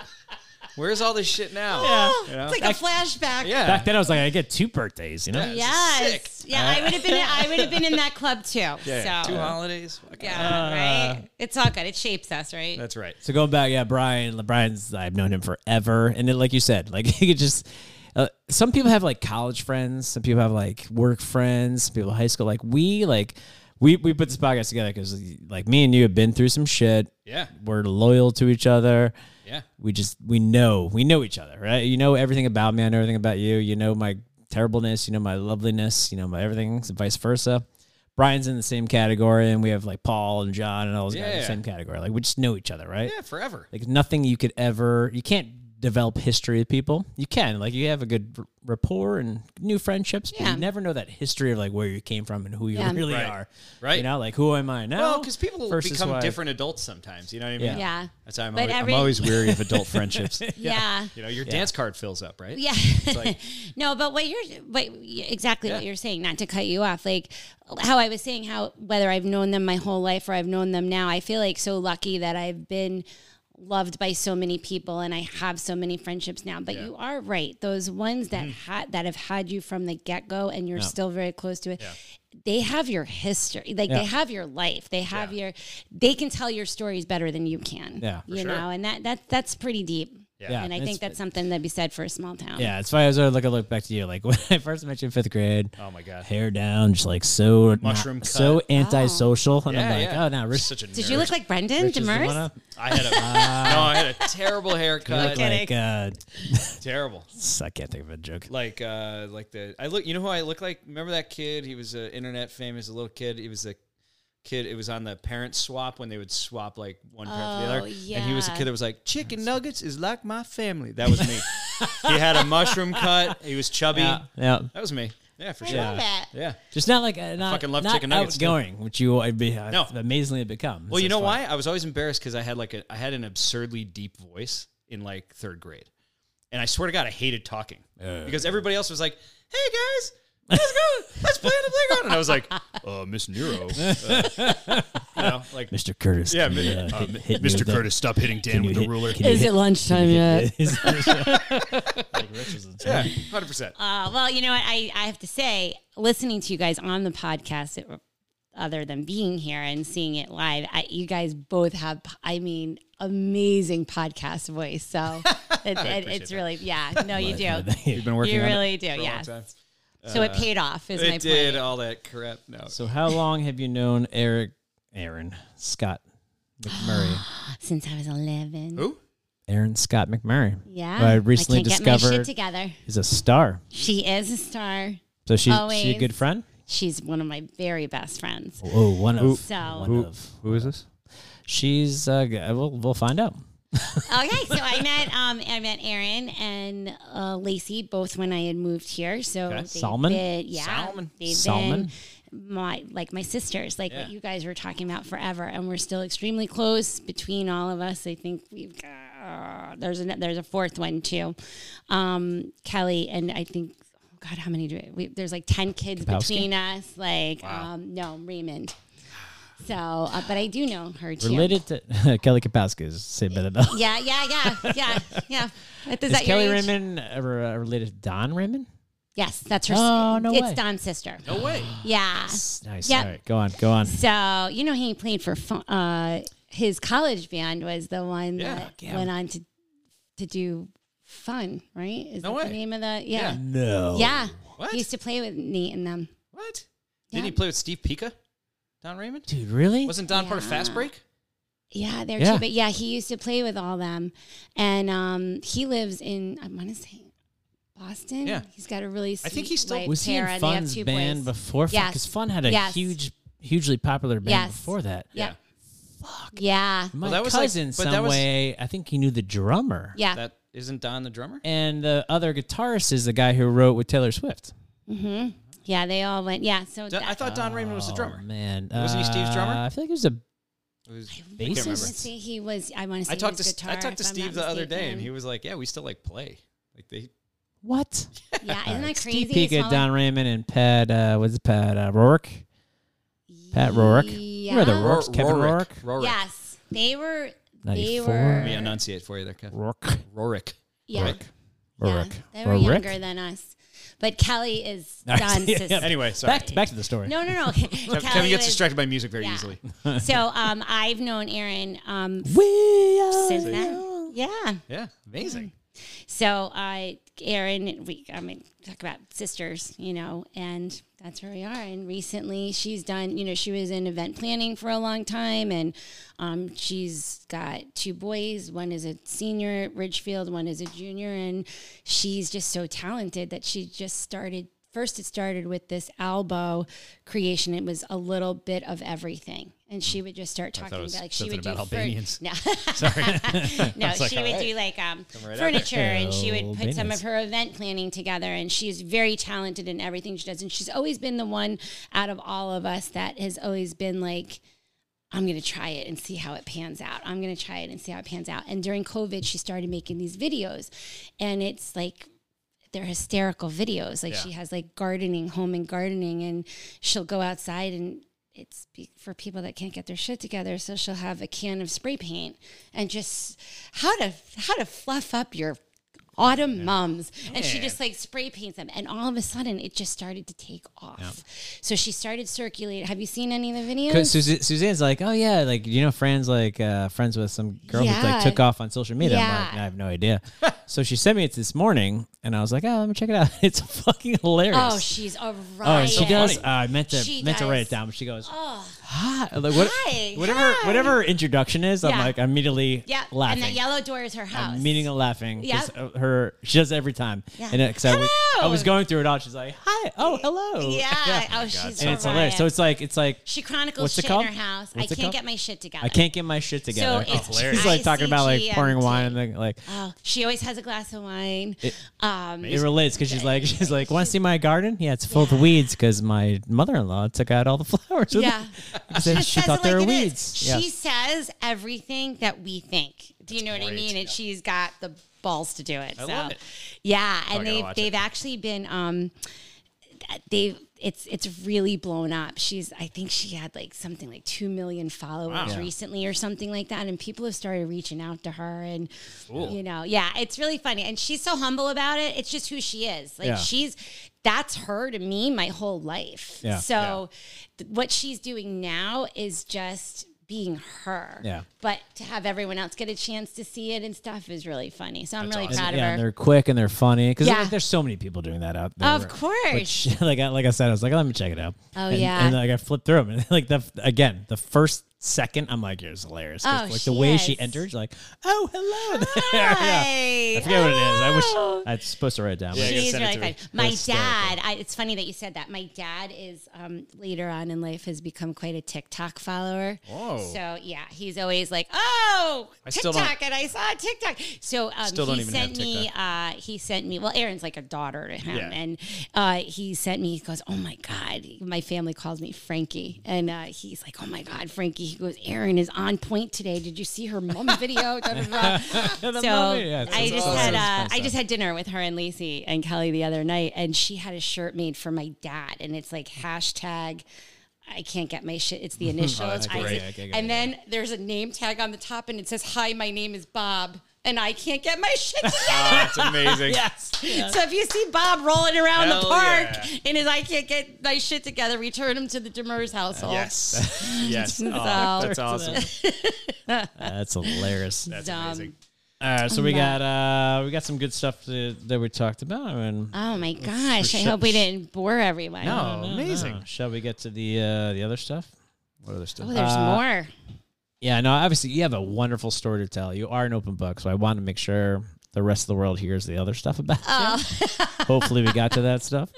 S1: where's all this shit now?
S2: <laughs> Yeah.
S1: You know?
S3: Oh, It's like a flashback.
S1: Yeah.
S2: Back then I was like, I get two birthdays, you know.
S1: Yeah.
S3: Yes.
S1: Sick.
S3: Yeah, I would have been. I would have been in that club too.
S1: <laughs> Yeah,
S3: So.
S1: Two holidays. Fuck it.
S3: Yeah, right. It's all good. It shapes us, right?
S1: That's right.
S2: So going back, yeah, Brian, Brian's I've known him forever, and then like you said, like <laughs> you could just. Uh, some people have like college friends, some people have like work friends, some people high school. Like we, like we, we put this podcast together because like me and you have been through some shit.
S1: Yeah.
S2: we're loyal to each other.
S1: Yeah.
S2: we just we know we know each other right you know everything about me i know everything about you you know my terribleness you know my loveliness you know my everything so vice versa Brian's in the same category, and we have like Paul and John and all those guys in the
S1: Yeah.
S2: same category. Like we just know each other, right?
S1: Yeah, forever.
S2: Like nothing you could ever you can't develop history of people. You can like you have a good r- rapport and new friendships, but
S3: Yeah.
S2: you never know that history of like where you came from and who you
S3: Yeah.
S2: really
S1: Right.
S2: are.
S1: Right.
S2: You know, like who am I now?
S1: Well, because people
S2: versus
S1: become
S2: who I-
S1: different adults sometimes. You know what I mean?
S2: Yeah.
S3: Yeah.
S1: That's why I'm,
S3: But
S1: always,
S3: every-
S1: I'm always weary
S3: <laughs>
S1: of adult friendships.
S3: Yeah.
S1: You know, your dance card fills up, right?
S3: Yeah.
S1: like-
S3: <laughs> no, but what you're, but exactly what you're saying, not to cut you off, like how I was saying, how whether I've known them my whole life or I've known them now, I feel like so lucky that I've been loved by so many people and I have so many friendships now. But you are right; those ones that
S1: Mm-hmm.
S3: had that have had you from the get go, and you're still very close to it. They have your history, like
S2: Yeah.
S3: they have your life. They have
S1: Yeah.
S3: your, they can tell your stories better than you can.
S2: Yeah, for
S3: you
S1: sure.
S3: know, and that that that's pretty deep.
S1: Yeah.
S3: and I
S2: it's-
S3: think that's something that'd be said for a small town.
S2: Yeah, it's funny. I was like, I look back to you. Like <laughs> when I first met you in fifth grade,
S1: Oh my god.
S2: hair down, just like so not-
S1: Mushroom cut.
S2: so
S3: Oh.
S2: antisocial, and I'm
S1: Yeah,
S2: like,
S1: yeah.
S2: oh, now Rich,
S1: such a.
S3: Did
S1: nerd.
S3: you look like Brendan
S2: Rich is the
S3: Demers?
S2: one up.
S1: I had a <laughs> no. I had a terrible
S2: You
S1: haircut.
S2: look like uh,
S1: terrible.
S2: I can't think of a joke.
S1: Like uh, like the I look. You know who I look like? Remember that kid? He was uh, internet famous. A little kid. He was the kid. It was on the parent swap when they would swap like one parent for the
S3: Oh,
S1: other. And he was a
S3: yeah.
S1: kid that was like chicken nuggets is like my family. That was me. he had a mushroom cut. He was chubby.
S2: Yeah, yeah.
S1: That was me. Yeah, for
S3: I
S1: sure.
S3: love it.
S1: Yeah.
S2: Just not like uh, not,
S1: fucking love
S2: not
S1: chicken nuggets, dude.
S2: outgoing, which you I'd be uh,
S1: No.
S2: amazingly have become.
S1: Well,
S2: So
S1: you
S2: it's
S1: know
S2: fun.
S1: why? I was always embarrassed because I had like a I had an absurdly deep voice in like third grade, and I swear to God, I hated talking because everybody else was like, "Hey guys, let's go, let's play on the playground," and I was like, <laughs> "Uh, Miss Nero, uh, <laughs> you know, like."
S2: Mr. Curtis.
S1: Yeah,
S2: can
S1: mi-
S2: you, uh,
S1: uh,
S2: hit-
S1: mi-
S2: hit me
S1: Mr.
S2: with that-
S1: Curtis, stop hitting Dan
S2: can you
S1: with the
S2: hit-
S1: ruler.
S2: can you
S3: Is
S2: hit-
S3: it lunchtime yet?
S2: like Rich is insane.
S1: <laughs> Yeah, hundred percent.
S3: Uh, well, you know what? I, I have to say, listening to you guys on the podcast, it, other than being here and seeing it live, I, you guys both have, I mean, amazing podcast voice.
S1: <laughs>
S3: So it, it,
S1: appreciate
S3: it's
S1: that.
S3: really, yeah, no, you
S1: <laughs>
S2: uh,
S3: do.
S1: You've been working
S3: You
S1: on
S3: really
S1: it
S3: do,
S1: for a long
S3: yeah.
S1: time. Uh,
S3: So it paid off, is
S1: It
S3: my
S1: did
S3: point.
S1: all that crap. No,
S2: So, how long have you known Eric, Aaron Scott
S3: <gasps>
S2: McMurray?
S3: Since I was 11.
S1: who?
S2: Aaron Scott McMurray.
S3: Yeah.
S2: Who I recently
S3: can't get my
S2: discovered
S3: shit together.
S2: is a star.
S3: She is a star.
S2: So she's she a
S3: Always.
S2: good friend.
S3: She's one of my very best friends.
S2: Oh, one of
S3: So-
S2: one
S3: Who-
S2: of.
S1: Who is this?
S2: She's uh, g- we'll we'll find out.
S3: okay, so I met um I met Aaron and uh, Lacey both when I had moved here. So
S1: Okay.
S3: they've
S2: Salmon?
S3: been- yeah,
S1: Salmon.
S3: they've
S2: Salmon.
S3: been my like my sisters, like
S1: Yeah.
S3: what you guys were talking about forever, and we're still extremely close between all of us. I think we've got uh, there's a there's a fourth one too, um, Kelly, and I think. oh God, how many do we, we there's like 10 kids
S2: Kapowski?
S3: between us. Like,
S1: Wow.
S3: um, no, Raymond. So, uh, but I do know her too.
S2: Related to <laughs> Kelly Kapowski is say better though.
S3: Yeah, yeah, yeah,
S2: <laughs>
S3: yeah, yeah. Is,
S2: Is
S3: that your
S2: Kelly
S3: age?
S2: Raymond ever uh, related to Don Raymond?
S3: Yes, that's her.
S2: Oh, no
S3: it's
S2: way.
S3: Don's sister.
S1: No way. <gasps>
S3: Yeah.
S2: Nice.
S3: Yep.
S2: All right, go on, go on.
S3: So you know he played for fu- uh, his college band was the one
S1: Yeah.
S3: that
S2: Yeah.
S3: went on to to do fun. Right? Is
S1: No
S3: that
S1: way.
S3: the name of the
S1: Yeah.
S3: yeah
S2: No.
S3: yeah?
S1: What?
S3: He used to play with Nate and them.
S1: What?
S3: Yeah.
S1: Didn't he play with Steve Pika? Don Raymond?
S2: Dude, really?
S1: Wasn't Don part of Fast
S3: Yeah.
S1: Break?
S3: Yeah, there
S2: Yeah.
S3: too. But yeah, he used to play with all them, and um, he lives in I want to say Boston.
S1: Yeah.
S3: he's got a really. Sweet
S1: think he's still-
S3: white
S2: was he
S3: hair,
S2: in
S3: and they have
S2: Fun's
S3: two
S2: band
S3: boys.
S2: before Fun?
S3: Yes.
S2: Because Fun had a
S3: Yes.
S2: huge, hugely popular band
S3: Yes.
S2: before that.
S3: Yeah. Fuck. Yeah.
S2: My
S1: that was like-
S2: cousin,
S1: but
S2: some
S1: that was-
S2: way, I think he knew the drummer.
S3: Yeah.
S1: That isn't Don the drummer?
S2: And the other guitarist is the guy who wrote with Taylor Swift.
S3: Mm-hmm. yeah. They all went. Yeah. So
S1: Don-
S3: that,
S1: I thought Don Raymond was the
S2: Oh,
S1: drummer.
S2: man.
S1: Wasn't he Steve's drummer?
S2: Uh, I feel like he was a.
S1: It was- I
S3: I
S1: can't
S3: want to
S1: remember.
S2: bassist?
S3: say he was. I want to say
S1: I
S3: he
S1: talked to
S3: was
S1: S- I
S3: guitar,
S1: talked to
S3: if I'm
S1: Steve
S3: not
S1: the other day, and he
S3: mistaken.
S1: was like, "Yeah, we still like play. Like they
S2: What?
S3: Yeah, isn't that crazy?
S2: Steve Pika, Don Raymond, and Pat, uh, what's it, Pat uh, Rourke? Pat Rourke.
S3: Yeah.
S2: Remember the Rourke?
S1: Ror-
S2: Kevin
S1: Rorik.
S2: Rourke?
S1: Rorik.
S3: Yes, they were. They
S2: 94.
S3: were.
S1: Let me enunciate for you there, Kevin.
S2: Rourke.
S1: Rorik.
S3: Yeah,
S1: Rorik.
S3: yeah,
S2: Rourke.
S3: they were
S2: Rourke?
S3: younger than us. But Kelly
S2: <laughs>
S3: is
S2: Nice.
S3: Don's
S2: Yeah.
S3: sister.
S1: Anyway, sorry.
S2: Back to, back to the story.
S3: No, no,
S2: <laughs>
S3: no.
S1: Kev- Kevin
S3: Kelly
S1: gets
S3: was-
S1: distracted by music very
S3: yeah.
S1: easily.
S3: So um, I've known Aaron um,
S2: We are
S3: since
S2: young.
S3: then. Yeah.
S1: Yeah,
S3: <laughs>
S1: amazing.
S3: So uh, Erin, we I mean talk about sisters, you know, and that's where we are. And recently, she's done. You know, she was in event planning for a long time, and um, she's got two boys. One is a senior at Ridgefield, one is a junior, and she's just so talented that she just started. first it started with this elbow creation. It was a little bit of everything. And she would just start
S1: thought
S3: talking
S1: it was
S3: about like she
S1: something
S3: would do
S1: about
S3: fur- <laughs>
S1: Albanians.
S3: No.
S1: Sorry.
S3: <laughs>
S1: <laughs>
S3: no,
S1: was like,
S3: she
S1: all
S3: would
S1: right.
S3: do like um,
S1: right up there.
S3: furniture, and she would put some
S2: Albanians.
S3: of her event planning together. And she's very talented in everything she does, and she's always been the one out of all of us that has always been like. I'm going to try it and see how it pans out. I'm going to try it and see how it pans out. And during COVID, she started making these videos, and it's like they're hysterical videos. Like
S1: Yeah.
S3: she has like gardening, home and gardening, and she'll go outside and it's be- for people that can't get their shit together. So she'll have a can of spray paint and just how to how to fluff up your autumn mums and she
S1: Yeah.
S3: just like spray paints them and all of a sudden it just started to take off so she started circulating have you seen any of the videos
S2: Cause Suza- Suzanne's like, oh yeah, like you know, friends like uh, friends with some girl who
S3: Yeah.
S2: like took off on social media. I'm like,
S3: Yeah.
S2: I have no
S3: <laughs>
S2: idea. so she sent me it this morning, and I was like, oh, let me check it out. <laughs> It's fucking hilarious.
S3: Oh, she's a riot.
S2: oh, and she does.
S1: funny.
S2: Uh, I meant to
S3: She
S2: meant to write it
S3: does.
S2: down, but she goes,
S3: Oh,
S2: hi, like, what,
S3: Hi,
S2: whatever
S3: hi.
S2: whatever her introduction is. I'm
S3: Yeah.
S2: like immediately
S3: yeah.
S2: laughing.
S3: And that yellow door is her house.
S2: I'm meeting and laughing. 'cause,
S3: Yep.
S2: uh, her she does it every time.
S3: Yeah.
S2: And because I was, I
S3: Hello!
S2: was going through it all, she's like, hi, <laughs> oh hello,
S3: Yeah. Oh, she's
S2: and
S3: a
S2: it's hilarious.
S3: riot.
S2: So it's like it's like
S3: she chronicles
S2: What's it
S3: shit
S2: called?
S3: in her
S2: What's
S3: house. I
S2: it
S3: can't
S2: called?
S3: get my shit together.
S2: I can't get my shit together.
S3: So it's
S1: hilarious.
S2: <laughs> She's like talking about like pouring
S3: ICGMT.
S2: wine and then, like
S3: Oh, she always has a glass of wine. um,
S2: it relates because she's like <laughs> she's like want to see my garden? Yeah, it's full of weeds because my mother-in-law took out all the <laughs> flowers.
S3: yeah.
S2: <laughs> she,
S3: just
S2: she
S3: says
S2: thought
S3: it
S2: there were
S3: like it is.
S2: weeds. Yeah.
S3: She says everything that we think. Do you know what I
S1: great.
S3: mean? And she's got the balls to do it. so
S1: love it. Oh,
S3: yeah, and
S1: gotta
S3: they've
S1: watch it.
S3: they've actually been um they've it's it's really blown up. She's I think she had like something like two million followers
S1: Wow. Yeah.
S3: recently or something like that. And people have started reaching out to her and you know, yeah, it's really funny. And she's so humble about it. It's just who she is. Like
S2: Yeah.
S3: she's that's her to me my whole life.
S2: Yeah.
S3: So th- what she's doing now is just being her.
S2: Yeah.
S3: But to have everyone else get a chance to see it and stuff is really funny. So I'm really
S1: awesome.
S3: proud
S2: yeah,
S3: of
S2: and
S3: her.
S2: they're quick and they're funny because
S3: Yeah.
S2: like, there's so many people doing that out there.
S3: Of course.
S2: Which, <laughs> like, I, like I said, I was like, let me check it out.
S3: Oh,
S2: And-
S3: yeah.
S2: And like I flipped through them, and <laughs> like the again, the first second, I'm like, it's hilarious. 'cause,
S3: Oh,
S2: like
S3: she
S2: the way
S3: is.
S2: she enters, like, oh, hello. <laughs> there." yeah.
S3: Hi.
S2: I forget what it is. I
S3: Hello.
S2: wish I'm supposed to write it down. but-
S1: Yeah, I gotta
S3: She's
S1: send it
S3: really
S1: to her.
S3: funny. My
S2: That's
S3: dad, I, it's funny that you said that. My dad is um, later on in life has become quite a TikTok follower.
S1: Whoa.
S3: So yeah, he's always like, "Oh,
S1: I still don't-
S3: TikTok," and I saw TikTok. So um,
S1: Still don't
S3: he
S1: even have
S3: sent me. Uh, he sent me. Well, Aaron's like a daughter to him,
S1: Yeah.
S3: and uh, he sent me. He goes, "Oh my god!" My family calls me Frankie, and uh, he's like, "Oh my god, Frankie!" He goes, "Aaron is on point today. Did you see her mom video?" Da, da, da. so
S2: mom, yeah, it's-
S3: I
S2: it's
S3: just
S2: awesome.
S3: had.
S2: It's fun
S3: Uh, I just
S2: stuff.
S3: had dinner with her and Lacey and Kelly the other night, and she had a shirt made for my dad, and it's like hashtag. I can't get my shit.
S1: <laughs>
S3: It's the initials.
S1: Oh, that's
S3: I-
S1: great.
S2: Yeah, okay,
S3: and then there's a name tag on the top, and it says, "Hi, my name is Bob, and I can't get my
S1: <laughs>
S3: shit together."
S1: Oh, that's amazing.
S2: <laughs> Yes.
S3: so if you see Bob rolling around
S1: Hell
S3: the park
S1: yeah.
S3: in his "I can't get my shit together," return him to the Demers household. <laughs>
S1: Yes. Yes. Oh, that's awesome.
S2: That's hilarious.
S1: That's
S3: Dumb.
S1: amazing.
S2: All right, so we got uh we got some good stuff to, that we talked about. And
S3: Oh my gosh! I
S2: shut-
S3: hope we didn't bore everyone.
S1: No. amazing.
S2: Shall we get to the uh the other stuff? What other stuff?
S3: Oh, there's
S1: Uh,
S3: more.
S2: Yeah, no, obviously you have a wonderful story to tell. You are an open book, so I want to make sure the rest of the world hears the other stuff about you. Hopefully we got to
S1: <laughs>
S2: that stuff.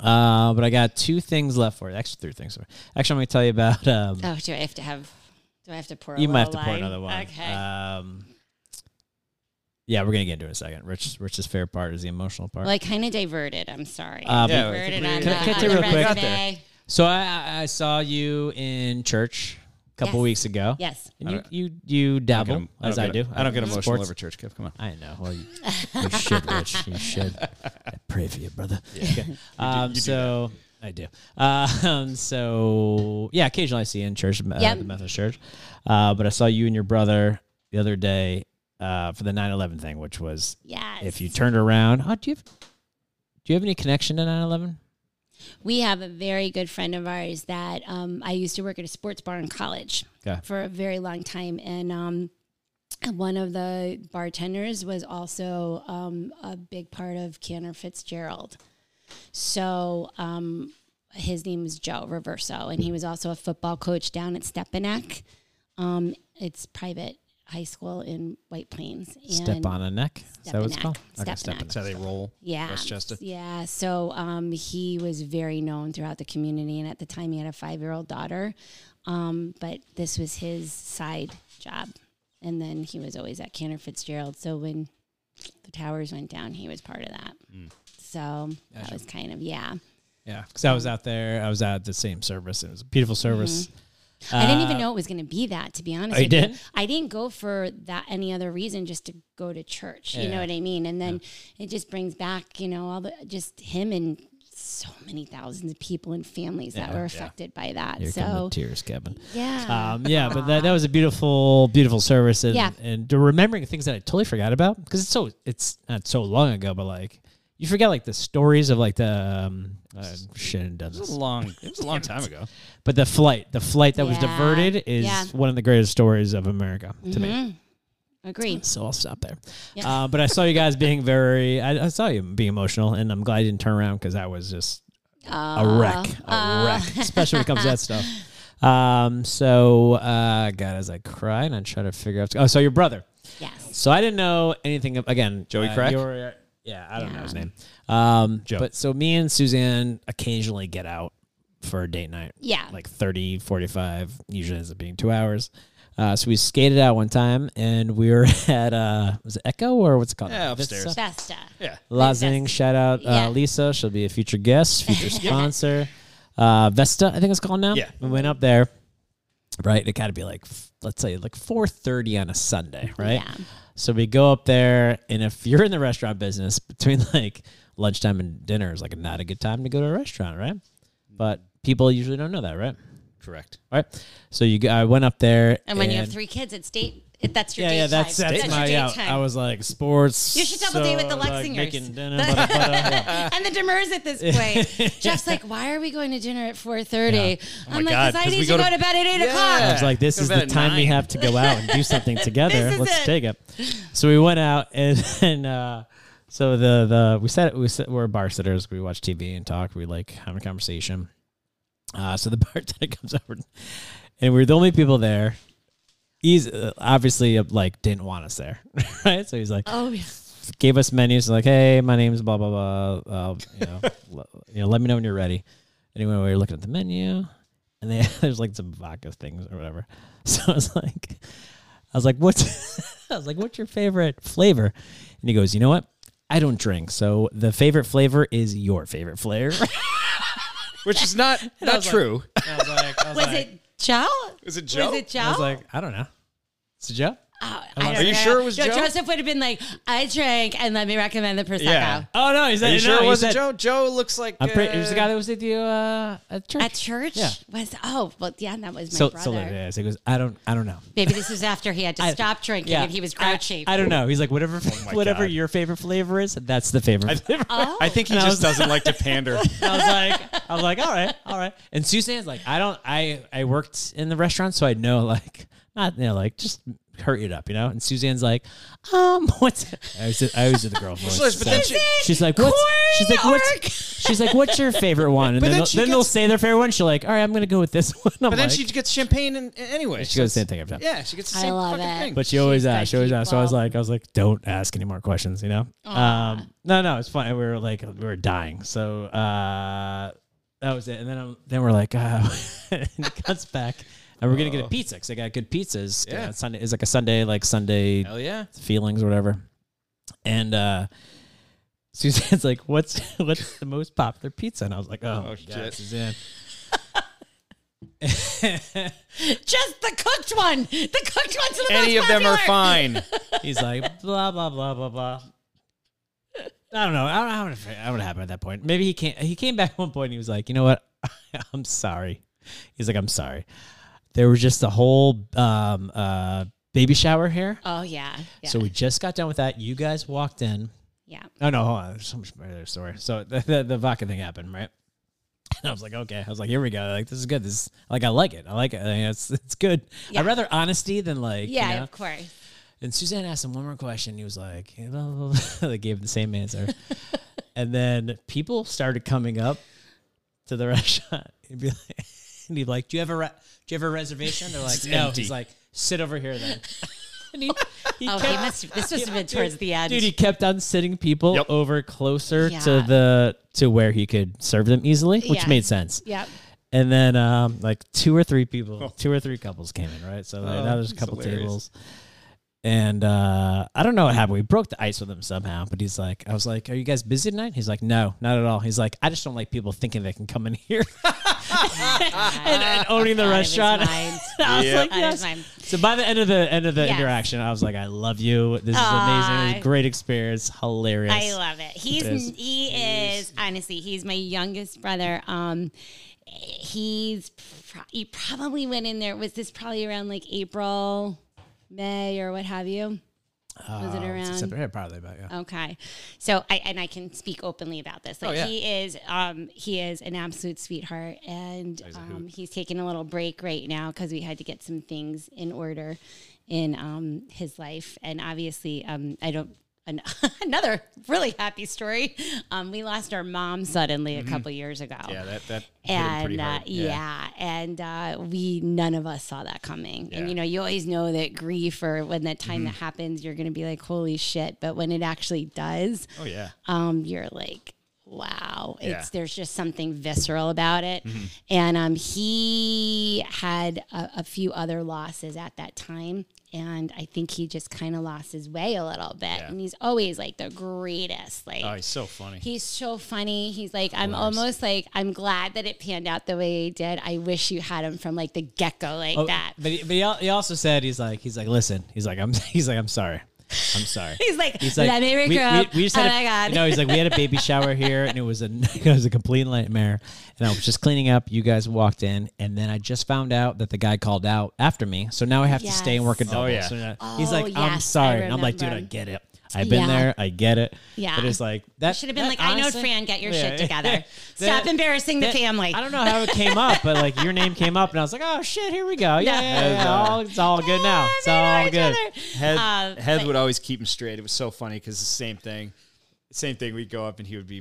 S2: Uh, but I got two things left for you. Actually, three things. For you. Actually, I'm going to tell you about. Um,
S3: Oh, do I have to have? Do I have to pour? A
S2: you might have
S3: little
S2: to pour
S3: line?
S2: another one.
S3: Okay.
S2: Um, yeah, we're going to get into it in a second. Rich, Rich's fair part is the emotional part.
S3: well, I kind of diverted. I'm sorry.
S2: Uh, but-
S1: Yeah, I
S3: diverted
S1: think we-
S3: on the,
S2: Can I- can I
S3: on
S2: tell
S3: the
S2: you real quick?
S1: Got there.
S3: resume.
S2: so I- I, I saw you in church a couple
S3: Yes.
S2: weeks ago.
S3: Yes.
S2: And you, you, you dabble, as I, do.
S1: I don't get emotional
S2: Sports.
S1: over church, Kev. Come on.
S2: I know. Well, you,
S3: <laughs>
S2: you should, Rich. You should. I pray for you, brother. Okay. Um,
S1: you do
S2: so I do. Uh, um, so yeah, occasionally I see you in church, uh,
S3: Yep.
S2: the Methodist church. Uh, but I saw you and your brother the other day uh, for the 9/11 thing, which was
S3: Yes.
S2: if you turned around. Oh, do you have, do you have any connection to 9/11?
S3: We have a very good friend of ours that um, I used to work at a sports bar in college
S2: Okay.
S3: for a very long time, and um, one of the bartenders was also um, a big part of Cantor Fitzgerald. So um, his name was Joe Reverso, and he was also a football coach down at Stepanak. Um, it's private High School in White Plains. And
S2: Step on a neck. Is that what it's
S3: Stepanek.
S2: called?
S3: Stepanek.
S1: That's how they roll.
S3: Yeah.
S1: Westchester.
S3: Yeah. So um, he was very known throughout the community. And at the time, he had a five year old daughter. Um, but this was his side job. And then he was always at Cantor Fitzgerald. So when the towers went down, he was part of that. So that was kind of, yeah.
S2: Yeah, because I was out there. I was at the same service. It was a beautiful service.
S3: Mm-hmm.
S2: Uh,
S3: I didn't even know it was going to be that, to be honest.
S2: Oh, you
S3: with you.
S2: didn't?
S3: I didn't go for that any other reason, just to go to church. You know what I mean? And then it just brings back, you know, all the just him and so many thousands of people and families that were affected by that.
S2: Here come
S3: so
S2: the tears,
S3: <laughs>
S2: Kevin.
S3: yeah,
S2: Um, yeah, but that, that was a beautiful, beautiful service, and
S3: Yeah.
S2: and to remembering things that I totally forgot about because it's so it's not so long ago, but like you forget like the stories of like the um, uh, shit and
S1: It was
S2: does
S1: a long. <laughs> It was a long time ago.
S2: but the flight, the flight that was
S3: Yeah.
S2: diverted is
S3: Yeah. Mm-hmm.
S2: one of the greatest stories of America to me.
S3: agree.
S2: So I'll stop there.
S3: Yeah.
S2: Uh, but I saw you guys being very, I, I saw you being emotional, and I'm glad you didn't turn around because I was just
S3: Uh,
S2: a wreck, a wreck, especially when it comes to that
S3: <laughs>
S2: stuff. Um, so, uh, God, as I cry and I try to figure out, oh, so your brother.
S3: Yes,
S2: So I didn't know anything of, again,
S1: Joey
S2: uh,
S1: Crack?
S2: you were- yeah, I don't know his
S3: Yeah.
S2: name. Um,
S1: Joe.
S2: but so me and Suzanne occasionally get out for a date night
S3: yeah,
S2: like 30, 45, usually ends up being two hours. Uh, so we skated out one time and we were <laughs> at, uh, was it Echo or what's it called?
S1: Yeah, upstairs.
S2: Vista?
S3: Festa.
S1: Yeah.
S2: Lazing,
S3: Vesta.
S2: shout out uh,
S3: Yeah.
S2: Lisa. She'll be a future
S3: <laughs>
S2: guest, future sponsor. Uh, Vesta, I think it's called now.
S1: Yeah.
S2: We went up there, right? It got to be like, f- let's say like 4.30 on a Sunday, right?
S3: Yeah.
S2: So we go up there, and if you're in the restaurant business, between <laughs> like lunchtime and dinner is like not a good time to go to a restaurant, right? But people usually don't know that, right?
S1: Correct.
S2: All right. So you, g- I went up there,
S3: And when you have three kids, it's date. It, that's your
S2: yeah,
S3: date
S2: yeah, that's
S3: time.
S2: that's,
S3: your
S2: my
S3: date
S2: out.
S3: time.
S2: I was like sports.
S3: You should double date with the
S2: like,
S3: Lexingers. <laughs>
S2: making dinner, bada, bada, yeah.
S3: and the demurs
S1: <laughs>
S3: at this point. Jeff's like, "Why are we going to dinner at 4.30?
S1: my
S3: I'm like,
S1: God,
S3: "Because I
S1: 'cause we
S3: need
S1: go
S3: to go
S1: to-
S3: to bed at eight
S1: Yeah.
S2: I
S3: o'clock."
S2: was like, this
S1: Go
S2: is
S1: to bed
S2: the
S1: at
S2: time we
S1: nine.
S2: have to go out and do
S3: <laughs>
S2: something together.
S3: This is
S2: Let's
S3: it.
S2: take it. So we went out <laughs> and, and uh, so the the we sat we sat, we're bar sitters. We watch TV and talk. We like have a conversation. Uh, so the <laughs> bartender comes over, and we were the only people there. He's uh, obviously uh, like didn't want us there, <laughs> right? So he's like,
S3: Oh yeah.
S2: gave us menus like, "Hey, my name's blah blah blah. Uh,
S1: <laughs>
S2: you know, l- you know, let me know when you're ready." Anyway, we were looking at the menu, and they, <laughs> there's like some vodka things or whatever. <laughs> So I was like, I was like, "What's?" <laughs> I was like, "What's your favorite flavor?" And he goes, "You know what? I don't drink, so the favorite flavor is your favorite flavor." <laughs>
S1: Which is
S3: <laughs>
S1: not not true.
S2: I was like, I was,
S3: Was
S2: like,
S3: it Joe?
S1: Is it Joe?
S3: Was it Joe?
S2: I was like, I don't know. It's a joke.
S3: Oh, I don't
S1: Are you
S3: know.
S1: sure it was
S3: No,
S1: Joe?
S3: Joseph would have been like, I drank and let me recommend the Prosecco.
S1: Yeah.
S2: Oh no,
S1: <laughs>
S2: he's
S1: Are you sure it
S2: he
S1: wasn't
S2: said-
S1: Joe? Joe looks like
S2: I'm pretty. It
S1: uh,
S2: was the guy that was with you uh, at church.
S3: At church
S2: Yeah.
S3: was oh well yeah that was my
S2: so,
S3: brother.
S2: so like, yeah, so he goes, I don't, I don't know.
S3: Maybe this was after he
S1: <laughs>
S3: had to
S2: I-
S3: stop drinking and he was grouchy.
S2: I, I don't know. He's like, whatever, whatever
S1: Oh God.
S2: your favorite flavor is, that's the favorite. flavor.
S3: oh,
S1: uh, <laughs> I think he
S2: And I
S1: just
S2: was-
S1: doesn't like to pander.
S2: <laughs> I was like, I was like, all right, all right. And Suzanne's like, I don't, I, I worked in the restaurant, so I know, like, not, you know, like, just hurt it up, you know. And Suzanne's like, um, <laughs> what's? I always, did- I always did
S1: <laughs>
S2: the girl voice.
S1: But then
S2: so-
S1: she-
S2: She's like, what's? She's like,
S3: corn
S2: what's? She's like, what's your favorite one? And then,
S1: then
S2: they'll,
S1: she
S2: then they'll
S1: gets-
S2: say their favorite one. She's like, all right, I'm gonna go with this <laughs> one.
S1: <laughs>
S2: I'm
S1: But then
S2: like-
S1: she gets champagne and, and anyway.
S2: she goes the same thing every time.
S1: Yeah, she gets the
S3: I
S1: same
S3: love
S1: fucking
S3: it.
S1: thing.
S2: But she always
S3: She's
S2: asked. She
S3: good
S2: always asked. So I was
S3: people.
S2: like, I was like, don't ask any more questions. You know. Um, no, no, it's fine. We were like, we were dying. So uh, that was it. And then I'm, then we're like, uh, <laughs> and it cuts back, and we're gonna get a pizza because I got good pizzas.
S1: Oh. Yeah.
S2: Uh, Sunday is like a Sunday, like Sunday
S1: Hell yeah.
S2: feelings or whatever. And uh, Suzanne's like, what's <laughs> what's the most popular pizza? And I was like, oh,
S1: Oh,
S2: my God,
S1: shit.
S2: Suzanne.
S3: just the cooked one. The cooked one's the
S1: Any
S3: most
S1: of them are
S3: popular. <laughs>
S1: fine.
S2: He's like, blah, blah, blah, blah, blah. I don't know. I don't know how it, how it happened at that point. Maybe he came, he came back <laughs> at one point and he was like, you know what? <laughs> I'm sorry. He's like, I'm sorry. There was just a whole um, uh, baby shower here.
S3: Oh yeah. yeah.
S2: So we just got done with that. You guys walked in.
S3: yeah.
S2: Oh, no, hold on. There's so much more to the story. So <laughs> the, the, the vodka thing happened, right? <laughs> And I was like, okay. I was like, here we go. Like, this is good. This is, like, I like it. I like it. I mean, it's, it's good.
S3: Yeah.
S2: I'd rather honesty than like, you
S3: Yeah,
S2: know?
S3: of course.
S2: And Suzanne asked him one more question. He was like, <laughs> "Yeah, blah, blah, blah." they gave him the same
S3: <laughs>
S2: answer. and then people started coming up to the <laughs> restaurant. He'd be like, <laughs> and he'd be like do you have a re- do you have a reservation? They're like, no.
S1: empty.
S3: <laughs>
S2: He's like, sit over here then. And he, he
S3: Oh, he
S2: kept-
S3: must. This must
S2: <laughs>
S3: have been towards the end.
S2: Dude, he kept on sitting people
S1: Yep.
S2: over closer to
S3: Yeah.
S2: the to where he could serve them easily, which
S3: Yeah.
S2: made sense.
S3: Yep.
S2: And then um, like two or
S1: <laughs>
S2: three people, two or three couples came in, right? So like,
S1: Oh,
S2: now there's a
S1: that's
S2: couple
S1: hilarious.
S2: tables. And uh, I don't know what happened. We broke the ice with him somehow, but he's like, I was like, "Are you guys busy tonight?" He's like, "No, not at all." He's like, "I just don't like people thinking they can come in
S3: <laughs>
S2: here <laughs> <laughs> and, and owning the
S3: Out of his
S2: restaurant." <laughs>
S3: mind.
S2: I was
S1: Yeah.
S2: like,
S3: Out of
S2: "Yes."
S3: his mind.
S2: So by the end of the end of the
S3: Yes.
S2: interaction, I was like, "I love you. This is amazing. It was a
S3: Aw.
S2: great experience. Hilarious."
S3: I love it. He's
S2: It is.
S3: he is honestly he's my youngest brother. Um, he's pro- he probably went in there. Was this probably around like April, May, or what have you?
S2: Oh,
S3: Was it around?
S2: probably about yeah.
S3: Okay. So I and I can speak openly about this. Like
S1: Oh, yeah.
S3: he is um he is an absolute sweetheart and um, he's taking a little break right now cuz we had to get some things in order in um his life and obviously um I don't an, <laughs> another really happy story. Um, we lost our mom suddenly a couple years ago
S1: Mm-hmm. Yeah, that that hit him pretty
S3: and uh,
S1: hard.
S3: yeah. and uh, we none of us saw that coming
S1: Yeah. Mm-hmm.
S3: and you know you always know that grief or when that time that happens you're gonna be like holy shit but when it actually does
S1: Oh yeah.
S3: um, you're like, wow, it's
S1: Yeah. Mm-hmm.
S3: there's just something visceral about it. And um, he had a, a few other losses at that time. And I think he just kind of lost his way a little bit. And he's always like the greatest. Like,
S1: Oh, he's so funny.
S3: He's so funny. He's like, I'm almost like, I'm glad that it panned out the way it did. I wish you had him from like the get go, like
S2: Oh,
S3: that.
S2: But, he, but he, al- he also said he's like he's like listen he's like I'm <laughs> he's like I'm sorry I'm
S3: <laughs>
S2: sorry.
S3: <laughs> He's like,
S2: He's like,
S3: let me
S2: we, we,
S3: regroup.
S2: we just
S3: oh
S2: had
S3: my
S2: a,
S3: God.
S2: No, he's like, we had a baby shower here, and it was a <laughs> it was a complete nightmare. And I was just cleaning up. You guys walked in, and then I just found out that the guy called out after me. So now I have to stay and work a
S3: Yes.
S2: double.
S1: Oh, yeah.
S2: So now- he's
S3: Oh,
S2: like, I'm
S3: yes,
S2: sorry,
S3: I
S2: and I'm like, dude, I
S3: remember.
S2: get it. I've been
S3: Yeah.
S2: there. I get it.
S3: Yeah.
S2: But it's like that
S3: should have been
S2: that
S3: like, I know
S2: honestly-
S3: Fran, get your
S2: Yeah, <laughs>
S3: shit
S2: yeah.
S3: together.
S2: That-
S3: Stop embarrassing the
S2: that-
S3: family.
S2: I don't know how it came up, but like your name came up, and I was like, oh shit, here we go. Yeah, yeah, yeah, all, it's all good now. It's all good.
S1: Head,
S3: Uh,
S1: Head
S3: but-
S1: would always keep him straight. It was so funny because the same thing, same thing. We'd go up and he would be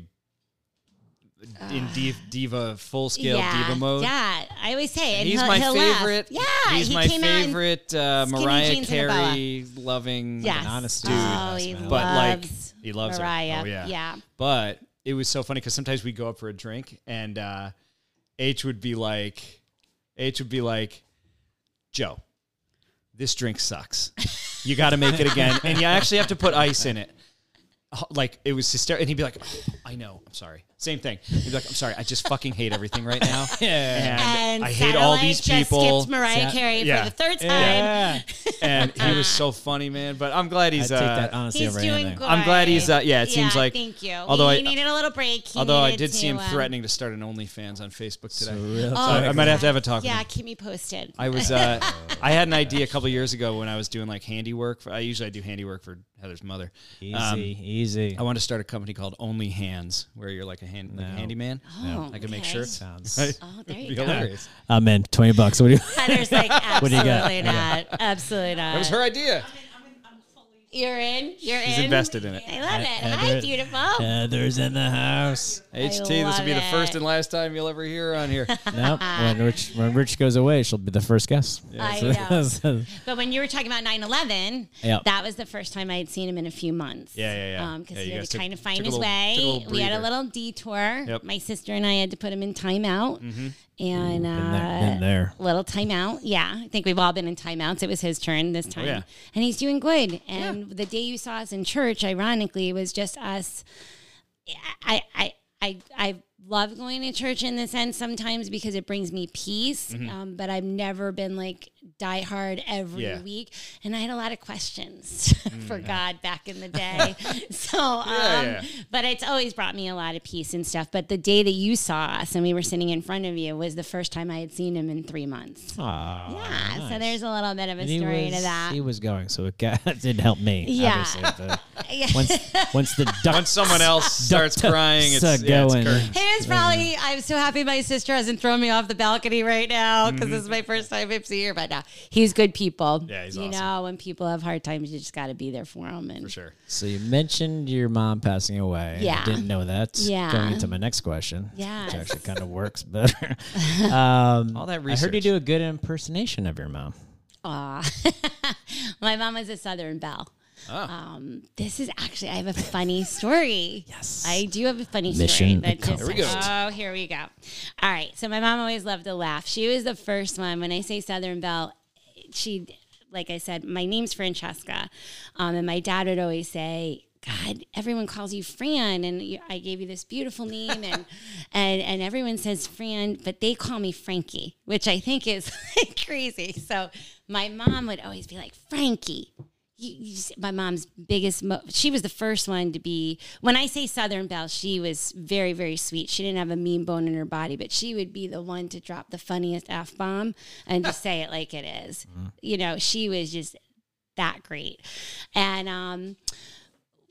S1: in div, diva full scale
S3: yeah,
S1: diva mode.
S3: Yeah, I always say, and
S1: He's
S3: he'll,
S1: my
S3: he'll laugh.
S1: favorite.
S3: Yeah,
S1: he's
S3: he
S1: my
S3: came on-
S1: favorite uh,
S3: skinny
S1: Mariah
S3: jeans and a boa.
S1: Carey loving.
S3: Yes.
S2: honest
S1: dude.
S3: Oh, he
S2: But,
S1: But like
S3: loves
S1: he loves her.
S3: Mariah.
S1: Oh, yeah.
S3: yeah.
S1: But it was so funny because sometimes we go up for a drink and uh, H would be like, H would be like, Joe, this drink sucks. You got to make it again, and you actually have to put ice in it. Oh, Like it was hysterical, and he'd be like, "Oh, "I know, I'm sorry." Same thing. He'd be like, "I'm sorry, I just fucking hate everything right
S3: <laughs>
S1: now,
S2: Yeah.
S1: and,
S3: And
S1: I hate all
S3: Satellite
S1: these
S3: just
S1: people."
S3: Skipped Mariah Carey
S1: Yeah.
S3: for the third time.
S2: Yeah.
S1: and he
S3: <laughs>
S1: was so funny, man. But I'm glad
S2: I
S1: he's. uh,
S2: take that honestly
S3: He's
S2: over
S3: doing
S2: anything.
S3: good.
S1: I'm glad he's, uh, yeah, it seems like-
S3: Thank you.
S1: although
S3: he
S1: I- uh,
S3: needed a little break. He
S1: Although I
S3: needed
S1: did see him
S3: to, um,
S1: threatening to start an OnlyFans on Facebook today.
S2: real
S1: So
S2: talk.
S1: I, I might have to have a talk with
S3: Yeah,
S1: him.
S3: keep me posted.
S1: I was uh, I had an idea a couple years ago when I was doing like handiwork. For, I usually I do handiwork for Heather's mother.
S2: Easy,
S1: Um,
S2: easy.
S1: I wanted to start a company called Only Hands, where you're like a hand like a
S2: No.
S1: handyman.
S3: Oh,
S1: I can make
S3: okay.
S1: shirts. <laughs>
S2: Sounds.
S3: Oh, there
S1: Be
S3: you go.
S1: hilarious.
S2: <laughs> I'm in. Twenty bucks.
S3: <laughs>
S2: What do you?
S3: Heather's like,
S2: do you got?
S3: absolutely not. Absolutely not.
S1: That was her idea.
S3: You're in. You're in.
S1: She's invested in it.
S3: I love it.
S2: Heather-
S3: Hi, beautiful.
S2: Heather's in the house.
S1: HT, this will be the
S3: love
S1: first
S3: it.
S1: and last time you'll ever hear her on here.
S2: No,
S3: <laughs>
S2: when Rich when Rich goes away, she'll be the first guest. <laughs>
S3: I know. but when you were talking about 9 11,
S2: Yep.
S3: that was the first time I had seen him in a few months.
S1: Yeah, yeah, yeah.
S3: Because
S1: Yeah,
S3: he
S1: you
S3: had
S1: guys
S3: to
S1: took-
S3: kind of find
S1: took a
S3: his
S1: little-
S3: way.
S1: took a little
S3: we had a
S1: breather.
S3: little detour.
S1: Yep. Mm-hmm.
S3: My sister and I had to put him in timeout. And
S2: been there, been
S3: uh,
S2: there.
S3: little timeout. Yeah. I think we've all been in timeouts. It was his turn this time.
S1: Oh, yeah.
S3: And he's doing good. And the day you saw us in church, ironically, was just us. I, I, I, I love going to church in the sense sometimes because it brings me peace.
S1: Mm-hmm.
S3: Um, but I've never been like diehard every
S1: Yeah. Mm.
S3: week, and I had a lot of questions <laughs> for God back in
S1: <laughs>
S3: the day. so, um,
S1: Yeah, yeah.
S3: but it's always brought me a lot of peace and stuff. But the day that you saw us and we were sitting in front of you was the first time I had seen him in three months.
S2: Aw,
S3: yeah, so
S2: nice.
S3: there's a little bit of a
S2: And he
S3: story
S2: was,
S3: to that.
S2: He was going, so it got, <laughs> it did help me.
S3: Yeah.
S2: obviously, but
S3: <laughs> Yeah.
S2: once once
S3: <laughs>
S2: the duck
S1: Once
S2: <laughs>
S1: someone else <laughs> starts
S2: duck
S1: crying, it's,
S2: suck
S1: yeah, it's
S2: going.
S1: curtains.
S3: It is probably. I'm so happy my sister hasn't thrown me off the balcony right now because this is my first time I've seen her. But now he's good people.
S1: Yeah, he's
S3: you
S1: awesome.
S3: know when people have hard times, you just got to be there for them. And
S1: for sure.
S2: So you mentioned your mom passing away. I
S3: Yeah.
S2: didn't know that.
S3: Yeah.
S2: Going into my next question.
S3: Yes.
S2: Which actually
S1: <laughs>
S2: kind of works better. um,
S1: All that
S2: I heard you
S1: research.
S2: do a good impersonation of your mom.
S3: Aw. <laughs> My mom was a Southern Belle. Um, this is actually, I have a funny story. yes. I do have a funny
S2: Mission
S3: story. that just-
S2: accomplished.
S1: Here we go.
S3: Oh, here we go. All right. So my mom always loved to laugh. She was the first one. When I say Southern Belle, she, like I said, my name's Francesca. Um, and my dad would always say, God, everyone calls you Fran, and you, I gave you this beautiful name, and, and and everyone says Fran, but they call me Frankie, which I think is <laughs> like crazy. So my mom would always be like, Frankie, you, you, s- my mom's biggest mo- she was the first one to be when i say southern belle she was very very sweet she didn't have a mean bone in her body but she would be the one to drop the funniest f-bomb and just say it like it is. you know she was just that great and um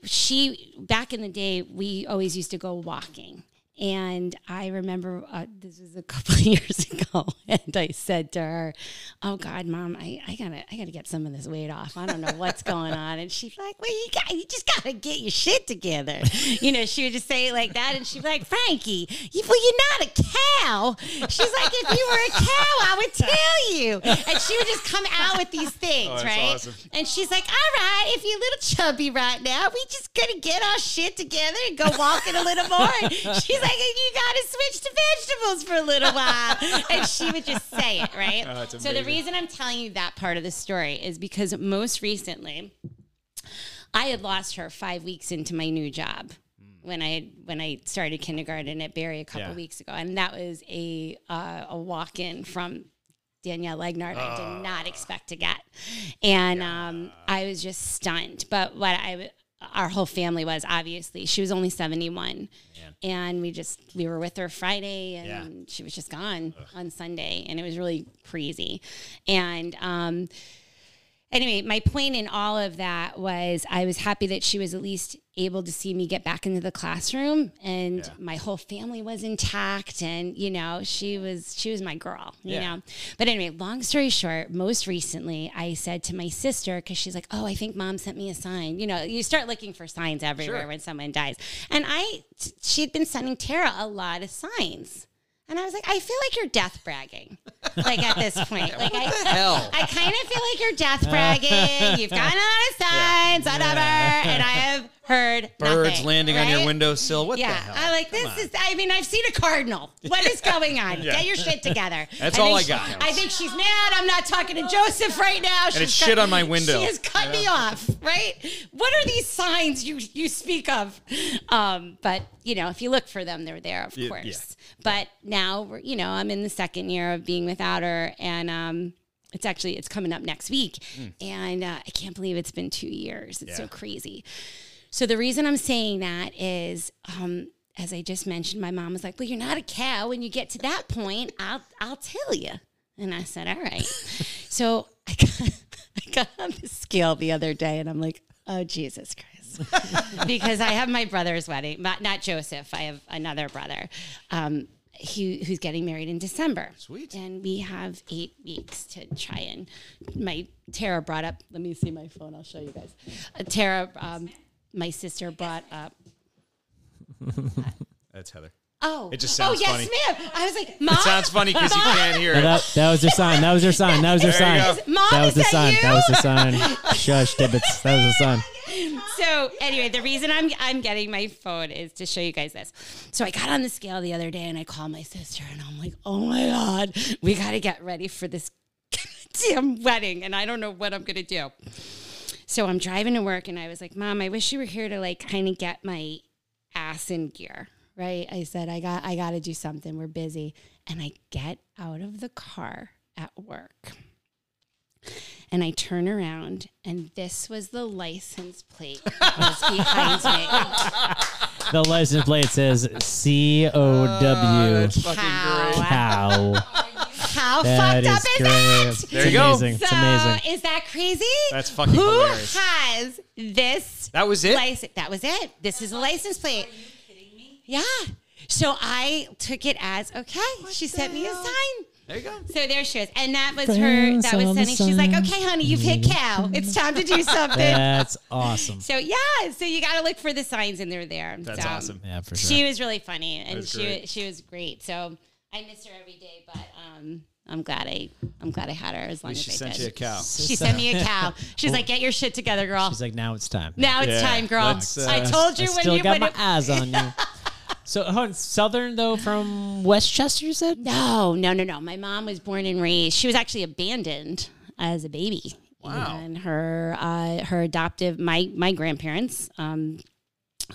S3: she back in the day we always used to go walking and i remember uh, this was a <laughs> couple of years ago <laughs> and i said to her oh god mom I, I gotta i gotta get some of this weight off i don't know what's going on and she's like well you got you just gotta get your shit together <laughs> you know she would just say it like that and she'd be like frankie you, well you're not a cow she's like if you were a cow i would tell you and she would just come out with these things
S1: Oh, that's
S3: right
S1: awesome.
S3: and she's like, all right, if you're a little chubby right now, we just gonna get our shit together and go walking a little more.
S1: <laughs>
S3: She's like, you gotta switch to vegetables for a little while. And she would just say it, right?
S1: Oh, that's
S3: so the
S1: amazing.
S3: reason I'm telling you that part of the story is because most recently I had lost her five weeks into my new job. When I when I started kindergarten at Barry a couple
S1: Yeah.
S3: weeks ago, and that was a uh, a walk in from Danielle Legnard I
S1: Ah.
S3: did not expect to get. And um, I was just stunned. But what I, w- our whole family was obviously, she was only 71. And we just, we were with her Friday and
S1: Yeah.
S3: she was just gone on Sunday. And it was really crazy. And, um, Anyway, my point in all of that was I was happy that she was at least able to see me get back into the classroom and
S1: Yeah.
S3: my whole family was intact and you know, she was she was my girl, you
S1: Yeah.
S3: know. But anyway, long story short, most recently I said to my sister cuz she's like, "Oh, I think mom sent me a sign." You know, you start looking for signs everywhere
S1: Sure.
S3: when someone dies. And I she had been sending Tara a lot of signs. And I was like, I feel like you're death bragging. Like at
S1: <laughs>
S3: this point. Like I,
S1: Hell.
S3: I kind of feel like you're death bragging. You've gotten a
S1: <laughs>
S3: lot of signs, whatever. And I have heard
S1: Birds
S3: nothing,
S1: landing on your
S3: right?
S1: windowsill. What the
S3: Yeah,
S1: hell?
S3: I like this is. I mean, I've seen a cardinal. What is going on?
S1: Yeah.
S3: Get your shit together.
S1: <laughs> That's
S3: think
S1: all I
S3: she-
S1: got.
S3: I think she's mad. I'm not talking to Joseph right now. She's
S1: it's shit on my window.
S3: She has cut me off. Right? What are these signs you you speak of? Um, but you know, if you look for them, they're there, of
S1: Yeah,
S3: course.
S1: yeah.
S3: But now we're, you know, I'm in the second year of being without her, and um, it's actually it's coming up next week, and uh, I can't believe it's been two years. It's so
S1: Yeah.
S3: crazy. So the reason I'm saying that is, um, as I just mentioned, my mom was like, "Well, you're not a cow. When you get to that point, I'll I'll tell you." And I said, "All right." so I got <laughs> I got on the scale the other day, and I'm like, "Oh Jesus Christ." <laughs> because I have my brother's wedding, not, not Joseph. I have another brother um, who, who's getting married in December.
S1: Sweet.
S3: And we have eight weeks to try and. My Tara brought up. Let me see my phone. I'll show you guys. Uh, Tara, um, my sister brought up.
S1: That's Heather.
S3: Oh,
S1: It just
S3: oh,
S1: sounds
S3: yes,
S1: funny.
S3: ma'am. I was like, mom.
S1: Sounds funny because you
S3: Mom?
S1: can't hear
S2: No,
S1: it.
S2: that, that was your sign. That was your sign. That was your
S1: There you
S2: sign.
S3: go. Mom,
S2: that was
S3: is
S2: the
S3: that
S2: sign.
S3: you?
S2: That was the sign.
S3: <laughs>
S2: Shush, Tibbetts. That was the sign.
S3: so anyway, the reason I'm I'm getting my phone is to show you guys this. So I got on the scale the other day and I called my sister and I'm like, oh my god, we got to get ready for this <laughs> damn wedding and I don't know what I'm gonna do. So I'm driving to work and I was like, Mom, I wish you were here to like kind of get my ass in gear. Right. I said, I got I gotta do something. We're busy. And I get out of the car at work. And I turn around and this was the license plate that was behind me.
S2: The license plate says C O W.
S1: Oh, That's <laughs> fucking great.
S3: How,
S2: Cow.
S3: how
S2: That
S3: fucked
S2: is
S3: up is that?
S2: great.
S1: There
S2: it's
S1: you go.
S2: amazing. It's
S3: So
S2: amazing.
S3: is that crazy?
S1: That's fucking
S3: Who
S1: hilarious.
S3: has this
S1: That was it.
S3: license. That was it. This is a license plate. Are you kidding me? Yeah. So I took it as okay. she sent me a sign.
S1: There you go.
S3: So there she is, and that was
S2: Friends
S3: her. That was
S2: on the
S3: sending. She's like,
S2: sign.
S3: okay, honey, you've hit cow. It's time to
S2: <laughs>
S3: do something.
S2: That's awesome.
S3: So yeah. So you got to look for the signs, and they're there.
S1: That's
S3: So,
S1: awesome.
S2: Yeah, for
S3: She
S2: sure.
S3: was really funny, and
S1: That's
S3: she
S1: great.
S3: was, she was great. So I miss her every day, but um, I'm glad I I'm glad I had her as long as
S1: She
S3: I
S1: sent
S3: did.
S1: you a cow.
S3: She sent me a cow.
S1: <laughs>
S3: She's like, get your shit together, girl.
S2: She's like, now it's time.
S3: now it's
S1: Yeah,
S3: time, girl.
S1: let's, uh,
S3: I told you
S2: I
S3: when
S2: still
S3: you <laughs>
S2: got
S3: when
S2: my
S3: it-
S2: eyes on you. So, hold on, Southern though from Westchester, you said?
S3: No, no, no, no. My mom was born and raised. She was actually abandoned as a baby.
S1: Wow.
S3: And her uh, her adoptive my my grandparents um,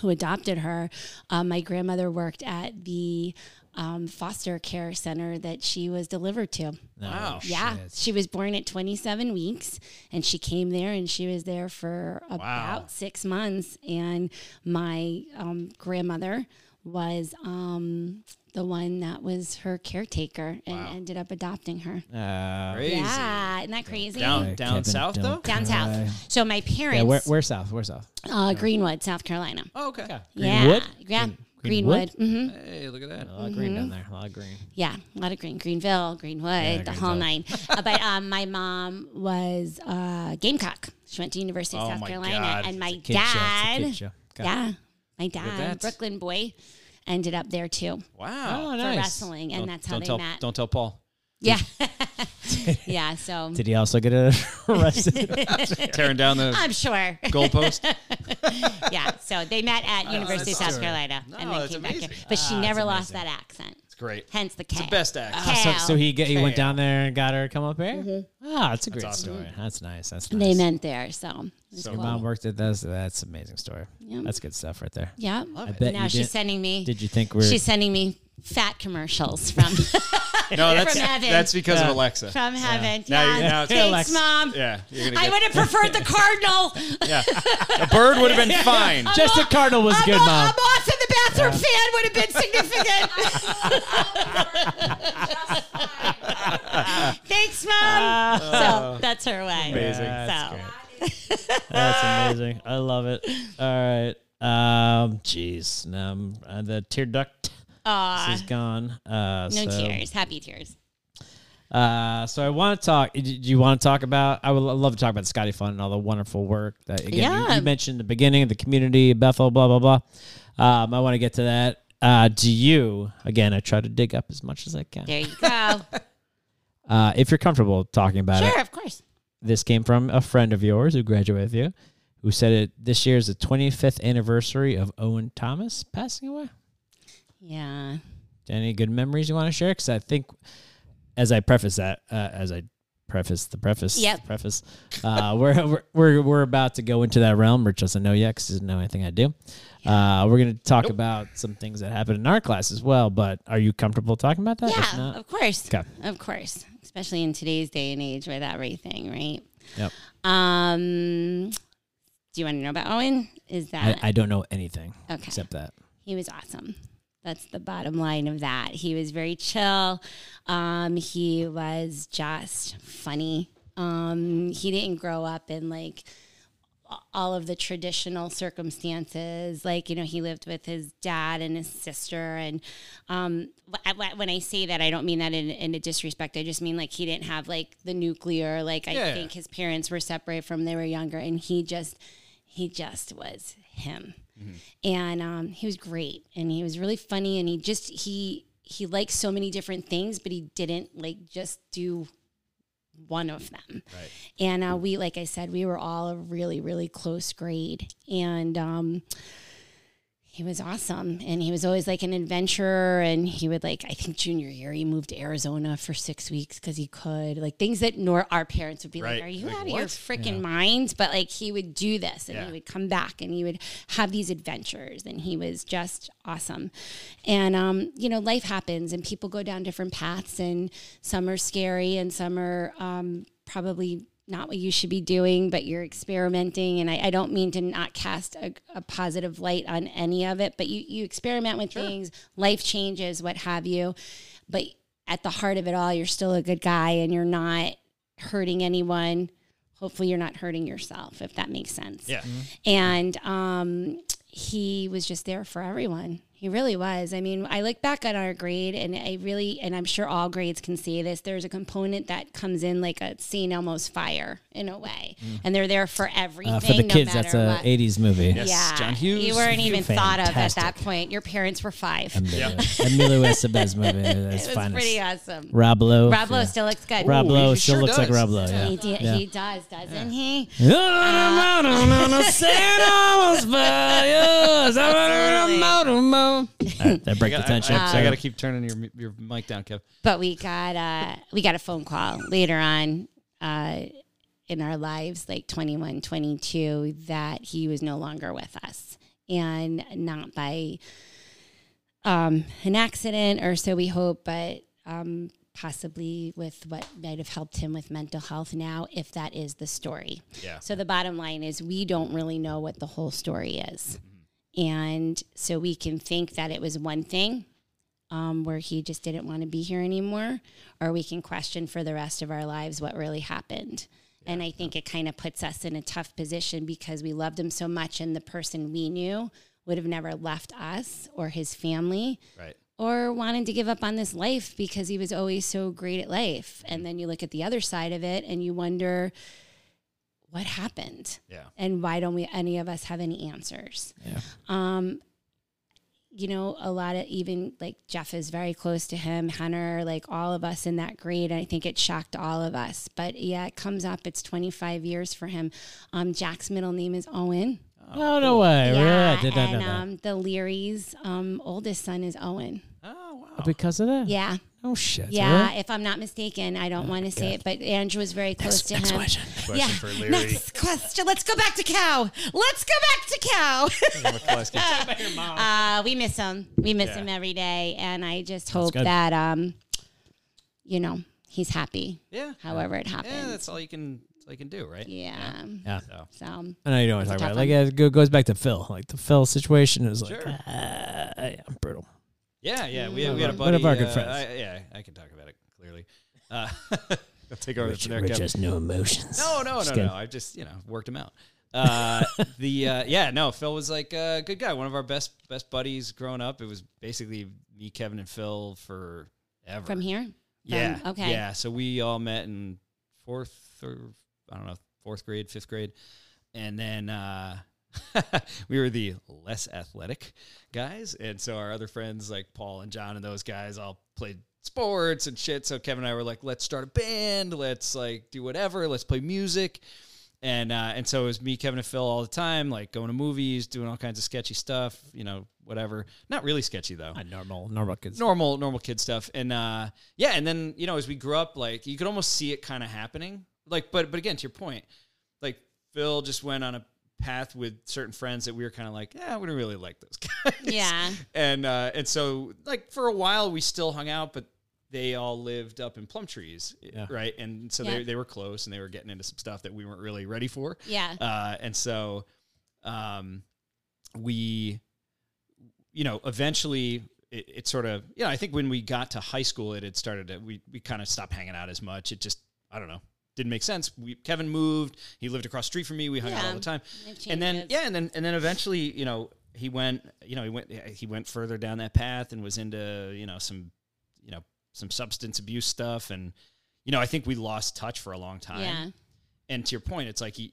S3: who adopted her. Uh, my grandmother worked at the um, foster care center that she was delivered to.
S2: No.
S1: Wow.
S3: Yeah, she was born at 27 weeks, and she came there, and she was there for about six months. And my um, grandmother was um, the one that was her caretaker and ended up adopting her.
S2: Uh,
S1: Crazy.
S3: Yeah, isn't that crazy?
S1: Down down
S2: Kevin,
S1: south
S2: don't
S1: though.
S2: Cry.
S3: Down south. So my
S2: yeah, where,
S3: parents,
S2: where south? Where south?
S3: uh, Greenwood, South Carolina.
S1: Oh, okay.
S2: Greenwood?
S3: Yeah, yeah,
S2: Greenwood?
S3: Greenwood. hmm
S1: Hey, look at that.
S2: A lot of green
S3: Mm-hmm.
S2: down there. A lot of green.
S3: Yeah, a lot of green, Greenville, Greenwood, the
S2: Greenville.
S3: whole nine. uh, but um, my mom was uh, Gamecock. She went to University of
S1: Oh
S3: South
S1: my
S3: Carolina,
S1: God.
S3: and my
S2: Kid show. It's a
S3: dad,
S2: kid show. Got it.
S3: yeah, my
S1: that.
S3: dad, Brooklyn boy, ended up there too
S1: Wow.
S2: Oh,
S3: for
S2: nice.
S3: wrestling, and
S1: Don't-
S3: that's how
S1: don't
S3: they
S1: tell,
S3: met.
S1: Don't tell
S3: <laughs>
S1: Paul.
S3: Yeah, yeah.
S1: <laughs>
S3: So
S2: Did he also get <laughs>
S3: <laughs>
S2: arrested?
S1: Tearing down the
S3: I'm sure. <laughs>
S1: goalpost.
S3: yeah. So they met
S1: <laughs>
S3: at University of
S1: that's
S3: South
S1: true.
S3: Carolina,
S1: No,
S3: and then
S1: that's
S3: came back
S1: amazing.
S3: here. But she never lost that accent.
S1: It's great.
S3: Hence the K.
S1: It's the best act.
S3: K.
S2: so, so he get, he went
S1: Kale.
S2: down there and got her to come up here. Ah, that's a great story. That's nice. That's nice.
S3: Mm-hmm. They met there. So,
S1: So
S2: Your mom worked at that's that's an amazing story. That's good stuff right there.
S3: yeah.
S2: I bet
S3: Now
S2: you
S3: she's
S2: did.
S3: sending me.
S2: Did you think we're?
S3: She's sending me fat commercials from
S1: <laughs> No, that's
S3: From heaven.
S1: that's because
S2: Yeah.
S1: of Alexa.
S3: from heaven.
S1: Now
S3: Yeah.
S1: you- now it's-
S3: Thanks,
S2: Alexa.
S3: mom.
S1: yeah, you're gonna
S3: I
S1: get,
S3: would have preferred
S2: <laughs>
S3: the cardinal.
S1: yeah. A bird would
S3: <laughs>
S1: have been fine.
S2: Just a
S3: off-
S2: cardinal was
S3: I'm,
S2: good,
S3: off,
S2: mom.
S3: I'm off in the bathroom fan would have been significant.
S2: <laughs>
S3: Thanks,
S2: Ah.
S3: mom. so that's her way.
S1: Amazing.
S3: So <laughs>
S2: That's amazing. I love it. All right. Um, jeez, um, uh, the tear duct
S3: aw,
S2: is gone. Uh,
S3: Ah. no
S2: so,
S3: tears, happy tears.
S2: Uh, so I want to talk. Do you want to talk about? I would lo- love to talk about Scotty Fund and all the wonderful work that again you- you,
S3: Yeah.
S2: mentioned in the beginning of the community, Bethel, blah blah blah. Um, I want to get to that. Uh, do you again? I try to dig up as much as I can.
S3: There you go.
S2: Uh, if you're comfortable talking about it,
S3: sure, of course.
S2: this came from a friend of yours who graduated with you, who said it. This year is the 25th anniversary of Owen Thomas passing away.
S3: Yeah.
S2: Any good memories you want to share? Because I think, as I preface that, uh, as I preface the preface,
S3: Yep.
S2: the preface, uh, <laughs> we're, we're we're we're about to go into that realm. Rich doesn't know yet because doesn't know anything I do. Uh, we're going to talk about some things that happened in our class as well. But are you comfortable talking about that? If
S3: Yeah,
S2: not-
S3: of course.
S2: Okay.
S3: Of course. Especially in today's day and age with everything, right?
S2: Yep.
S3: Um, do you want to know about Owen? Is that
S2: I, I don't know anything
S3: okay?
S2: except that.
S3: he was awesome. That's the bottom line of that. He was very chill. Um, he was just funny. Um, he didn't grow up in like all of the traditional circumstances. Like, you know, he lived with his dad and his sister. And um, wh- wh- when I say that, I don't mean that in, in a disrespect. I just mean like he didn't have like the nuclear. Like, I
S1: Yeah.
S3: think his parents were separated from they were younger. And he just, he just was him and um, he was great and he was really funny and he just he he liked so many different things but he didn't like just do one of them
S1: Right.
S3: and uh, we like i said we were all a really really close grade and um, he was awesome and he was always like an adventurer and he would like i think junior year he moved to arizona for six weeks because he could like things that nor our parents would be
S1: Right.
S3: like are you
S1: Like,
S3: out of your
S1: what?
S3: freaking mind but like he would do this and
S1: Yeah.
S3: he would come back and he would have these adventures and he was just awesome and um, you know life happens and people go down different paths and some are scary and some are um, probably not what you should be doing but you're experimenting and i, I don't mean to not cast a, a positive light on any of it but you, you experiment with things life changes what have you but at the heart of it all you're still a good guy and you're not hurting anyone hopefully you're not hurting yourself
S1: Mm-hmm.
S3: if that makes sense
S1: Yeah.
S3: and um, he was just there for everyone. He really was. I mean, I look back at our grade, and I really, and I'm sure all grades can see this. There's a component that comes in like a St. Elmo's fire in a way, and they're there for everything.
S2: Mm. Uh, for the
S3: no
S2: kids,
S3: matter
S2: that's a
S3: what.
S2: 80s movie.
S1: Yes,
S3: yeah,
S1: John Hughes.
S3: You weren't even thought of at that
S2: Fantastic.
S3: point. Your parents were five.
S2: Emilio, <laughs> Emilio Estevez movie.
S3: <laughs> it
S2: That's
S3: was
S2: finest.
S3: pretty awesome.
S2: Rob Lowe.
S3: Rob Lowe still looks good.
S2: Rob
S1: Ooh,
S2: Lowe
S1: he
S2: still
S1: sure
S2: looks like
S1: does.
S2: Rob Lowe. Yeah.
S3: He, d-
S2: <laughs> Yeah.
S3: he does, doesn't he?
S2: No, no, no, no,
S3: uh,
S2: no, <laughs> San Ramos fires.
S3: Absolutely.
S2: All right, That breaks
S1: I
S2: the
S1: gotta- I,
S2: tension.
S1: I- I
S2: so-
S1: gotta
S3: Uh,
S1: keep turning your mi- your mic down, Kev.
S3: But we got uh, we got a phone call later on uh, in our lives, like 21, 22, that he was no longer with us, and not by um, an accident or so we hope, but um, possibly with what might have helped him with mental health now, if that is the story.
S1: Yeah.
S3: So the bottom line is we don't really know what the whole story is. And so we can think that it was one thing um, where he just didn't want to be here anymore, or we can question for the rest of our lives what really happened. And I think it kind of puts us in a tough position because we loved him so much, and the person we knew would have never left us or his family
S1: Right.
S3: or wanted to give up on this life because he was always so great at life. And then you look at the other side of it and you wonder what happened
S1: Yeah.
S3: and why don't we any of us have any answers?
S2: Yeah.
S3: Um, you know, a lot of even like Jeff is very close to him, Hunter, like all of us in that grade. I think it shocked all of us. But yeah, it comes up. It's 25 years for him. Um, Jack's middle name is Owen.
S2: Oh, no way. Really?
S3: yeah,
S2: I did not
S3: and
S2: know that.
S3: um, the Leary's um, oldest son is Owen.
S1: Oh wow.
S2: Because of that?
S3: Yeah.
S2: Oh, shit.
S3: Yeah,
S2: Really? Oh,
S3: if I'm not mistaken, I don't want to say it, but Andrew was very close to him. <laughs>
S1: Question
S3: Yeah.
S1: for Leary.
S3: Next question. Let's go back to cow. Let's go back to cow. uh, we miss him. We miss
S1: Yeah.
S3: him every day, and I just hope
S2: good.
S3: that um, you know, he's happy.
S1: yeah.
S3: However it
S1: Yeah,
S3: happens.
S1: that's all you can that's all you can do, right?
S3: Yeah.
S2: Yeah.
S1: So
S3: So
S2: I know you don't want to talk
S3: a
S2: about it.
S3: tough
S2: Like, it go- goes back to Phil. Like, the Phil situation is like,
S1: Sure.
S2: ah, yeah, brutal.
S1: yeah, yeah. We, we
S2: One of
S1: got a
S2: our-
S1: buddy.
S2: one of our good
S1: uh,
S2: friends.
S1: I, yeah, I can talk about it clearly. Uh, <laughs> I'll take over
S2: Rich,
S1: from there,
S2: Rich
S1: Kev.
S2: has no emotions.
S1: No, no,
S2: Just
S1: no,
S2: kidding.
S1: no. I just you know worked him out. Uh, the uh, yeah, no. Phil was like a good guy, one of our best best buddies growing up. It was basically me, Kevin, and Phil for ever. <laughs>
S3: from here.
S1: yeah,
S3: From- okay.
S1: yeah. So we all met in fourth or I don't know fourth grade, fifth grade, and then uh, <laughs> we were the less athletic guys, and so our other friends like Paul and John and those guys all played sports and shit. So Kevin and I were like, let's start a band, let's like do whatever, let's play music. And uh, and so it was me, Kevin, and Phil all the time, like going to movies, doing all kinds of sketchy stuff, you know, whatever. Not really sketchy though
S2: Ah, normal, normal kids.
S1: normal normal kid stuff and uh yeah and then you know as we grew up like you could almost see it kind of happening like but but again to your point like phil just went on a path with certain friends that we were kind of like yeah we don't really like those guys
S3: Yeah.
S1: <laughs> and uh and so like for a while we still hung out but they all lived up in plum trees
S2: Yeah.
S1: right and so
S3: Yeah.
S1: they, they were close and they were getting into some stuff that we weren't really ready for
S3: Yeah.
S1: uh, and so um, we, you know, eventually it, it sort of, you know, I think when we got to high school, it had started to, we, we kind of stopped hanging out as much. It just, I don't know, didn't make sense. We, Kevin moved, he lived across the street from me. We hung out all
S3: Yeah.
S1: the time
S3: It
S1: and then
S3: changes.
S1: yeah, and then and then eventually, you know, he went, you know, he went he went further down that path and was into, you know, some, you know, some substance abuse stuff, and you know, I think we lost touch for a long time.
S3: Yeah.
S1: And to your point, it's like he,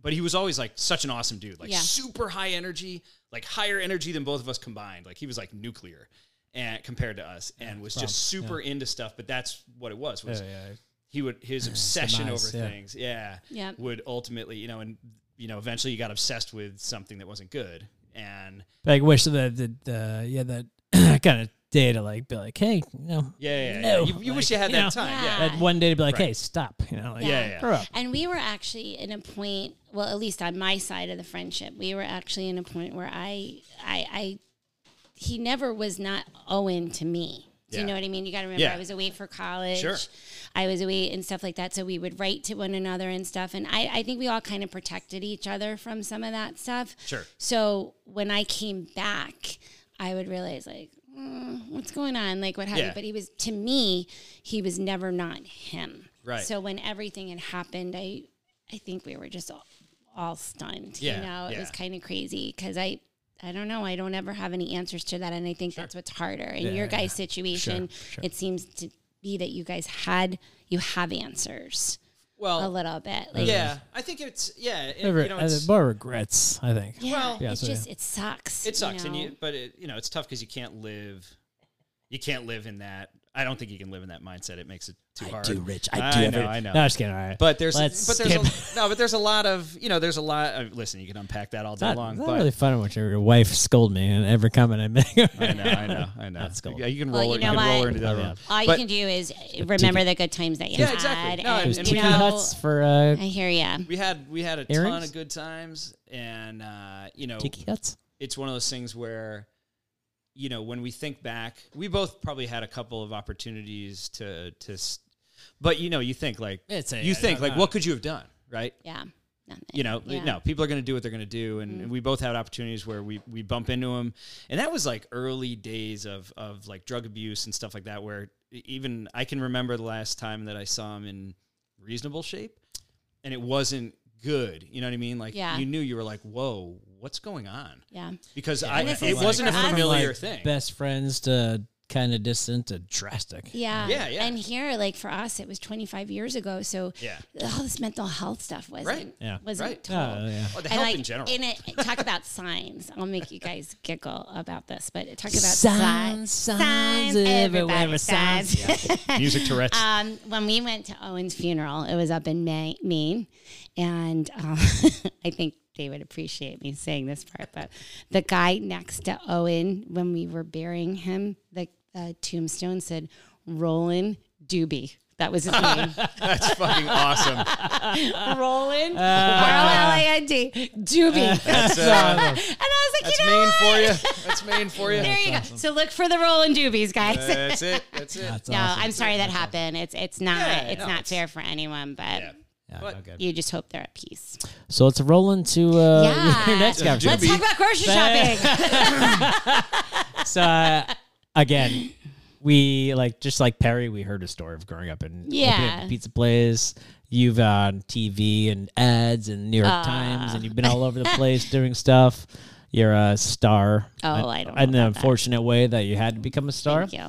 S1: but he was always like such an awesome dude, like
S3: Yeah.
S1: super high energy, like higher energy than both of us combined. Like he was like nuclear, and compared to us, and was
S2: pumped,
S1: just super into stuff. But that's what it was.
S2: Yeah,
S1: Was
S2: yeah.
S1: he would his obsession
S2: demise,
S1: over
S2: yeah.
S1: things, yeah,
S3: Yep.
S1: would ultimately, you know, and you know, eventually you got obsessed with something that wasn't good, and
S2: Like wish that the, the yeah that <clears throat> kind of day to like be like, hey, you know,
S1: yeah, yeah,
S2: No,
S1: yeah. you, you wish
S2: like,
S1: you had
S2: you
S1: that
S2: know.
S1: time,
S3: Yeah.
S1: yeah,
S2: that one day to be like,
S1: Right.
S2: hey, stop, you know, like,
S1: yeah, yeah,
S2: grow up.
S3: And we were actually in a point, well, at least on my side of the friendship, we were actually in a point where I, I, I he never was not Owen to me. Do you
S1: Yeah.
S3: know what I mean? You got to remember,
S1: Yeah.
S3: I was away for college.
S1: Sure.
S3: I was away and stuff like that. So we would write to one another and stuff. And I, I think we all kind of protected each other from some of that stuff.
S1: Sure.
S3: So when I came back, I would realize, like, "Mm, what's going on? Like, what happened?
S1: Yeah.
S3: But he was, to me, he was never not him.
S1: Right.
S3: So when everything had happened, I I think we were just all, all stunned.
S1: Yeah,
S3: You know, it
S1: yeah.
S3: was kind of crazy because I I don't know. I don't ever have any answers to that. And I think that's what's harder. In your guys' situation, it seems to be that you guys had, you have answers
S1: Well, uh,
S3: a little bit. Like,
S1: yeah, I think it's yeah. It,
S2: Never,
S1: you know,
S2: uh,
S1: it's,
S2: more regrets, I think.
S3: Yeah,
S1: Well-
S2: Yeah,
S3: it
S2: so, yeah.
S3: just, it sucks.
S1: it sucks,
S3: know?
S1: and you but it, you know it's tough because you can't live, you can't live in that. I don't think you can live in that mindset. It makes it too hard.
S2: rich.
S1: I know, I know.
S2: No, I'm just kidding. All right.
S1: But there's
S2: Let's
S1: but there's
S2: skip.
S1: a, no but there's a lot of you know there's a lot. Of, listen, you can unpack that all day
S2: Not,
S1: long.
S2: not
S1: but
S2: really fun when your wife scold me and every comment I make. <laughs>
S1: I know, I know, I know.
S2: That's cool. Oh,
S1: Yeah, you can
S3: Well,
S1: roll. it-
S3: you know
S1: can roll
S3: what?
S1: her into the other
S2: Yeah.
S1: one.
S3: All you
S1: But-
S3: can do is remember the good times that you
S1: Yeah,
S3: had.
S1: exactly. No,
S3: and,
S1: and-
S2: Those
S1: and
S3: you
S2: tiki
S1: we
S3: know,
S1: had-
S2: huts for uh,
S3: I hear you.
S1: We had we had a ton
S2: Earrings?
S1: of good times, and uh, you know,
S2: tiki huts.
S1: it's one of those things where, you know, when we think back, we both probably had a couple of opportunities to to, s- but you know, you think like
S2: It's a-
S1: you think
S2: no,
S1: like
S2: no.
S1: what could you have done, right?
S3: Yeah.
S1: You know,
S3: Yeah. Mm-hmm.
S1: no, people are going to do what they're going to do, and we both had opportunities where we we bump into them, and that was like early days of of like drug abuse and stuff like that. Where e- even I can remember the last time that I saw him in reasonable shape, and it wasn't good. You know what I mean? Like
S3: Yeah.
S1: you knew you were like, whoa, what's going on?
S3: Yeah.
S1: because I,
S3: this
S1: it
S3: is
S1: wasn't a
S3: for us.
S1: familiar
S2: like
S1: thing.
S2: Best friends to kind of distant to drastic.
S3: Yeah.
S1: Yeah, yeah.
S3: And here, like for us, it was 25 years ago. So
S1: Yeah.
S3: all this mental health stuff wasn't,
S1: Right.
S2: Yeah.
S3: wasn't
S1: Right.
S3: told.
S2: Oh, yeah.
S1: Oh, the
S3: And
S1: help
S3: like
S1: in general.
S3: in it,
S1: <laughs>
S3: talk about signs. I'll make you guys giggle about this, but talk about
S2: Signs,
S3: signs,
S2: signs, everywhere, signs.
S1: Music
S2: <laughs>
S1: Tourette's.
S3: Um, when we went to Owen's funeral, it was up in May- Maine, and um, <laughs> I think they would appreciate me saying this part. But the guy next to Owen, when we were burying him, the uh, tombstone said Roland Doobie. That was his name.
S1: <laughs> That's fucking
S2: <laughs>
S1: awesome.
S3: Roland, R-O-L-A-N-D, Doobie.
S1: That's, uh,
S3: <laughs> and I was like,
S1: that's
S3: you know
S1: Maine
S3: what?
S1: for
S2: <laughs>
S1: you. That's Maine for you.
S3: There you go. So look for the Roland Doobies, guys.
S1: That's it. That's it.
S2: That's
S3: <laughs> no,
S2: awesome.
S3: I'm sorry that happened. It's it's not
S1: Yeah,
S3: it's
S1: no,
S3: not
S1: it's-
S3: fair for anyone, but
S1: Yeah.
S2: Yeah,
S1: But-
S2: no good.
S3: you just hope they're at peace.
S2: So let's roll into uh, <laughs>
S3: Yeah.
S2: your next
S1: Let's
S2: conversation.
S3: Let's talk about grocery shopping.
S1: <laughs>
S2: so uh, <laughs> again, we like just like Perry, we heard a story of growing up in
S3: Yeah.
S2: opening up a pizza place. You've uh, on TV and ads and New York
S3: Uh.
S2: Times, and you've been all over the
S3: <laughs>
S2: place doing stuff. You're a star.
S3: Oh,
S2: in-
S3: I don't know
S2: In the
S3: about that.
S2: unfortunate way that you had to become a star.
S3: Thank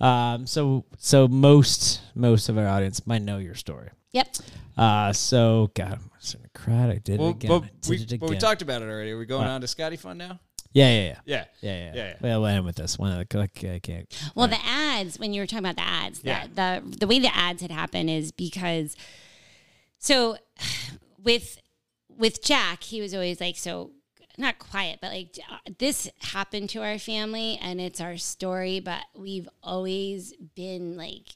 S3: you.
S2: Um, so so most most of our audience might know your story.
S3: Yep.
S2: Uh, so God, I'm just gonna cry. I did
S1: Well,
S2: it again.
S1: but,
S2: I did
S1: we,
S2: it again.
S1: but we talked about it already. Are we going on to Scotty Fund now?
S2: yeah, yeah, yeah.
S1: Yeah.
S2: Yeah, yeah,
S1: Yeah, yeah.
S2: Well, we'll end with this one. I can't.
S3: Well, the ads when you were talking about the ads, the,
S1: Yeah.
S3: the the way the ads had happened is because so <sighs> with with Jack, he was always like so not quiet, but like uh, this happened to our family and it's our story, but we've always been like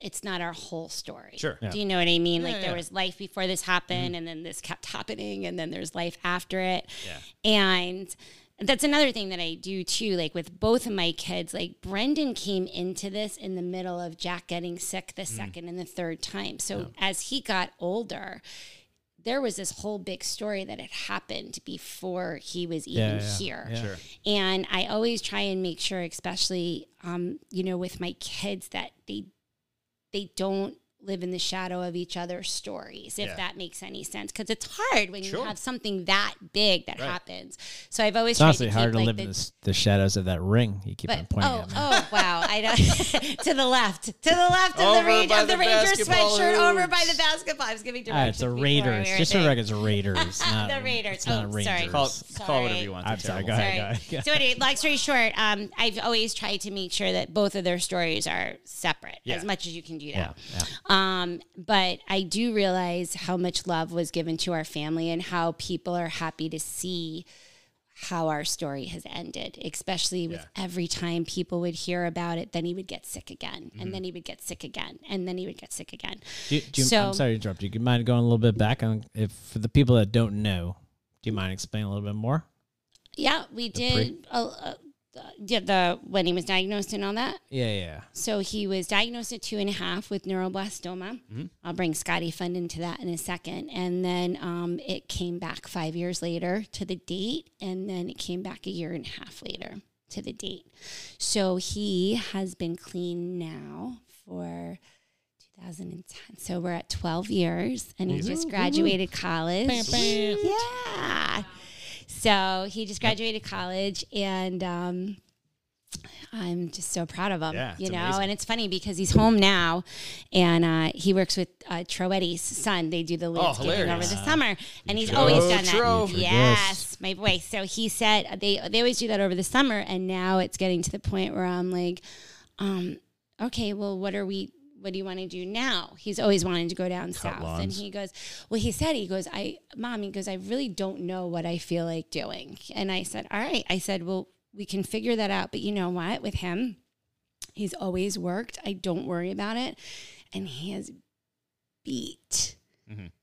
S3: it's not our whole story.
S1: Sure. Mm-hmm.
S3: Do you know what I mean? like there
S1: yeah.
S3: was life before this happened and then this kept happening and then there's life after it.
S1: Yeah.
S3: And that's another thing that I do too, like with both of my kids. Like Brendan came into this in the middle of Jack getting sick
S2: Mm.
S3: the second and the third time. So as he got older, there was this whole big story that had happened before he was
S2: yeah,
S3: even
S2: yeah.
S3: here.
S2: Yeah.
S1: Sure.
S3: And I always try and make sure, especially, um, you know, with my kids, that they they don't live in the shadow of each other's stories, if
S1: Yeah.
S3: that makes any sense. Because it's hard when
S1: Sure.
S3: you have something that big that
S1: Right.
S3: happens. So I've always
S2: It's
S3: tried
S2: honestly
S3: to
S2: hard
S3: keep
S2: to
S3: like
S2: live
S3: the,
S2: in the, s- the shadows of that ring you keep on
S3: but,
S2: pointing
S3: oh,
S2: at me.
S3: oh wow! I don't <laughs> to the left, to the left of
S1: Over
S3: the Ranger,
S1: by
S3: of the,
S1: the
S3: Ranger
S1: basketball
S3: sweatshirt, over
S1: hoops.
S3: by the basketball. I was giving
S2: Ah,
S3: directions.
S2: it's a
S3: before
S2: Raiders.
S3: we were
S2: Just for
S3: there.
S2: the record, it's
S3: <laughs>
S2: Raiders. Not,
S3: The Raiders.
S2: It's not
S3: Oh, sorry.
S1: Call,
S2: Rangers.
S1: call
S3: Sorry.
S1: whatever you want.
S2: I'm
S1: It's
S2: sorry,
S1: terrible.
S2: go ahead. <laughs>
S3: Sorry. so anyway, long story short, um, I've always tried to make sure that both of their stories are separate
S1: Yeah.
S3: as much as you can do
S2: Yeah,
S3: that.
S2: yeah.
S3: Um, but I do realize how much love was given to our family and how people are happy to see how our story has ended, especially with every time people would hear about it, then he would get sick again,
S2: Mm-hmm.
S3: and then he would get sick again, and then he would get sick again.
S2: Do you, do you,
S3: So-
S2: I'm sorry to interrupt you. Do you mind going a little bit back on if for the people that don't know? Do you mind explaining a little bit more?
S3: Yeah, we
S2: pre-
S3: did. uh, uh, yeah, the when he was diagnosed and all that.
S2: Yeah, yeah.
S3: So he was diagnosed at two and a half with neuroblastoma. I'll bring Scotty Fund into that in a second. And then um, it came back five years later to the date, and then it came back a year and a half later to the date. So he has been clean now for 2010. So we're at 12 years, and he just graduated college. Yeah. So he just graduated college, and um, I'm just so proud of him.
S1: Yeah, it's
S3: you know,
S1: amazing.
S3: and it's funny because he's home now, and uh, he works with uh, Troetti's son. They do the landscaping over
S1: Oh, hilarious.
S3: the summer, and he's always
S1: Tro.
S3: done that.
S1: Tro.
S3: Yes, my boy. So he said they they always do that over the summer, and now it's getting to the point where I'm like, um, okay, well, what are we? What do you want to do now? He's always wanting to go down south, and
S1: lawns.
S3: he goes, well, he said he goes, I, mom, he goes, I really don't know what I feel like doing, and I said, all right, I said, well, we can figure that out, but you know what, with him. He's always worked. I don't worry about it. And he has beat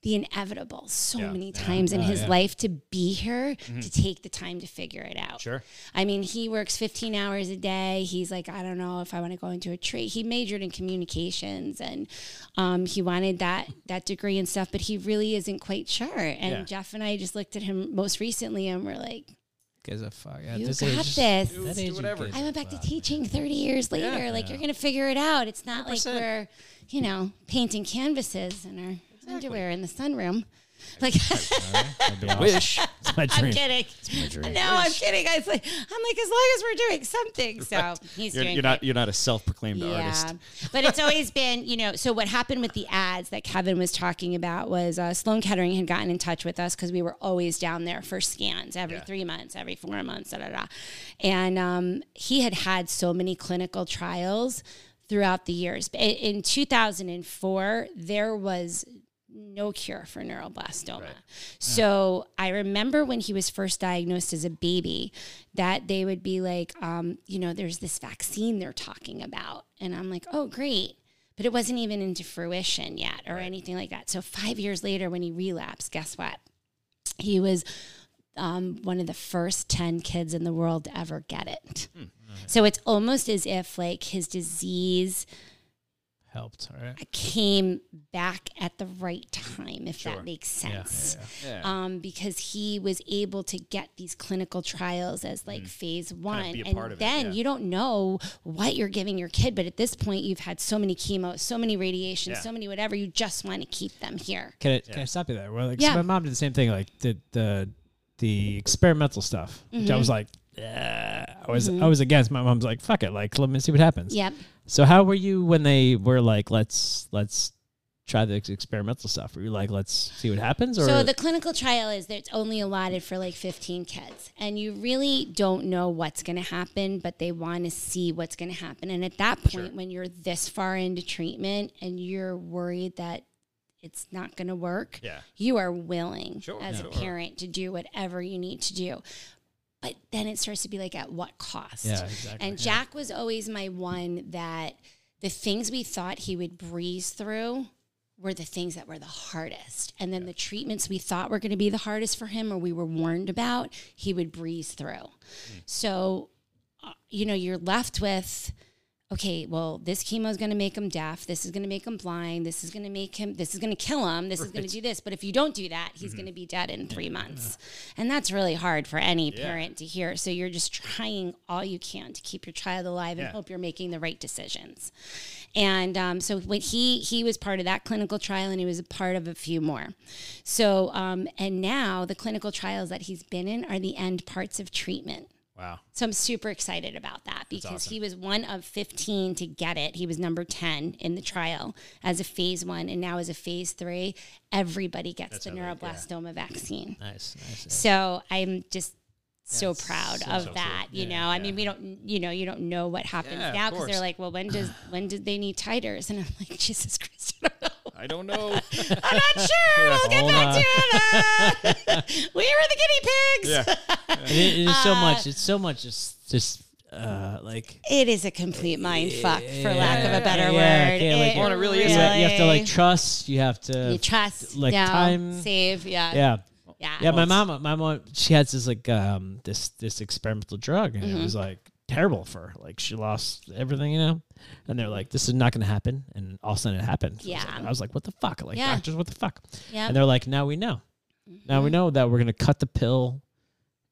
S3: the inevitable so
S1: Mm-hmm. Yeah.
S3: many
S1: Yeah. Mm-hmm.
S3: times in
S2: Oh,
S3: his
S2: yeah.
S3: life to be here to take the time to figure it out.
S1: Sure.
S3: I mean, he works 15 hours a day. He's like, I don't know if I want to go into a trade. He majored in communications and um, he wanted that that degree and stuff, but he really isn't quite sure. And
S1: Yeah.
S3: Jeff and I just looked at him most recently and we're like,
S2: Guys, a fuck. At
S3: You
S2: this
S3: got
S2: age,
S3: this.
S2: that
S3: Dude,
S2: age
S1: do
S2: you
S1: whatever.
S2: guys
S3: I
S2: are
S3: went back to
S2: fuck.
S3: teaching 30 years later.
S1: Yeah.
S3: like, you're going to figure it out. It's not like
S1: 100%.
S3: we're, you know, painting canvases in our underwear in the sunroom. Like,
S2: That'd be awesome.
S1: Wish.
S2: <laughs> It's my
S3: <laughs> I'm
S2: dream.
S3: kidding.
S2: My dream.
S3: No, I'm kidding. I was like, I'm like, as long as we're doing something. So he's
S1: You're,
S3: doing
S1: you're
S3: great.
S1: not you're not a self-proclaimed
S2: Um,
S1: artist.
S3: but it's always been, you know, so what happened with the ads that Kevin was talking about was uh, Sloan Kettering had gotten in touch with us because we were always down there for scans every
S1: Yeah.
S3: three months, every four months, da da da. And um, he had had so many clinical trials throughout the years. I- In 2004, there was no cure for neuroblastoma. So I remember when he was first diagnosed as a baby, that they would be like, um, you know, there's this vaccine they're talking about. And I'm like, oh, great. But it wasn't even into fruition yet or anything like that. So five years later, when he relapsed, guess what? He was um, one of the first 10 kids in the world to ever get it. So it's almost as if like his disease
S2: Helped. All
S3: <laughs>
S2: right.
S3: came back at the right time, if
S1: Sure.
S3: that makes sense.
S1: Yeah.
S3: Um, because he was able to get these clinical trials as like phase one.
S1: Mm. be a
S3: and
S1: part of it,
S3: then
S1: yeah.
S3: you don't know what you're giving your kid, but at this point, you've had so many chemo, so many radiation,
S1: Yeah.
S3: so many whatever. You just want to keep them here.
S2: Can I, can I stop you there? Well, like, so
S3: Yeah.
S2: my mom did the same thing. Like the the the experimental stuff, which
S3: Mm-hmm.
S2: I was like, "Ugh," I was I was against. My mom's like, fuck it. Like, let me see what happens.
S3: Yep.
S2: So how were you when they were like, let's let's try the ex- experimental stuff? Were you like, let's see what happens? Or
S3: So the clinical trial is that it's only allotted for like 15 kids, and you really don't know what's going to happen, but they want to see what's going to happen. And at that point, when you're this far into treatment and you're worried that it's not going to work,
S1: Yeah.
S3: you are willing
S1: Sure,
S3: as a
S1: sure.
S3: parent to do whatever you need to do. But then it starts to be like, at what cost?
S2: yeah, exactly.
S3: And Jack was always my one that the things we thought he would breeze through were the things that were the hardest. And then the treatments we thought were going to be the hardest for him or we were warned about, he would breeze through. So, uh, you know, you're left with okay, well, this chemo is going to make him deaf. This is going to make him blind. This is going to make him, this is going to kill him. This is going to do this. But if you don't do that, he's going to be dead in three months. And that's really hard for any parent to hear. So you're just trying all you can to keep your child alive and
S1: Yeah.
S3: hope you're making the right decisions. And um, so when he he was part of that clinical trial, and he was a part of a few more. So um, and now the clinical trials that he's been in are the end parts of treatment.
S1: Wow.
S3: So I'm super excited about that because he was one of 15 to get it. He was number 10 in the trial as a phase one, and now as a phase three, everybody gets the neuroblastoma vaccine.
S2: nice, nice.
S3: So I'm just so proud of
S1: so cool.
S3: that. You
S1: Yeah,
S3: know, I mean, we don't, you know, you don't know what happens
S1: Yeah, of
S3: now because
S1: course.
S3: they're like, well,
S1: <sighs>
S3: when does when did they need titers? And I'm like, Jesus Christ, I don't know.
S1: I don't
S2: <laughs>
S1: know.
S3: I'm
S1: <laughs>
S3: not sure. we'll get
S2: Hold
S3: back
S2: on.
S3: to it. Uh, <laughs> we were the guinea pigs.
S1: yeah.
S2: it, it is
S3: Uh,
S2: so much. It's so much. Just just uh, like
S3: It is a complete mind fuck, for lack of
S2: Yeah,
S3: a better
S2: yeah,
S3: word.
S2: okay, like,
S3: it
S2: Well,
S1: it really is.
S2: you have- you have to like
S3: really-
S2: trust. You have to
S3: you trust,
S2: like,
S3: no,
S2: time-
S3: save, yeah,
S2: yeah.
S3: yeah.
S2: Yeah, my mom, my mom, she had this like um this this experimental drug,
S3: Mm-hmm.
S2: and it was like terrible for her. Like she lost everything, you know. And they're like, "This is not going to happen," and all of a sudden it happened. So it was
S3: Yeah.
S2: like- I was like, "What the fuck?" Like
S3: Yeah. Mm-hmm.
S2: doctors, what the fuck?
S3: Yeah.
S2: And they're like, "Now we know. Now we know that we're going to cut the pill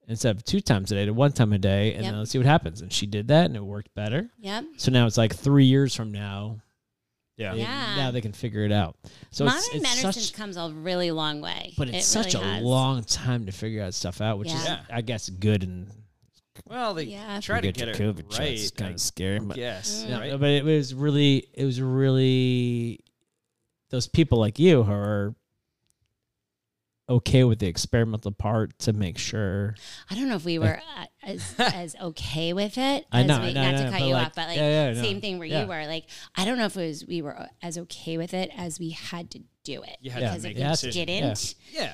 S2: instead of two times a day to one time a day, and
S3: Yep.
S2: then let's see what happens." And she did that, and it worked better.
S3: Yep.
S2: So now it's like three years from now,
S1: Yeah.
S2: They-
S3: Yeah.
S2: Now they can figure it out. So
S3: Modern
S2: it's, it's
S3: medicine
S2: such,
S3: comes a really long way.
S2: but it's
S3: It
S2: such
S3: really
S2: a
S3: has.
S2: long time to figure out stuff out, which is,
S3: Yeah.
S2: I guess, good and
S1: Well, they
S3: Yeah.
S1: try to
S2: good
S1: get it
S2: for COVID. so It's
S1: right.
S2: kind
S1: I
S2: of scary. But
S1: guess.
S3: Mm.
S2: Yeah,
S1: right?
S2: but it was really, it was really those people like you who are okay with the experimental part to make sure.
S3: I don't know if we were uh,
S2: <laughs>
S3: as as okay with it.
S2: I
S3: as
S2: know,
S3: we,
S2: I know,
S3: not
S2: I know,
S3: to cut
S2: but
S3: you
S2: like-
S3: off, but like
S2: yeah, yeah, I know.
S3: same thing where
S2: Yeah.
S3: you were. Like I don't know if it was we were as okay with it as we had to do it
S1: You had to
S3: because
S1: make
S3: if
S1: a
S3: we
S1: decision.
S3: didn't,
S1: Yeah.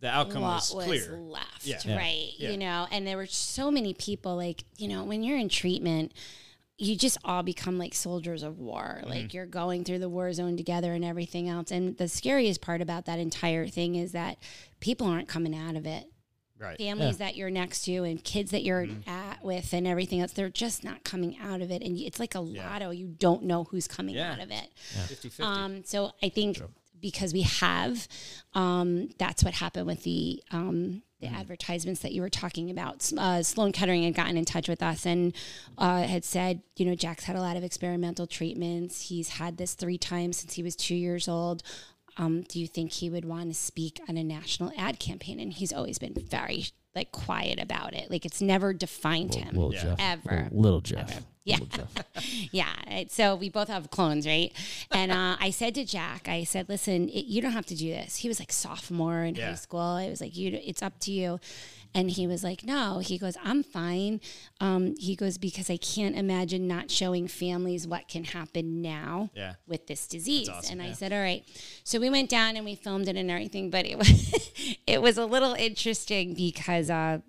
S1: The outcome
S3: what
S1: was
S3: was
S1: clear.
S3: left,
S1: Yeah.
S2: Yeah.
S3: right?
S1: Yeah.
S3: You know, and there were so many people. Like you know, when you're in treatment. You just all become like soldiers of war.
S1: Mm-hmm.
S3: Like you're going through the war zone together and everything else. And the scariest part about that entire thing is that people aren't coming out of it
S1: Right. Mm-hmm.
S3: families that you're next to and kids that you're at with and everything else they're just not coming out of it and it's like a
S1: Yeah.
S3: lotto you don't know who's coming
S1: Yeah.
S3: out of it
S1: 50 50.
S3: um, so i think because we have um, that's what happened with the um, the advertisements that you were talking about S- uh, sloan kettering had gotten in touch with us and uh, had said you know jack's had a lot of experimental treatments he's had this three times since he was two years old um, do you think he would want to speak on a national ad campaign? And he's always been very like quiet about it. Like it's never defined him.
S2: Little
S1: Yeah.
S2: Jeff,
S3: Ever.
S2: little Jeff,
S3: <laughs> Yeah.
S2: little Jeff.
S3: Yeah. right. So we both have clones, right? And uh, I said to Jack, I said, listen, it, you don't have to do this. He was like sophomore in
S1: Yeah.
S3: high school. I was like, you, it's up to you. And he was like, no. He goes, I'm fine. Um, he goes because I can't imagine not showing families what can happen now
S1: Yeah.
S3: with this disease.
S1: awesome,
S3: and I
S1: yeah.
S3: said, all right. So we went down and we filmed it and everything, but it was <laughs> it was a little interesting because uh,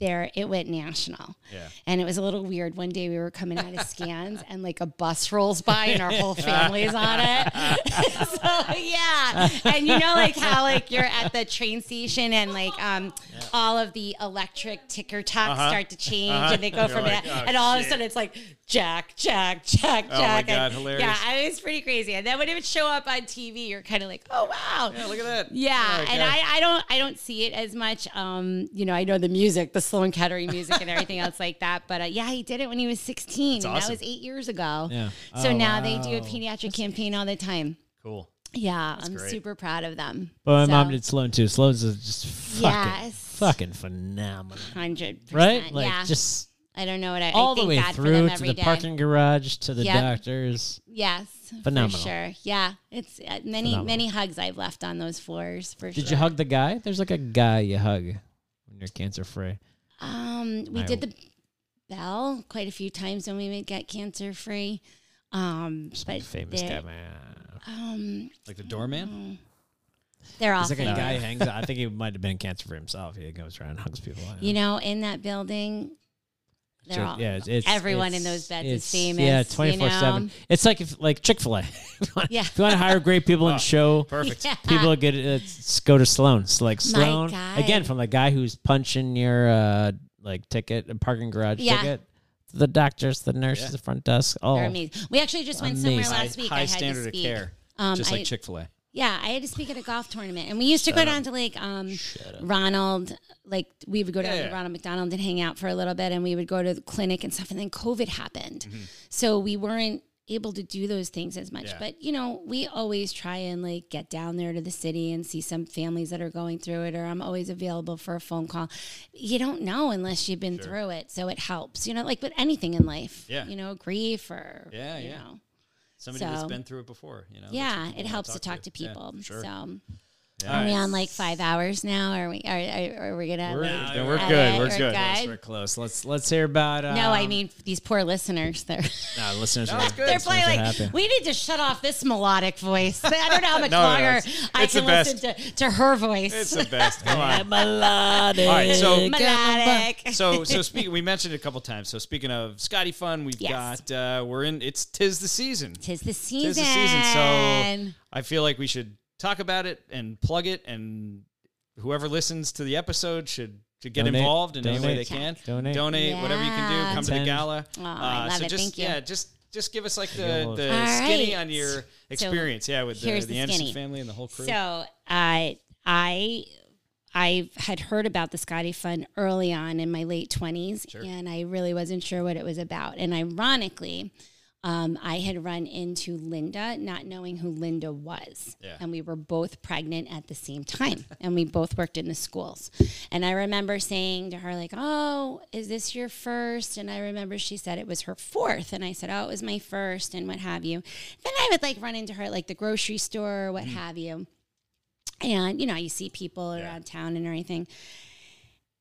S3: there it went national.
S1: Yeah.
S3: And it was a little weird. One day we were coming out of scans and like a bus rolls by and our whole family's on it. <laughs> so yeah. And you know like how like you're at the train station and like um all of the electric ticker tocks start to change and they go
S1: Uh-huh. You're
S3: from
S1: like, "Oh,
S3: that and all of
S1: shit."
S3: a sudden it's like Jack, Jack, Jack,
S1: Oh my
S3: Jack.
S1: God,
S3: And,
S1: hilarious.
S3: Yeah, I mean, it's pretty crazy. And then when it would show up on TV, you're kind of like, oh wow.
S1: yeah, look at that.
S3: Yeah,
S1: Oh,
S3: and
S1: God.
S3: I, I don't I don't see it as much. Um, you know, I know the music, the Sloan Kettering music, and everything else like that. But uh, yeah, he did it when he was sixteen. and
S1: awesome.
S3: That was eight years ago.
S2: Yeah.
S3: So
S2: Oh,
S3: now they do a
S2: wow.
S3: pediatric campaign all the time.
S1: Cool.
S3: Yeah, I'm
S1: great.
S3: super proud of them.
S2: But my
S3: So,
S2: mom did Sloan too. Sloan's is just fucking,
S3: Yes.
S2: fucking phenomenal,
S3: hundred
S2: right?
S3: percent.
S2: Like
S3: yeah,
S2: just
S3: I don't know what I
S2: all
S3: I
S2: the
S3: thank
S2: way
S3: God for
S2: through
S3: them
S2: to
S3: every
S2: the
S3: day.
S2: parking garage to the
S3: Yep.
S2: doctors.
S3: Yes,
S2: Phenomenal.
S3: for sure. Yeah, it's uh, many
S2: Phenomenal.
S3: many hugs I've left on those floors for
S2: Did
S3: sure.
S2: you hug the guy? There's like a guy you hug when you're cancer free.
S3: Um, we
S2: I-
S3: did the bell quite a few times when we would get cancer free. Um, but
S2: Famous guy,
S3: they're,
S2: man.
S3: Um,
S1: Like the doorman?
S3: they're all
S2: It's like a
S3: famous. <laughs>
S2: guy who hangs out. I think he might have been cancer for himself. He goes around and hugs people. I don't
S3: You know, in that building, they're
S2: So,
S3: all
S2: yeah, it's, it's-
S3: everyone in
S2: it's-
S3: those beds
S2: it's-
S3: is famous.
S2: Yeah,
S3: twenty
S2: twenty four seven. It's like if like Chick fil A.
S3: Yeah.
S2: <laughs> if you want to hire great people <laughs> and show
S1: Perfect.
S2: people are good,
S4: uh,
S2: it's, go to Sloan. It's like Sloan
S3: God.
S2: again from the guy who's punching your uh like ticket, parking garage
S3: Yeah.
S2: ticket. The doctors, the nurses,
S1: Yeah.
S2: the front desk. Oh,
S3: They're amazing. We actually just went
S2: Amazing.
S3: somewhere last week. I
S1: High
S3: had
S1: standard
S3: to
S1: of
S3: speak.
S1: care.
S3: Um,
S1: just
S3: I-
S1: like Chick fil A.
S3: Yeah, I had to speak at a golf tournament, and we used to go down to like um, Ronald. Like we would go down
S1: Yeah.
S3: to Ronald McDonald and hang out for a little bit, and we would go to the clinic and stuff. And then COVID happened, so we weren't able to do those things as much.
S1: Mm-hmm. Yeah.
S3: But you know, we always try and like get down there to the city and see some families that are going through it. Or I'm always available for a phone call. You don't know unless you've been through it, so it helps. You know, like with anything in life.
S1: Yeah.
S3: You know, grief or
S1: Yeah,
S3: you
S1: yeah.
S3: know.
S1: Somebody that's
S3: So-
S1: been through it before, you know. that's
S3: Yeah,
S1: what people
S3: it
S1: wanna
S3: helps to talk to
S1: Yeah,
S3: people.
S1: sure.
S3: So.
S1: All
S3: Are we
S1: right.
S3: on like five hours now? Are we? Are, are, are we gonna?
S1: We're,
S3: like-
S1: then we're
S3: all
S1: good.
S3: right,
S1: we're
S3: we're
S1: good.
S3: good.
S2: we're close. Let's let's hear about. Uh,
S3: no, I mean these poor listeners. They're
S2: no, listeners.
S1: No,
S2: are-
S1: it's good.
S3: they're probably like,
S2: happy.
S3: we need to shut off this melodic voice. I don't
S1: <laughs>
S3: know how much
S1: No, no,
S3: longer
S1: it's-
S3: I
S1: it's the
S3: can listen to, to her voice. <laughs>
S1: It's the best. Come on.
S2: melodic.
S1: All right, so
S3: melodic. <laughs>
S1: so so speaking we mentioned it a couple times. So speaking of Scotty Fun, we've
S3: Yes.
S1: got uh we're in it's tis the season.
S3: Tis the season.
S1: Tis the season. So I feel like we should talk about it and plug it and whoever listens to the episode should should get
S2: Donate.
S1: involved in any way they can.
S2: Donate. Donate.
S1: Donate, whatever you can
S3: Yeah.
S1: do, come to the
S2: Attend.
S1: gala. Uh,
S3: Aw, Oh, I love
S1: so
S3: it.
S1: just
S3: Thank you.
S1: yeah, just just give us like the,
S2: Yellow.
S1: the
S3: All
S1: skinny
S3: right.
S1: on your experience. yeah, with the,
S3: here's
S1: the,
S3: the
S1: Anderson
S3: skinny.
S1: family and the whole crew.
S3: So uh, I I had heard about the Scotty Fund early on in my late twenties, and I really wasn't sure what it was about. And ironically, um, I had run into Linda, not knowing who Linda was.
S1: Yeah.
S3: And we were both pregnant at the same time. and we both worked in the schools. And I remember saying to her, like, oh, is this your first? And I remember she said it was her fourth. And I said, oh, it was my first and what have you. Then I would like run into her at like the grocery store or what have you. And, you know, you see people around town and everything.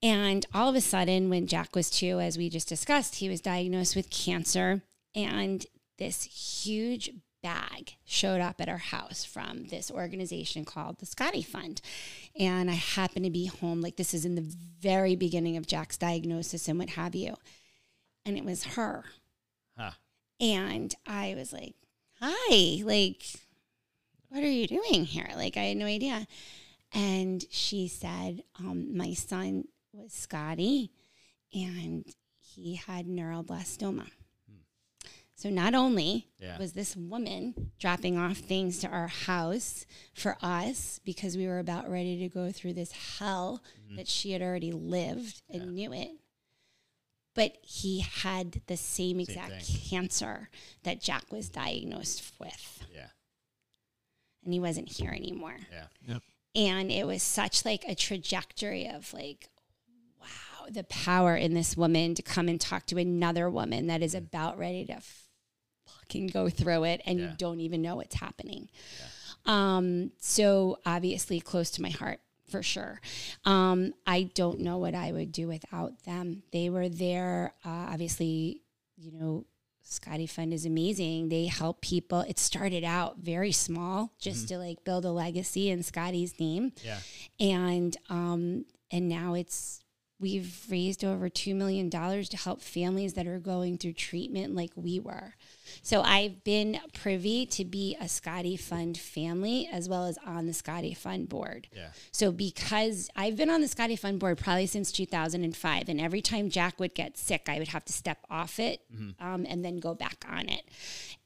S3: And all of a sudden, when Jack was two, as we just discussed, he was diagnosed with cancer. And this huge bag showed up at our house from this organization called the Scotty Fund. And I happened to be home, like this is in the very beginning of Jack's diagnosis and what have you. And it was her.
S1: Huh.
S3: And I was like, hi, like, what are you doing here? Like, I had no idea. And she said, um, my son was Scotty and he had neuroblastoma. So not only
S1: Yeah.
S3: was this woman dropping off things to our house for us because we were about ready to go through this hell that she had already lived and knew it. But he had the same exact cancer that Jack was diagnosed with
S1: Yeah.
S3: and he wasn't here anymore.
S1: Yeah.
S3: And it was such like a trajectory of like, wow, the power in this woman to come and talk to another woman that is about ready to fucking go through it and you
S1: Yeah.
S3: don't even know what's happening. Um, so obviously close to my heart for sure. Um, I don't know what I would do without them. They were there, uh, obviously, you know, Scotty Fund is amazing. They help people. It started out very small just to like build a legacy in Scotty's name.
S1: Yeah.
S3: And um and now it's we've raised over 2 million dollars to help families that are going through treatment like we were. So I've been privy to be a Scotty Fund family as well as on the Scotty Fund board.
S1: Yeah.
S3: So because I've been on the Scotty Fund board probably since 2005, and every time Jack would get sick, I would have to step off it um, and then go back on it.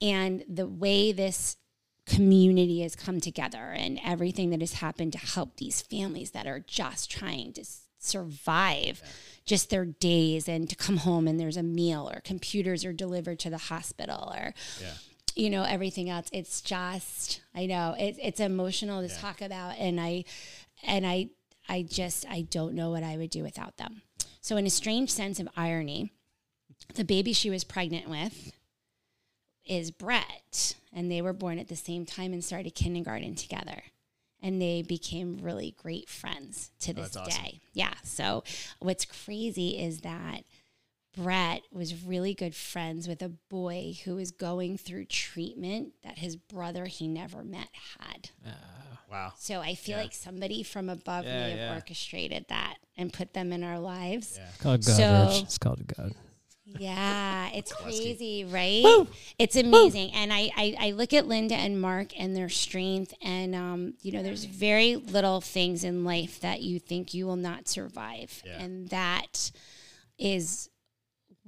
S3: And the way this community has come together and everything that has happened to help these families that are just trying to s- survive just their days and to come home and there's a meal or computers are delivered to the hospital or
S1: Yeah.
S3: you know everything else it's just i know it, it's emotional to talk about and i and i i just i don't know what i would do without them so in a strange sense of irony the baby she was pregnant with is brett and they were born at the same time and started kindergarten together and they became really great friends to this
S1: Oh, that's awesome.
S3: day yeah so what's crazy is that Brett was really good friends with a boy who was going through treatment that his brother he never met had.
S1: Wow.
S3: So I feel
S1: Yeah.
S3: like somebody from above
S1: Yeah,
S3: may have
S1: yeah.
S3: orchestrated that and put them in our lives.
S1: Yeah.
S4: Called God,
S3: So-
S4: Rich. It's called God.
S1: <laughs>
S3: Yeah, it's crazy, right? It's amazing. And I, I, I look at Linda and Mark and their strength, and, um, you know, there's very little things in life that you think you will not survive.
S1: Yeah.
S3: And that is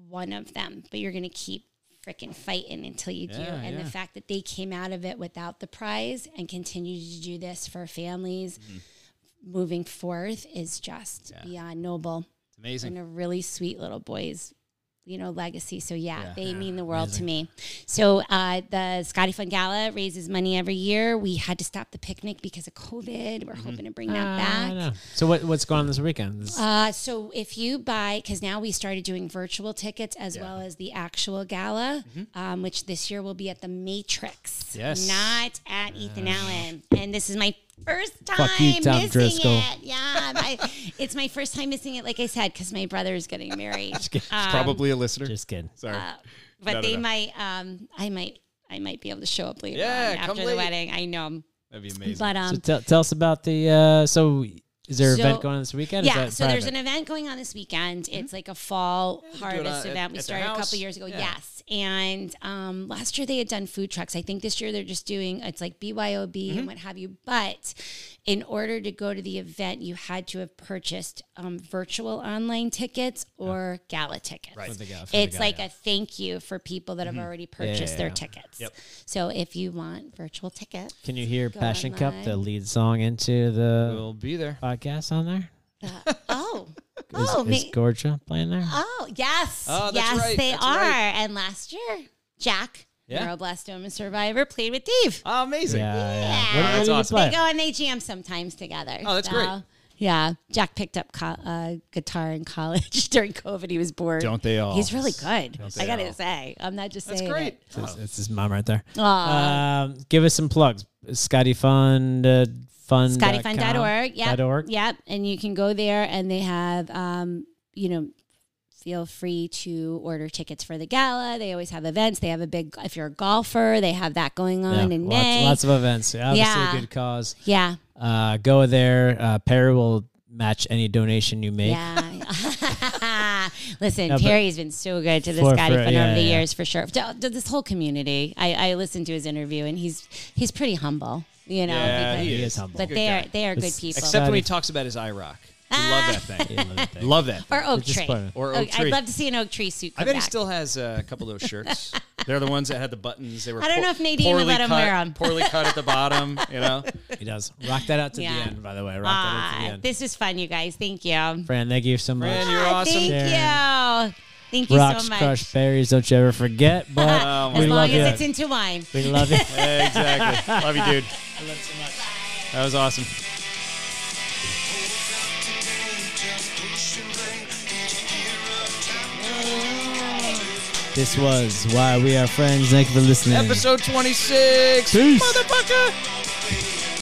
S3: one of them, but you're going to keep freaking fighting until you do.
S1: Yeah,
S3: And
S1: yeah.
S3: the fact that they came out of it without the prize and continue to do this for families. Moving forth is just
S1: Mm-hmm. Yeah.
S3: beyond noble
S1: It's amazing.
S3: and um, a really sweet little boy's you know legacy so yeah,
S1: Yeah.
S3: they mean the world to me so uh, the scotty fund gala raises money every year we had to stop the picnic because of covid we're hoping to bring that
S4: Mm-hmm. Ah, I
S3: back
S4: know. So what, what's going on this weekend? This-
S3: uh, so if you buy, because now we started doing virtual tickets as
S1: Yeah.
S3: well as the actual gala,
S4: Mm-hmm.
S3: um, which this year will be at the Matrix,
S1: Yes.
S3: not at Ethan Allen. And this is my first time
S4: Fuck you, Tom
S3: missing
S4: Driscoll.
S3: it. Yeah, my, <laughs> it's my first time missing it. Like I said, because my brother is getting
S4: <laughs>
S3: married. Um,
S1: Probably a listener.
S4: just kidding.
S1: Sorry.
S3: uh, but
S1: No, no,
S3: they
S1: no.
S3: might. Um, I might. I might be able to show up later
S1: Yeah,
S3: on
S1: come
S3: after
S1: late.
S3: the wedding. I know,
S1: That'd be amazing.
S3: but um,
S4: So tell, tell us about the. Uh, so is there an
S3: So-
S4: event going on this weekend?
S3: Yeah,
S4: is
S3: so
S4: that
S3: there's
S4: private?
S3: an event going on this weekend. It's like a fall
S1: Yeah, they do it
S3: harvest
S1: on- at-
S3: event. we
S1: at their
S3: started a
S1: house.
S3: couple years ago.
S1: Yeah.
S3: Yes, and um, last year they had done food trucks. I think this year they're just doing it's like BYOB
S1: Mm-hmm.
S3: and what have you. But in order to go to the event, you had to have purchased um, virtual online tickets or gala tickets.
S1: Right. For the
S3: It's like a thank you for people that have already purchased their
S4: yeah.
S3: tickets.
S1: Mm-hmm. Yep.
S3: So if you want virtual tickets,
S4: Can you hear
S3: Go
S4: Passion Cup, the
S3: online.
S4: lead song into the
S1: we'll be there.
S4: podcast on there?
S3: uh, oh,
S4: Is,
S3: oh,
S4: is
S3: ma-
S4: Gorgia playing there?
S3: Oh, yes.
S1: Oh, that's
S3: yes,
S1: right.
S3: they
S1: That's
S3: are.
S1: right.
S3: And last year, Jack
S1: Yeah.
S3: neuroblastoma survivor, played with Dave.
S1: Oh, amazing.
S4: Yeah,
S3: Yeah.
S4: yeah.
S1: That's
S4: did you
S1: awesome.
S4: play?
S3: They go and they jam sometimes together.
S1: Oh, that's great.
S3: Yeah, Jack picked up co- uh, guitar in college <laughs> during COVID. He was bored.
S1: Don't they all?
S3: He's really good.
S1: they
S3: I gotta
S1: all?
S3: say, I'm not just
S1: That's
S3: saying.
S1: great. Uh,
S3: It.
S1: Oh,
S2: That's, that's his mom right there.
S3: Aw.
S2: Um, give us some plugs. Scotty Fund. Uh, fund.
S3: ScottyFund.org. Yeah.
S2: Dot org.
S3: Yep. And you can go there and they have, um, you know, feel free to order tickets for the gala. They always have events. They have a big, if you're a golfer, they have that going on in
S2: lots,
S3: May.
S2: lots of events. Yeah, Obviously
S3: Yeah.
S2: a good cause.
S3: yeah.
S2: Uh, go there. Uh, Perry will match any donation you make.
S3: Yeah. <laughs> Listen,
S2: No, but-
S3: Terry's been so good to the
S2: For-
S3: Scotty
S2: for-
S3: Fund
S2: yeah,
S3: over the
S2: yeah.
S3: years for sure. To, to this whole community. I, I listened to his interview and he's he's pretty humble, you know.
S1: Yeah,
S3: because-
S1: he
S2: He
S1: is.
S2: is humble.
S3: but
S1: Good
S3: they are
S1: guy.
S3: they are good
S2: It's-
S3: people.
S1: Except when he talks about his IROC. I Love that <laughs> thing.
S2: Yeah, love that.
S1: Love that.
S3: or oak
S2: just
S3: tree.
S2: fun.
S1: Or
S3: Oh,
S1: oak tree.
S3: I'd love to see an oak tree suit.
S1: I
S3: come
S1: bet he
S3: back.
S1: still has uh, a couple of those shirts. They're the ones that had the buttons. They were.
S3: I don't
S1: poor-
S3: know if Nadine would
S1: poorly
S3: let him
S1: cut-
S3: wear 'em.
S1: Poorly cut at the bottom. You
S3: <laughs>
S1: know.
S2: He does. Rock that out to
S3: Yeah.
S2: the end, by the way. Rock that out to the
S3: Ah,
S2: end.
S3: this was fun, you guys. Thank you.
S2: Fran, thank you so much.
S1: Fran, you're
S3: Ah,
S1: awesome.
S3: Thank you. Thank you
S2: Rocks
S3: so much.
S2: crush berries. Don't you ever forget.
S3: <laughs>
S2: But
S1: Oh,
S3: As
S1: my-
S2: we
S3: long
S2: love
S3: as
S2: you.
S3: it's into wine.
S2: we love
S3: <laughs>
S2: you.
S1: Yeah, exactly. Love you, dude. That was awesome.
S2: This was why we are friends. Thank you for listening.
S1: Episode 26.
S2: Peace.
S1: Motherfucker.